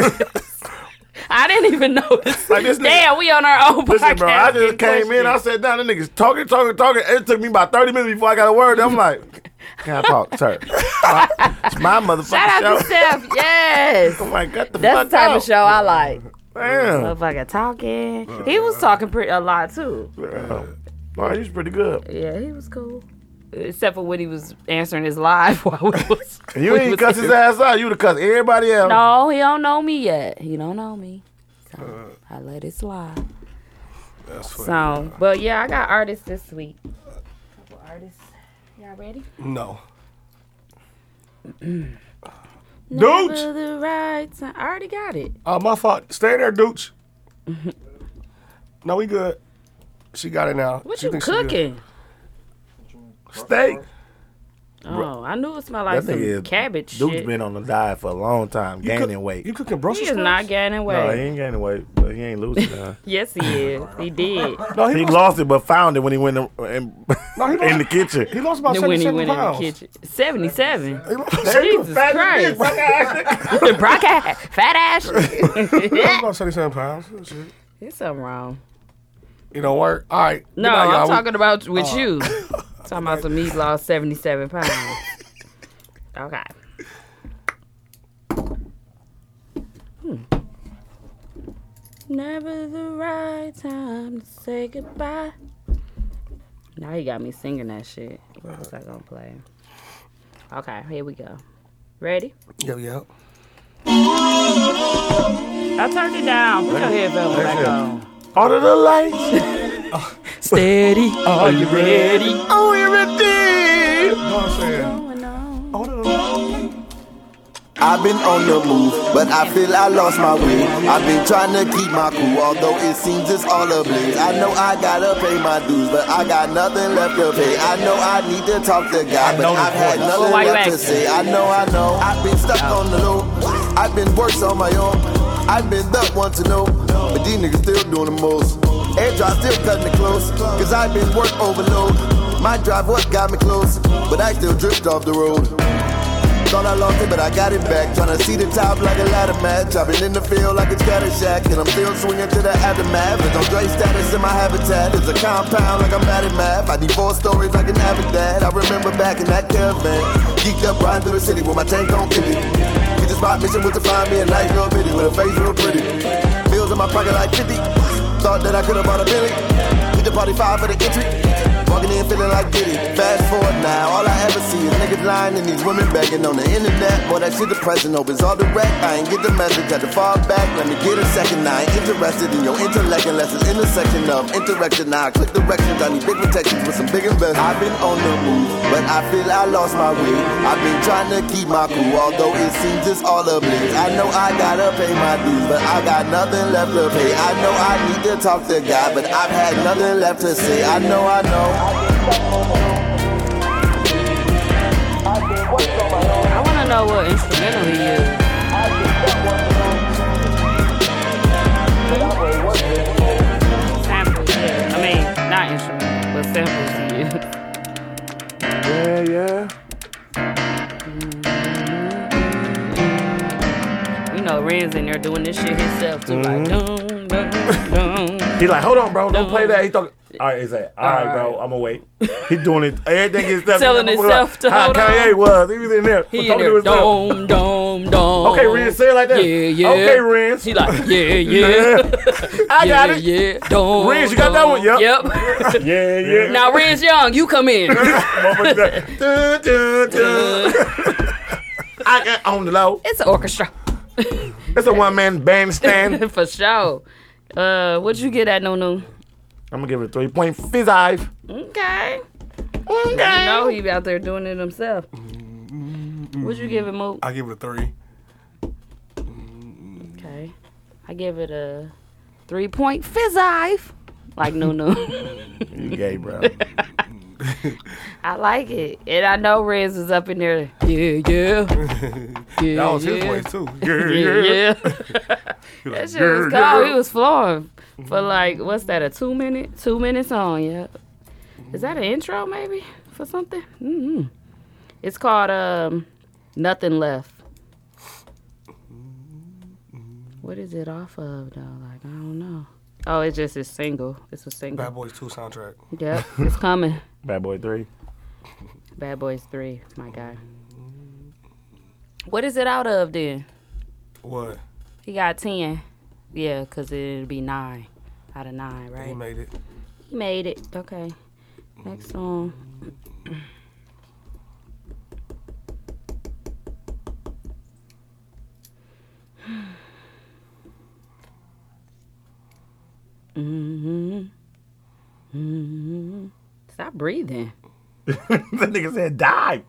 S3: I didn't even notice.
S5: Like, this nigga-
S3: Damn, we on our own
S5: Listen,
S3: podcast.
S5: bro, I
S3: getting
S5: just came in. I
S3: questions.
S5: sat down. The niggas talking, talking, talking. It took me about 30 minutes before I got a word. I'm like, can I
S3: <laughs>
S5: talk, sir? it's my motherfucking
S3: Shout out
S5: show.
S3: to Seth. Yes.
S5: I'm like, got the
S3: That's
S5: fuck
S3: the type
S5: out.
S3: of show I like.
S5: Damn.
S3: Motherfucker talking. He was talking pretty a lot too.
S5: Nah, he's
S3: <laughs>
S5: pretty good.
S3: Yeah, he was cool. Except for when he was answering his live <laughs> while we was. <laughs>
S5: You
S3: we
S5: ain't
S3: was
S5: cuss his ass out. You would have cussed everybody else.
S3: No, he don't know me yet. He don't know me. So I let it slide.
S7: That's funny.
S3: So, but yeah, I got artists this week. Couple artists. Y'all ready? <clears throat>
S7: No.
S3: Never
S7: Dooch!
S3: the right time. I already got it.
S7: Oh, my fault. Stay there, Dooch. no, we good. She got it now.
S3: What
S7: She
S3: you
S7: thinks she good.
S3: cooking?
S5: Steak.
S3: Oh, I knew it smelled like
S5: That
S3: some
S5: nigga is-
S3: cabbage
S5: Dude's
S3: shit.
S5: been on the diet for a long time,
S7: You cook-
S5: gaining weight.
S7: You cooking
S3: He
S7: Brussels
S3: is
S7: sprouts?
S3: not gaining
S5: No, he
S3: weight.
S5: ain't gaining weight, but he ain't losing.
S3: <laughs>
S5: none.
S3: yes, he is. He did.
S7: No,
S5: he
S7: he, lost,
S5: lost it, but found it when he went in, in,
S7: No,
S5: <laughs>
S7: he
S5: in
S7: lost-
S5: the kitchen.
S7: he lost about
S3: Then when he
S7: 77
S3: went in the
S7: pounds.
S3: kitchen, seventy-seven.
S7: He lost-
S3: Jesus Christ, <laughs> Brock ass, fat ass.
S7: he <laughs> lost about 77 pounds. That's it.
S3: There's something wrong.
S7: You know, work. All right.
S3: No,
S7: Good night,
S3: I'm
S7: y'all. We- Oh.
S3: talking about with
S7: <laughs>
S3: you. talking about some meat lost 77 pounds. okay. Hmm. Never the right time to say goodbye. Now you got me singing that shit. What was I gonna play? Okay, here we go. Ready?
S7: Yo, yo.
S3: I turned it down. Put your headphones back on.
S5: Out of the lights.
S3: Steady. Are you ready?
S5: Oh, everything.
S7: You know what I'm saying?
S3: Going on.
S12: I've been on the move, but I feel I lost my way. I've been trying to keep my cool, although it seems it's all a blaze. I know I gotta pay my dues, but I got nothing left to pay. I know I need to talk to God, but I've had nothing
S3: Why you
S12: left to
S3: acting?
S12: say. I know, I know, I've been stuck on the low. I've been worse on my own. I've been the one to know, but these niggas still doing the most. Airdrop still cutting it close, cause I've been work overload. My drive what got me close, but I still drift off the road. Thought I lost it, but I got it back. Tryna see the top like a ladder match. I've been in the field like it's Caddyshack, and I'm still swinging to the aftermath. There's no great status in my habitat. It's a compound like I'm bad at math. I need four stories like an avid dad. I remember back in that caravan, geeked up riding through the city with my tank on empty. Hit the spot mission was to find me a nice little bitty with a face real pretty. Bills in my pocket like 50. Thought that I could have bought a Billy. Hit the party five for the entry. Walking in feeling like Diddy. Fast forward now, all I ever see is niggas lying and these women begging on the internet. Boy, that shit depressing. Hope it's all direct. I ain't get the message. Had to fall back. Let me get a second. I ain't interested in your intellect unless it's intersection of interaction. Now I click directions. I need big protections with some big investments. I've been on the move, but I feel I lost my way. I've been trying to keep my cool, although it seems it's all a blaze. I know I gotta pay my dues, but I got nothing left to pay. I know I need to talk to God, but I've had nothing left to say. I know, I know.
S3: I want to know what instrumental he used. Samples, yeah. I mean, not instrumental, but samples he used.
S5: Yeah, yeah.
S3: You <laughs> know, Ren's in there
S5: Mm-hmm.
S3: doing this shit himself too, like dum dum dum.
S5: <laughs> He like, hold on, bro. Don't play that. He talking. All right, exactly. All right, bro. I'm gonna wait. He doing it. Everything is stuff.
S3: Telling himself to
S5: how
S3: hold
S5: Kanye
S3: on.
S5: was. He was in there.
S3: He in
S5: talking
S3: there,
S5: to himself.
S3: dome, dome, dome.
S5: Okay, Ren, say it like that.
S3: Yeah, yeah.
S5: Okay, Ren.
S3: He like, yeah, <laughs> yeah.
S5: I got
S3: yeah,
S5: it.
S3: Yeah, dome.
S5: Ren, you got that one? Yep.
S3: Yep. <laughs>
S5: <laughs> yeah, yeah.
S3: Now, Renz Young, you come in. <laughs>
S5: <laughs> Dun, dun, dun. <laughs> I got on the low.
S3: It's an orchestra.
S5: It's a one man
S3: <laughs>
S5: bandstand.
S3: For sure. Uh, what'd you get at Nunu?
S5: I'm gonna give it a three point five.
S3: Okay. You know he out there doing it himself. Would you give it, Mook?
S7: I give it a three.
S3: Okay. I give it a three point fizzive. Like Nunu.
S5: You gay, bro.
S3: <laughs> I like it. And I know Rez was up in there. Yeah, yeah. yeah
S7: <laughs>
S5: Oh,
S7: That was
S3: yeah.
S7: his voice too.
S3: <laughs> yeah, yeah.
S7: He like,
S3: that shit
S7: "Yeah,
S3: was
S7: yeah."
S3: cold. He was flowing for like what's that? A two minute, two minute song. Yeah. Is that an intro maybe for something? hmm It's called um, "Nothing Left." What is it off of though? Like I don't know. Oh, it's just a single. It's a single.
S7: Bad Boys Two soundtrack.
S3: Yep, it's coming.
S5: Bad Boy Three.
S3: Bad Boys Three. My guy. What is it out of then?
S7: What?
S3: He got ten. Yeah, because it'd be nine out of nine, right?
S7: He made it.
S3: He made it. Okay. Next song. Mhm. Mhm. Stop breathing.
S5: <laughs> that nigga said die.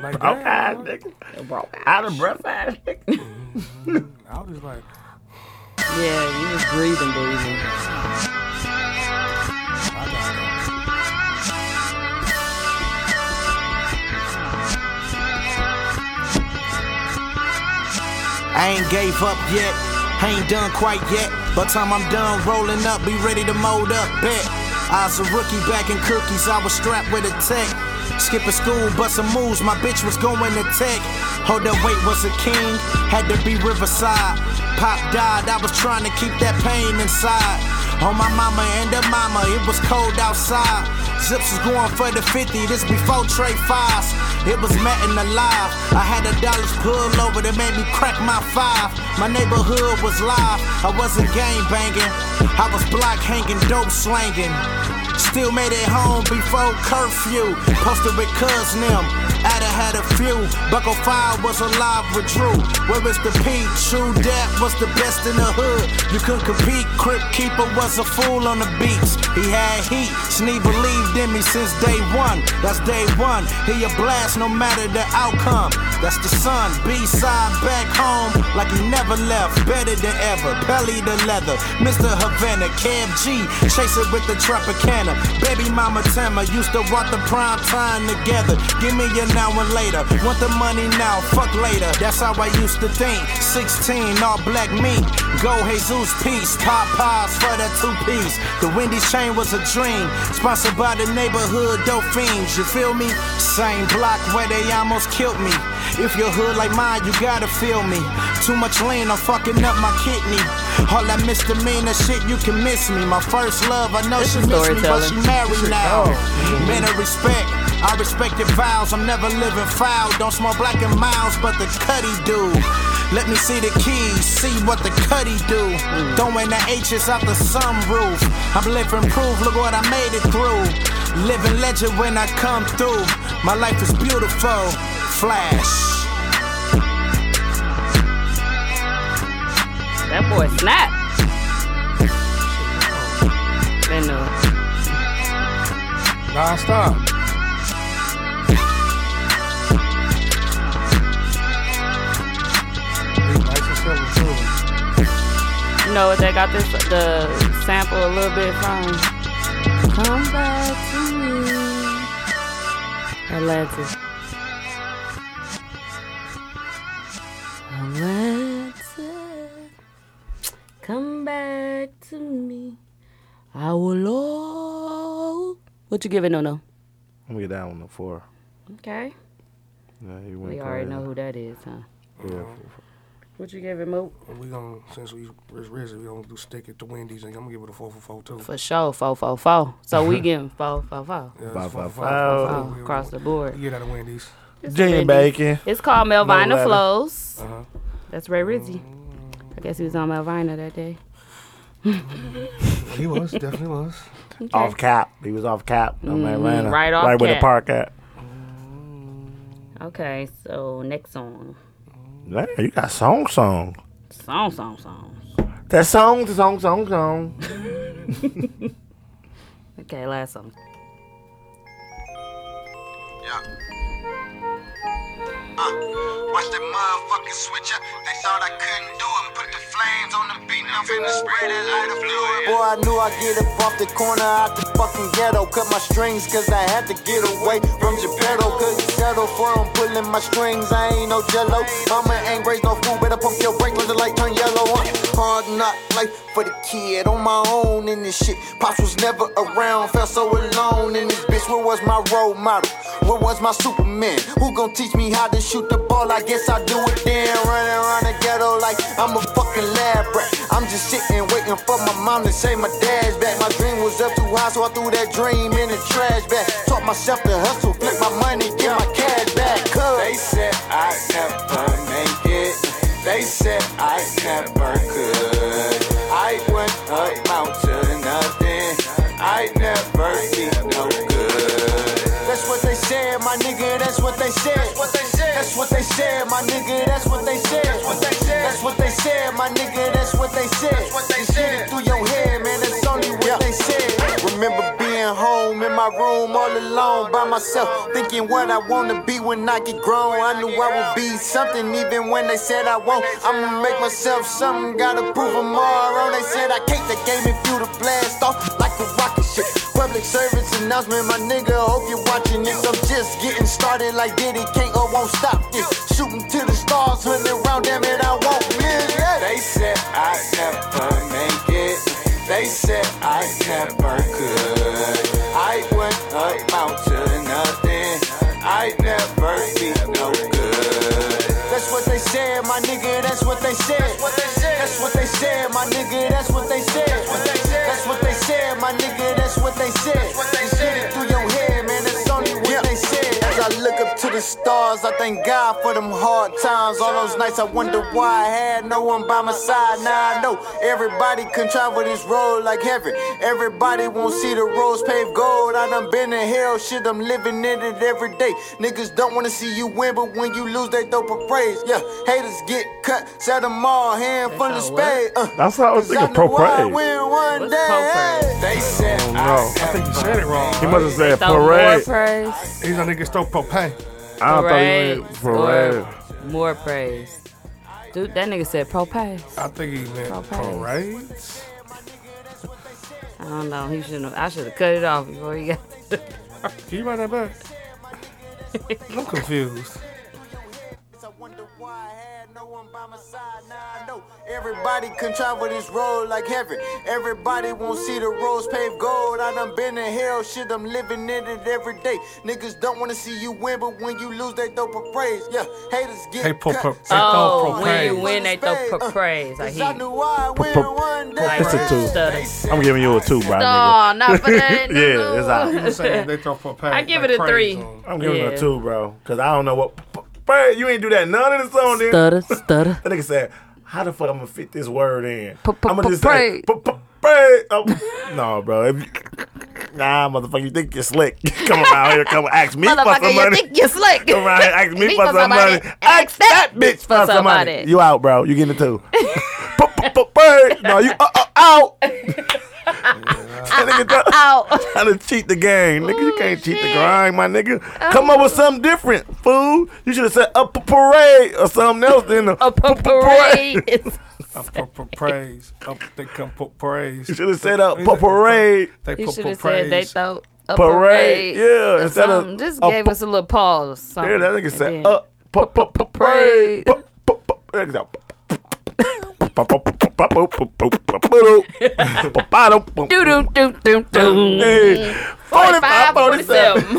S7: Like
S5: Broke
S7: that,
S5: ass
S7: bro.
S5: nigga.
S3: Bro.
S5: Out of breath ass nigga.
S7: I was just like,
S3: Yeah, you was breathing, breathing.
S13: I ain't gave up yet, I ain't done quite yet. By the time I'm done rolling up, be ready to mold up, bet. I was a rookie back in cookies, I was strapped with a tech. Skipping school, bustin' moves, my bitch was going to tech. Hold up, wait, was a king, had to be Riverside. Pop died, I was trying to keep that pain inside. On my mama and the mama, it was cold outside. Zips was going for the 50, this before Trey Fives. It was Matt and alive. I had a Dallas pull over that made me crack my five. My neighborhood was live, I wasn't gang banging. I was block hanging, dope slanging. Still made it home before curfew. Posted with cuz them. I'da had a few. Buckle Five was alive with Drew. Where is the peak? True Dap was the best in the hood. You couldn't compete. Crip Keeper was a fool on the beats. He had heat. Snee believed in me since day one. That's day one. He a blast no matter the outcome. That's the sun. B-side back home like he never left. Better than ever. Belly the leather. Mr. Havana. Cab G. Chase it with the Tropicana. Baby mama Tama used to walk the prime time together. Give me your now and later. Want the money now, fuck later. That's how I used to think. 16, all black meat. Go Jesus peace. Popeyes for that two piece. The Wendy's chain was a dream. Sponsored by the neighborhood dope fiends. You feel me? Same block where they almost killed me. If your hood like mine, you gotta feel me. Too much lean, I'm fucking up my kidney. All that misdemeanor shit, you can miss me. My first love, I know she missed me, but
S14: storytelling.
S13: she married
S14: Shit,
S13: now.
S14: oh.
S13: Men of respect, I respect your vows. I'm never living foul. Don't smoke black and miles, but the cutty do. Let me see the keys, see what the cutty do. Throwing the H's out the sunroof. I'm living proof, look what I made it through. Living legend when I come through. My life is beautiful. Flash.
S3: That boy snap. Then uh,
S7: nah, stop.
S3: you know what they got this the sample a little bit from. Come back to me. Atlantis. Atlantis. Come back to me. I will all. What you giving, no no?
S5: I'm gonna get that one a four.
S3: Okay.
S5: Yeah, he went
S3: We already
S5: crazy.
S3: know who that is, huh?
S5: Yeah.
S3: What you gave it, Moot?
S7: We gonna since we it's risen, we gonna do stick it to Wendy's and I'm gonna give it a four for four too.
S3: For sure, four, four, four. So
S5: <laughs>
S3: we getting four, four, four.
S7: Yeah, it's
S5: Five,
S7: four
S5: five,
S7: for
S5: five.
S7: four, four, four.
S3: Across the board.
S7: You get out of Wendy's.
S3: It's
S5: Junior
S3: Wendy's.
S5: Bacon.
S3: It's called Melvina
S5: No ladder.
S3: Flows.
S7: Uh-huh.
S3: That's Ray Rizzy. I guess he was on Melvina that day.
S7: he was definitely was.
S5: Off cap. He was off cap. I'm
S3: Mhm,
S5: Atlanta.
S3: right off
S5: Right where the
S3: cap.
S5: park at.
S3: Okay, so next song.
S5: Man, you got song song.
S3: Song, song, song.
S5: That song, song, song, song.
S3: Okay, last song.
S14: Watch that motherfucking switch up. They thought I couldn't do it. Put the flames on the beat. Now I'm finna spread it like a fluid.
S15: Boy, I knew I'd get up off the corner out the fucking ghetto. Cut my strings, cause I had to get away from Geppetto. Couldn't settle for him pulling my strings. I ain't no jello. Mama ain't raised no fool, better pump your brake, let the light turn yellow. Huh? Hard knock life for the kid on my own in this shit. Pops was never around, felt so alone in this bitch. Where was my role model? Where was my Superman? Who gon' teach me how to shoot the ball? I guess I do it then. Running around the ghetto like I'm a fucking lab rat. I'm just sitting waiting for my mom to say my dad's back. My dream was up too high, so I threw that dream in the trash bag. Taught myself to hustle, flip my money, get my cash back. They said I never make it. They said I never could. I wouldn't amount to nothing. I never be no good. That's what they said, my nigga. That's what they said. That's what they said. That's what they said, my nigga. That's what they said. That's what they said. That's what they said, my nigga. That's what they said. That's what they said. Through your head, man. That's only what they said. Remember being home in my room all alone by myself, thinking what I wanna be when I get grown. I knew I would be something even when they said I won't. I'ma make myself something. Gotta prove 'em all wrong. They said I can't. They gave me fuel to blast off like a rocket ship. Public service announcement, my nigga. Hope you're watching this. I'm just getting started like Diddy. Can't or won't stop this. Shooting to the stars, hundred round. Damn it, I won't miss. They said I never make it. They said I never could. I wouldn't amount to nothing. I never be no good. That's what they said, my nigga. That's what they said. That's what they said. That's what they said, my nigga. That's what they said. That's what they said. That's what they said, my nigga. That's what they said. That's what they said. Get it through your head, man. That's only what they said. As I look up to the stars, I thank God for them hard times. All those nights I wonder why I had no one by my side. Now I know everybody can travel this road like heaven. Everybody won't see the roads paved gold. I done been in hell, shit. I'm living in it every day. Niggas don't wanna see you win, but when you lose, they throw praise. Yeah, haters get cut. Sell them all, hand full of spade. Uh,
S5: That's what I was
S15: 'cause
S5: thinking,
S15: know
S5: pro
S15: I
S5: praise.
S15: win one day. They said
S7: Oh no, I think you said it wrong.
S5: He must have said parade.
S7: <laughs> These are niggas throw propane.
S5: I don't
S3: Parade.
S5: thought he meant
S3: or More praise. Dude, that nigga said propane.
S7: I think he meant parades.
S3: I don't know. He shouldn't. Have, I should have cut it off before he got.
S7: Can you run
S3: <laughs>
S7: that back? I'm confused.
S15: Everybody can travel this road like heaven. Everybody won't see the roads paved gold. I done been in hell, shit, I'm living in it every day. Niggas don't wanna see you win, but when you lose, they throw for praise. Yeah, haters get
S7: They put
S15: cut.
S7: pro- they
S3: Oh,
S7: throw
S3: when you
S7: propane.
S3: win, they throw praise. I hear. you.
S5: It's a two. I'm giving you a two, bro.
S3: Aw,
S5: nigga.
S3: not for that,
S5: <laughs>
S3: no, no.
S5: yeah, it's out.
S3: You were saying they
S7: throw propane.
S3: I give it a three.
S5: I'm giving it
S3: Yeah.
S5: a two, bro, because I don't know what. p- p- Bird, you ain't do that none of the song, dude.
S3: Stutter, stutter.
S5: That nigga said, "How the fuck I'm gonna fit this word in? I'm
S3: p-
S5: gonna just say, p- p- pray." Oh, <laughs> no, bro. If you- nah, motherfucker, you think you're slick? <laughs> come around here, come ask me for some
S3: Motherfucker,
S5: money.
S3: you think you're slick.
S5: <laughs> come around here, ask me, for, some money.
S3: Ask that
S5: bitch for some money. You out, bro. You getting it too. no, you uh, uh, out. That nigga try- Trying to cheat the game, nigga. You can't cheat the grind, my nigga. Come up with something different, fool. You should have said a p- parade or something else than a, a
S3: parade.
S7: Up for for praise. Up they come for praise.
S5: You should have said a p- parade.
S7: They
S3: You
S7: put
S3: should
S7: for
S3: have said they
S7: praise.
S3: throw a parade.
S5: Parade, yeah,
S3: or
S5: instead of
S3: something. just
S5: a
S3: gave
S5: pa-
S3: us a little pause. Or something.
S5: Yeah, that nigga
S3: And
S5: said uh,
S3: then-
S5: a p- p- p- parade. P- p- p- that nigga said,
S3: Do do Mm-hmm. do do do.
S5: Hey,
S3: 45,
S5: 45, 47.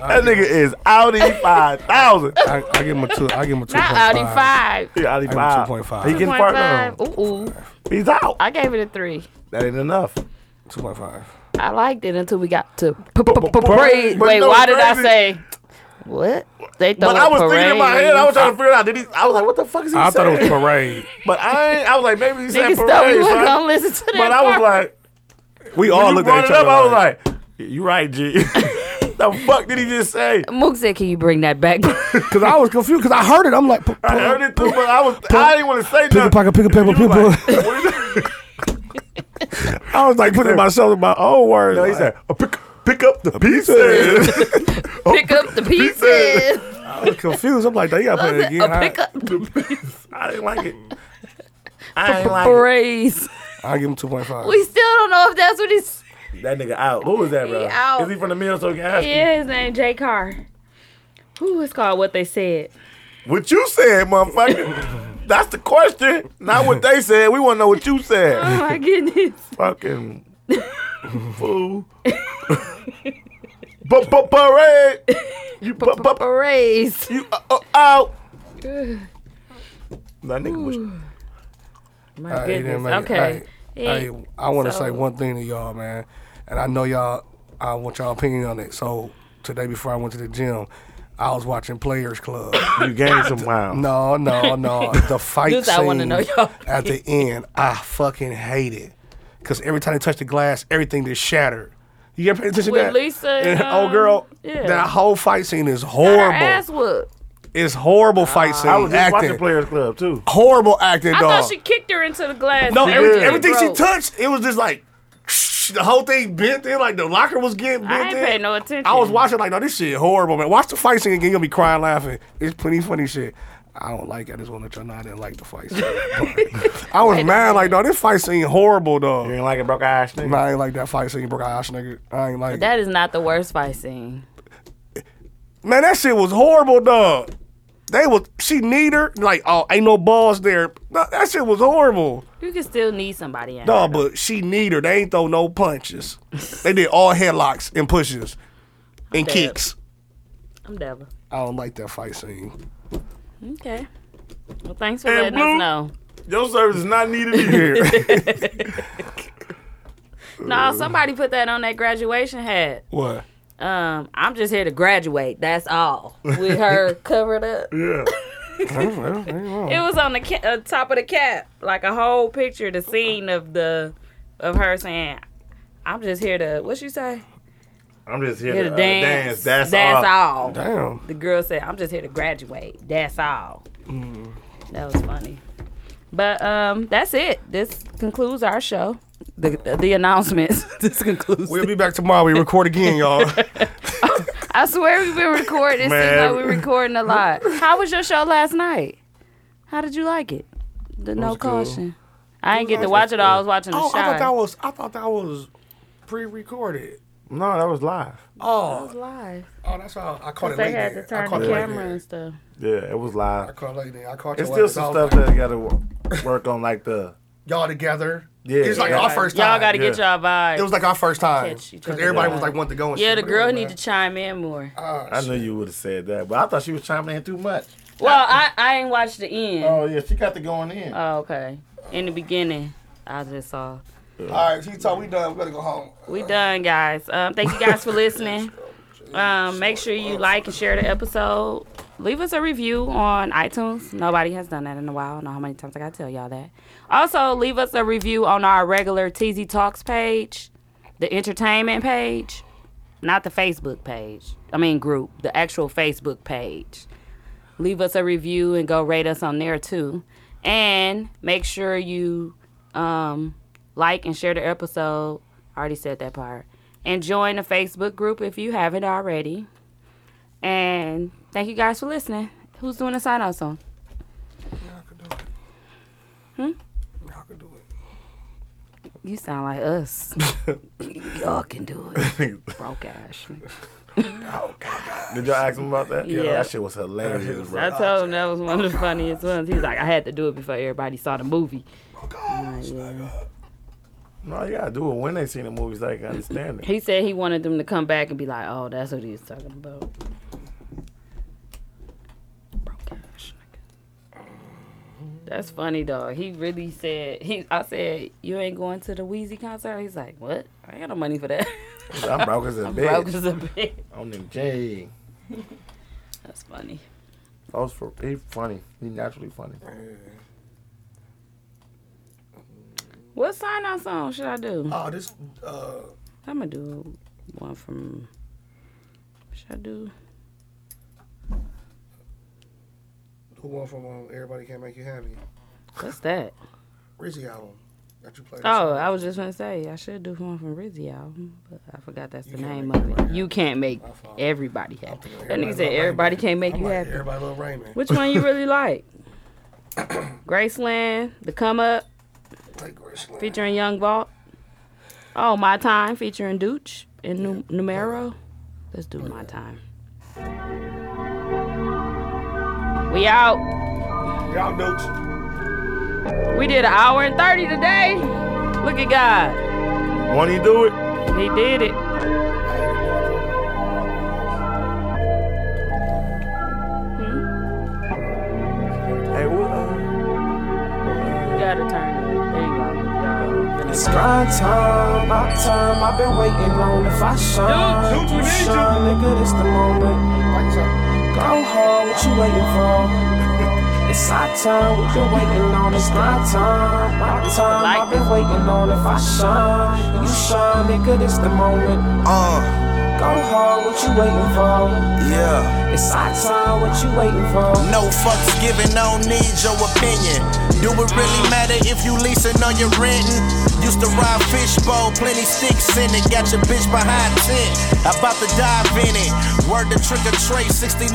S5: That nigga is Audi five thousand.
S7: I, I give him a two. I give him a two point
S3: Not
S7: five.
S3: Audi five.
S5: Yeah,
S7: I give
S5: Audi
S7: him
S5: five.
S7: 2.5.
S5: He getting part now.
S3: 2.5. Ooh, ooh.
S5: He's out.
S3: I gave it a three.
S5: That ain't enough.
S7: Two point five.
S3: I liked it until we got to p- p- p- parade.
S5: but
S3: Wait,
S5: no,
S3: why did I
S5: crazy.
S3: say what? They thought
S5: But I was
S3: parade.
S5: thinking in my head, I was trying to figure it out. Did he? I was like, what the fuck is he
S7: I thought
S5: saying?
S7: it was parade.
S5: But I, ain't, I was like, maybe he
S3: <laughs>
S5: said
S3: Niggas thought we
S5: parade.
S3: wasn't
S5: son.
S3: gonna listen to that
S5: But I was
S3: part.
S5: like,
S7: We
S5: when
S7: all
S5: you
S7: looked
S5: brought
S7: at each
S5: it up,
S7: other.
S5: I was like, you right, G. the fuck did he just say?
S3: Mook said, "Can you bring that back?" <laughs>
S5: <laughs>
S7: Because I was confused. Because I heard it. I'm like, p-
S5: I heard it too, but I was, I didn't want to say
S7: pick a
S5: nothing.
S7: pocket, pick a paper, pick a. <laughs> I was like putting myself in my own words.
S5: No, he
S7: like,
S5: said, "Oh, pick, pick up the pieces. Oh,
S3: pick up the pieces.
S7: I was confused. <laughs> I'm like, they gotta play it again.
S3: A
S7: I-
S3: pick up the
S5: I didn't like it. I ain't like
S3: <laughs>
S5: it.
S3: parades.
S7: I give him two point five.
S3: We still don't know if that's what he's.
S5: That nigga out. Who is that, bro?
S3: out.
S5: Is he from the mill so he can ask you?
S3: Yeah, his name Jay Carr. Who is called what they
S5: <laughs>
S3: said?
S5: What you said, <laughs> motherfucker. That's the question. Not what they said. We want to know what you
S3: Oh
S5: said.
S3: my goodness.
S5: Fucking fool. <laughs> Parade. You bu- bu-
S3: <laughs> Parades.
S5: You uh, uh,
S3: <sighs>
S5: out. That nigga was.
S3: My
S7: Hey, you didn't
S3: goodness.
S7: make it.
S3: Okay.
S7: Hey, hey,
S3: Hey,
S7: I want to
S3: so-
S7: say one thing to y'all, man, and I know y'all. I want y'all opinion on it. So today, before I went to the gym, I was watching Players Club.
S5: You gained some miles.
S7: no, no,
S3: <laughs>
S7: no. The fight
S3: This I
S7: scene
S3: wanna know y'all
S7: at the end, I fucking hate it because every time they touch the glass, everything just shattered. You ever pay attention
S3: With
S7: to that?
S3: Lisa and,
S7: oh girl,
S3: yeah.
S7: that whole fight scene is
S3: Her
S7: horrible.
S3: ass whooped.
S7: It's horrible fight scene
S5: I was just watching
S7: acting.
S5: Players Club too.
S7: horrible acting,
S3: I
S7: dog.
S3: thought she kicked her into the glass.
S7: No,
S3: She
S7: every,
S3: did.
S7: everything she
S3: Broke.
S7: touched, it was just like <laughs> the whole thing bent in. Like the locker was getting bent
S3: I ain't
S7: in.
S3: paying no attention.
S7: I was watching like, no, this shit horrible, man. Watch the fight scene again. You'll be crying laughing. It's plenty funny shit. I don't like. it. I just want to let y'all know I didn't like the fight scene. But I was mad. Like, no, this fight scene horrible, dog.
S5: You ain't like it, broke ass
S7: Nah,
S5: nigga.
S7: I ain't like that fight scene, bro. Gosh, nigga, I ain't like. That,
S3: That is not the worst fight scene.
S7: man, that shit was horrible, dog. They was she need her like oh ain't no balls there. No, that shit was horrible.
S3: You can still need somebody in.
S7: No, but she need her. They ain't throw no punches. they did all headlocks and pushes and
S3: Damn.
S7: kicks.
S3: I'm devil.
S7: I don't like that fight scene.
S3: Okay. Well, thanks for
S5: And
S3: letting
S5: Blue-
S3: us know.
S5: Your service is not needed
S7: <laughs>
S5: here.
S7: Yeah.
S5: Uh.
S3: No, somebody put that on that graduation hat.
S7: <laughs> what?
S3: Um, I'm just here to graduate. That's all. With
S5: <laughs>
S3: her covered up.
S5: yeah.
S3: It was on the ca- uh, top of the cap, like a whole picture, the scene of the of her saying, "I'm just here to what you say."
S5: I'm just here
S3: Here
S5: to
S3: to
S5: uh,
S3: dance.
S5: dance. That's,
S3: That's
S5: all.
S3: all.
S7: Damn.
S3: The girl said, "I'm just here to graduate. That's all."
S7: Mm-hmm.
S3: That was funny. But um, that's it. This concludes our show. The the announcements. <laughs> this concludes.
S7: We'll be back tomorrow. We record again, <laughs> y'all.
S3: I swear we've been recording. It seems
S7: Man.
S3: like we're recording a lot. How was your show last night? How did you like it? The no
S7: was good.
S3: caution. I didn't get to watch it all. I was watching the
S7: oh,
S3: show.
S7: I thought that was I thought that was pre-recorded.
S5: No, that was live.
S7: Oh,
S3: live.
S7: oh, that's how I caught it.
S3: They
S7: late
S3: had
S7: then.
S3: to
S7: I
S3: turn the
S7: caught it late
S3: camera
S7: then.
S3: and stuff.
S5: Yeah, it was
S7: I
S5: live.
S7: caught it late then. I caught
S5: It's
S7: your
S5: still
S7: ass. I
S5: some
S7: was
S5: stuff
S7: like,
S5: that you gotta wo- work on, like the
S7: y'all together.
S5: Yeah,
S7: it's like
S5: yeah.
S7: our first
S3: Y'all
S7: time.
S3: got to
S5: yeah.
S3: get y'all vibe.
S7: It was like our first time
S3: Catch each
S7: because
S3: other
S7: everybody
S3: vibe.
S7: was like wanting to go. And
S3: yeah,
S7: shit.
S3: the
S7: But
S3: girl
S7: anyway,
S3: need to chime in more.
S5: I knew you would have said that, but I thought she was chiming in too much.
S3: well, I, I ain't watched the end.
S5: Oh yeah, she got the going in. <laughs>
S3: Oh, okay. In the beginning, I just saw.
S7: man. All right, she told we done. We better go home.
S3: We done, guys. Um, thank you guys for listening. Um, make sure you like and share the episode. Leave us a review on iTunes. Nobody has done that in a while. I don't know how many times I gotta tell y'all that. Also, leave us a review on our regular TZ Talks page, the entertainment page, not the Facebook page. I mean, group, the actual Facebook page. Leave us a review and go rate us on there too. And make sure you um, like and share the episode. I already said that part. And join the Facebook group if you haven't already. And thank you guys for listening. Who's doing the sign out song? Hmm?
S7: Y'all can do it.
S3: You sound like us. Y'all can do it. Broke ass.
S7: Oh,
S5: Did y'all ask him about that?
S3: Yeah.
S5: that shit was hilarious, bro.
S3: I told him that was one of the
S7: Oh,
S3: funniest ones. He's like, I had to do it before everybody saw the movie. I'm like, yeah.
S5: No, you gotta do it when they seen the movies. They can understand it.
S3: He said he wanted them to come back and be like, "Oh, that's what he was talking about." Broke ass nigga. That's funny, dog. He really said he. I said you ain't going to the Wheezy concert. He's like, "What? I ain't got no money for that."
S5: <laughs> I'm broke as
S3: <laughs>
S5: a
S3: I'm
S5: bitch.
S3: broke as a bitch.
S5: On them J.
S3: That's funny.
S5: That was for he funny. He naturally funny.
S3: What sign out song should I do?
S16: Oh, this. Uh,
S3: I'm gonna do one from. Should I do?
S7: Who won from um, Everybody Can't Make You Happy?
S3: What's that?
S7: Rizzy album that you played.
S3: Oh, I was just gonna say I should do one from Rizzy album, but I forgot that's the name of it. You can't make everybody happy. That nigga said everybody can't make you happy.
S7: Everybody Love Raymond.
S3: Which one you really like? <coughs> Graceland, The Come Up, featuring Young Vault. Oh, My Time featuring Dooch and Nu- Numero. Let's do My Time. We out.
S16: Y'all Dooch.
S3: We did an hour and 30 today. Look at God.
S5: When he do it,
S3: He did it.
S5: hey, what? Uh,
S3: You gotta turn it. There you go.
S11: It's my time, my time. I've been waiting on if I shine.
S3: Dude, dude, we
S11: you
S3: need you.
S11: shine, nigga, this the moment. Go hard, what you waiting for? <laughs> It's our time, we've been waiting on. It's my time, my time. I've been waiting on if I shine. You shine, nigga, this the moment. Uh. Go hard, what you waiting for? Yeah. It's our time, what you waiting for?
S13: No fucks given, no need your opinion. Do it really matter if you leasing or you renting? Used to ride fishbowl, plenty sticks in it. Got your bitch behind tent, about to dive in it. Word to trick or tray, 6912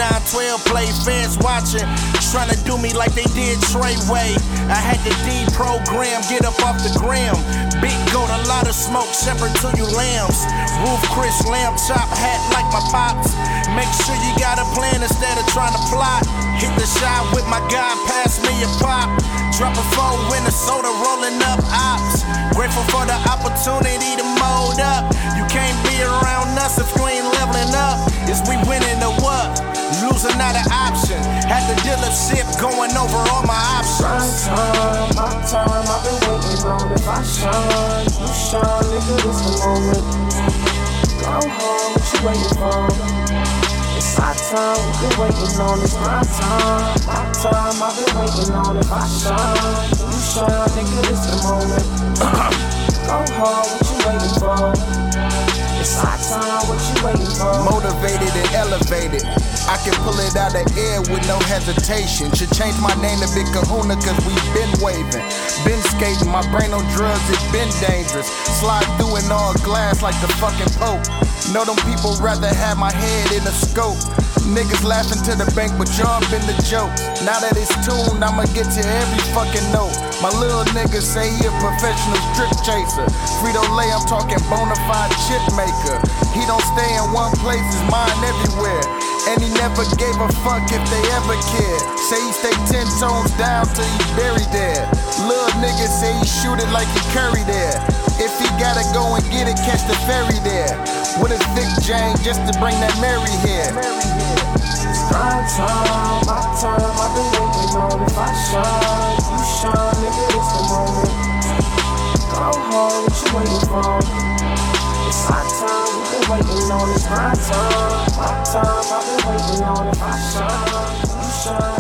S13: play fans watching. Trying to do me like they did Trey Way. I had to deprogram, get up off the gram. Big goat, a lot of smoke, shepherd to you lambs. Roof Chris Lamb, chop hat like my pops. Make sure you got a plan instead of trying to plot. Hit the shot with my guy, pass me a pop. Drop a four in the soda, rolling up ops. Grateful for the opportunity to mold up. You can't be around us if you ain't leveling up. Is we winning or what? Losing not an option. Had the dealership going over all my options.
S11: time, my time. I've been waiting on if I shine. You shine, nigga, this the moment. Go home, what you waiting for? It's my time, we've been waiting on. It's my time, my time. I've been waiting on if I shine. You shine, nigga, this the moment. Go home, what you waiting for? It's my time, what you waiting for?
S17: Motivated and elevated. I can pull it out of air with no hesitation. Should change my name to Big Kahuna, cause we been waving. Been skating, my brain on drugs, it been dangerous. Slide through in all glass like the fucking Pope. Know them people rather have my head in a scope. Niggas laughing to the bank, but jump in the jokes. Now that it's tuned, I'ma get to every fucking note. My little nigga say he a professional strip chaser. Frito Lay, I'm talking bona fide chip maker. He don't stay in one place, his mind everywhere. And he never gave a fuck if they ever cared. Say he stay ten tones down till he buried there. Little nigga say he shoot it like he curry there. If he gotta go and get it, catch the ferry there. With a thick Jane just to bring that Mary here.
S11: It's my time, my time. I've been waiting on if I shine. You shine, nigga, it's the moment. Go home, what you waiting for? It's my time, we've been waiting on. It's my time, my time. I've been waiting on if I shine. You shine,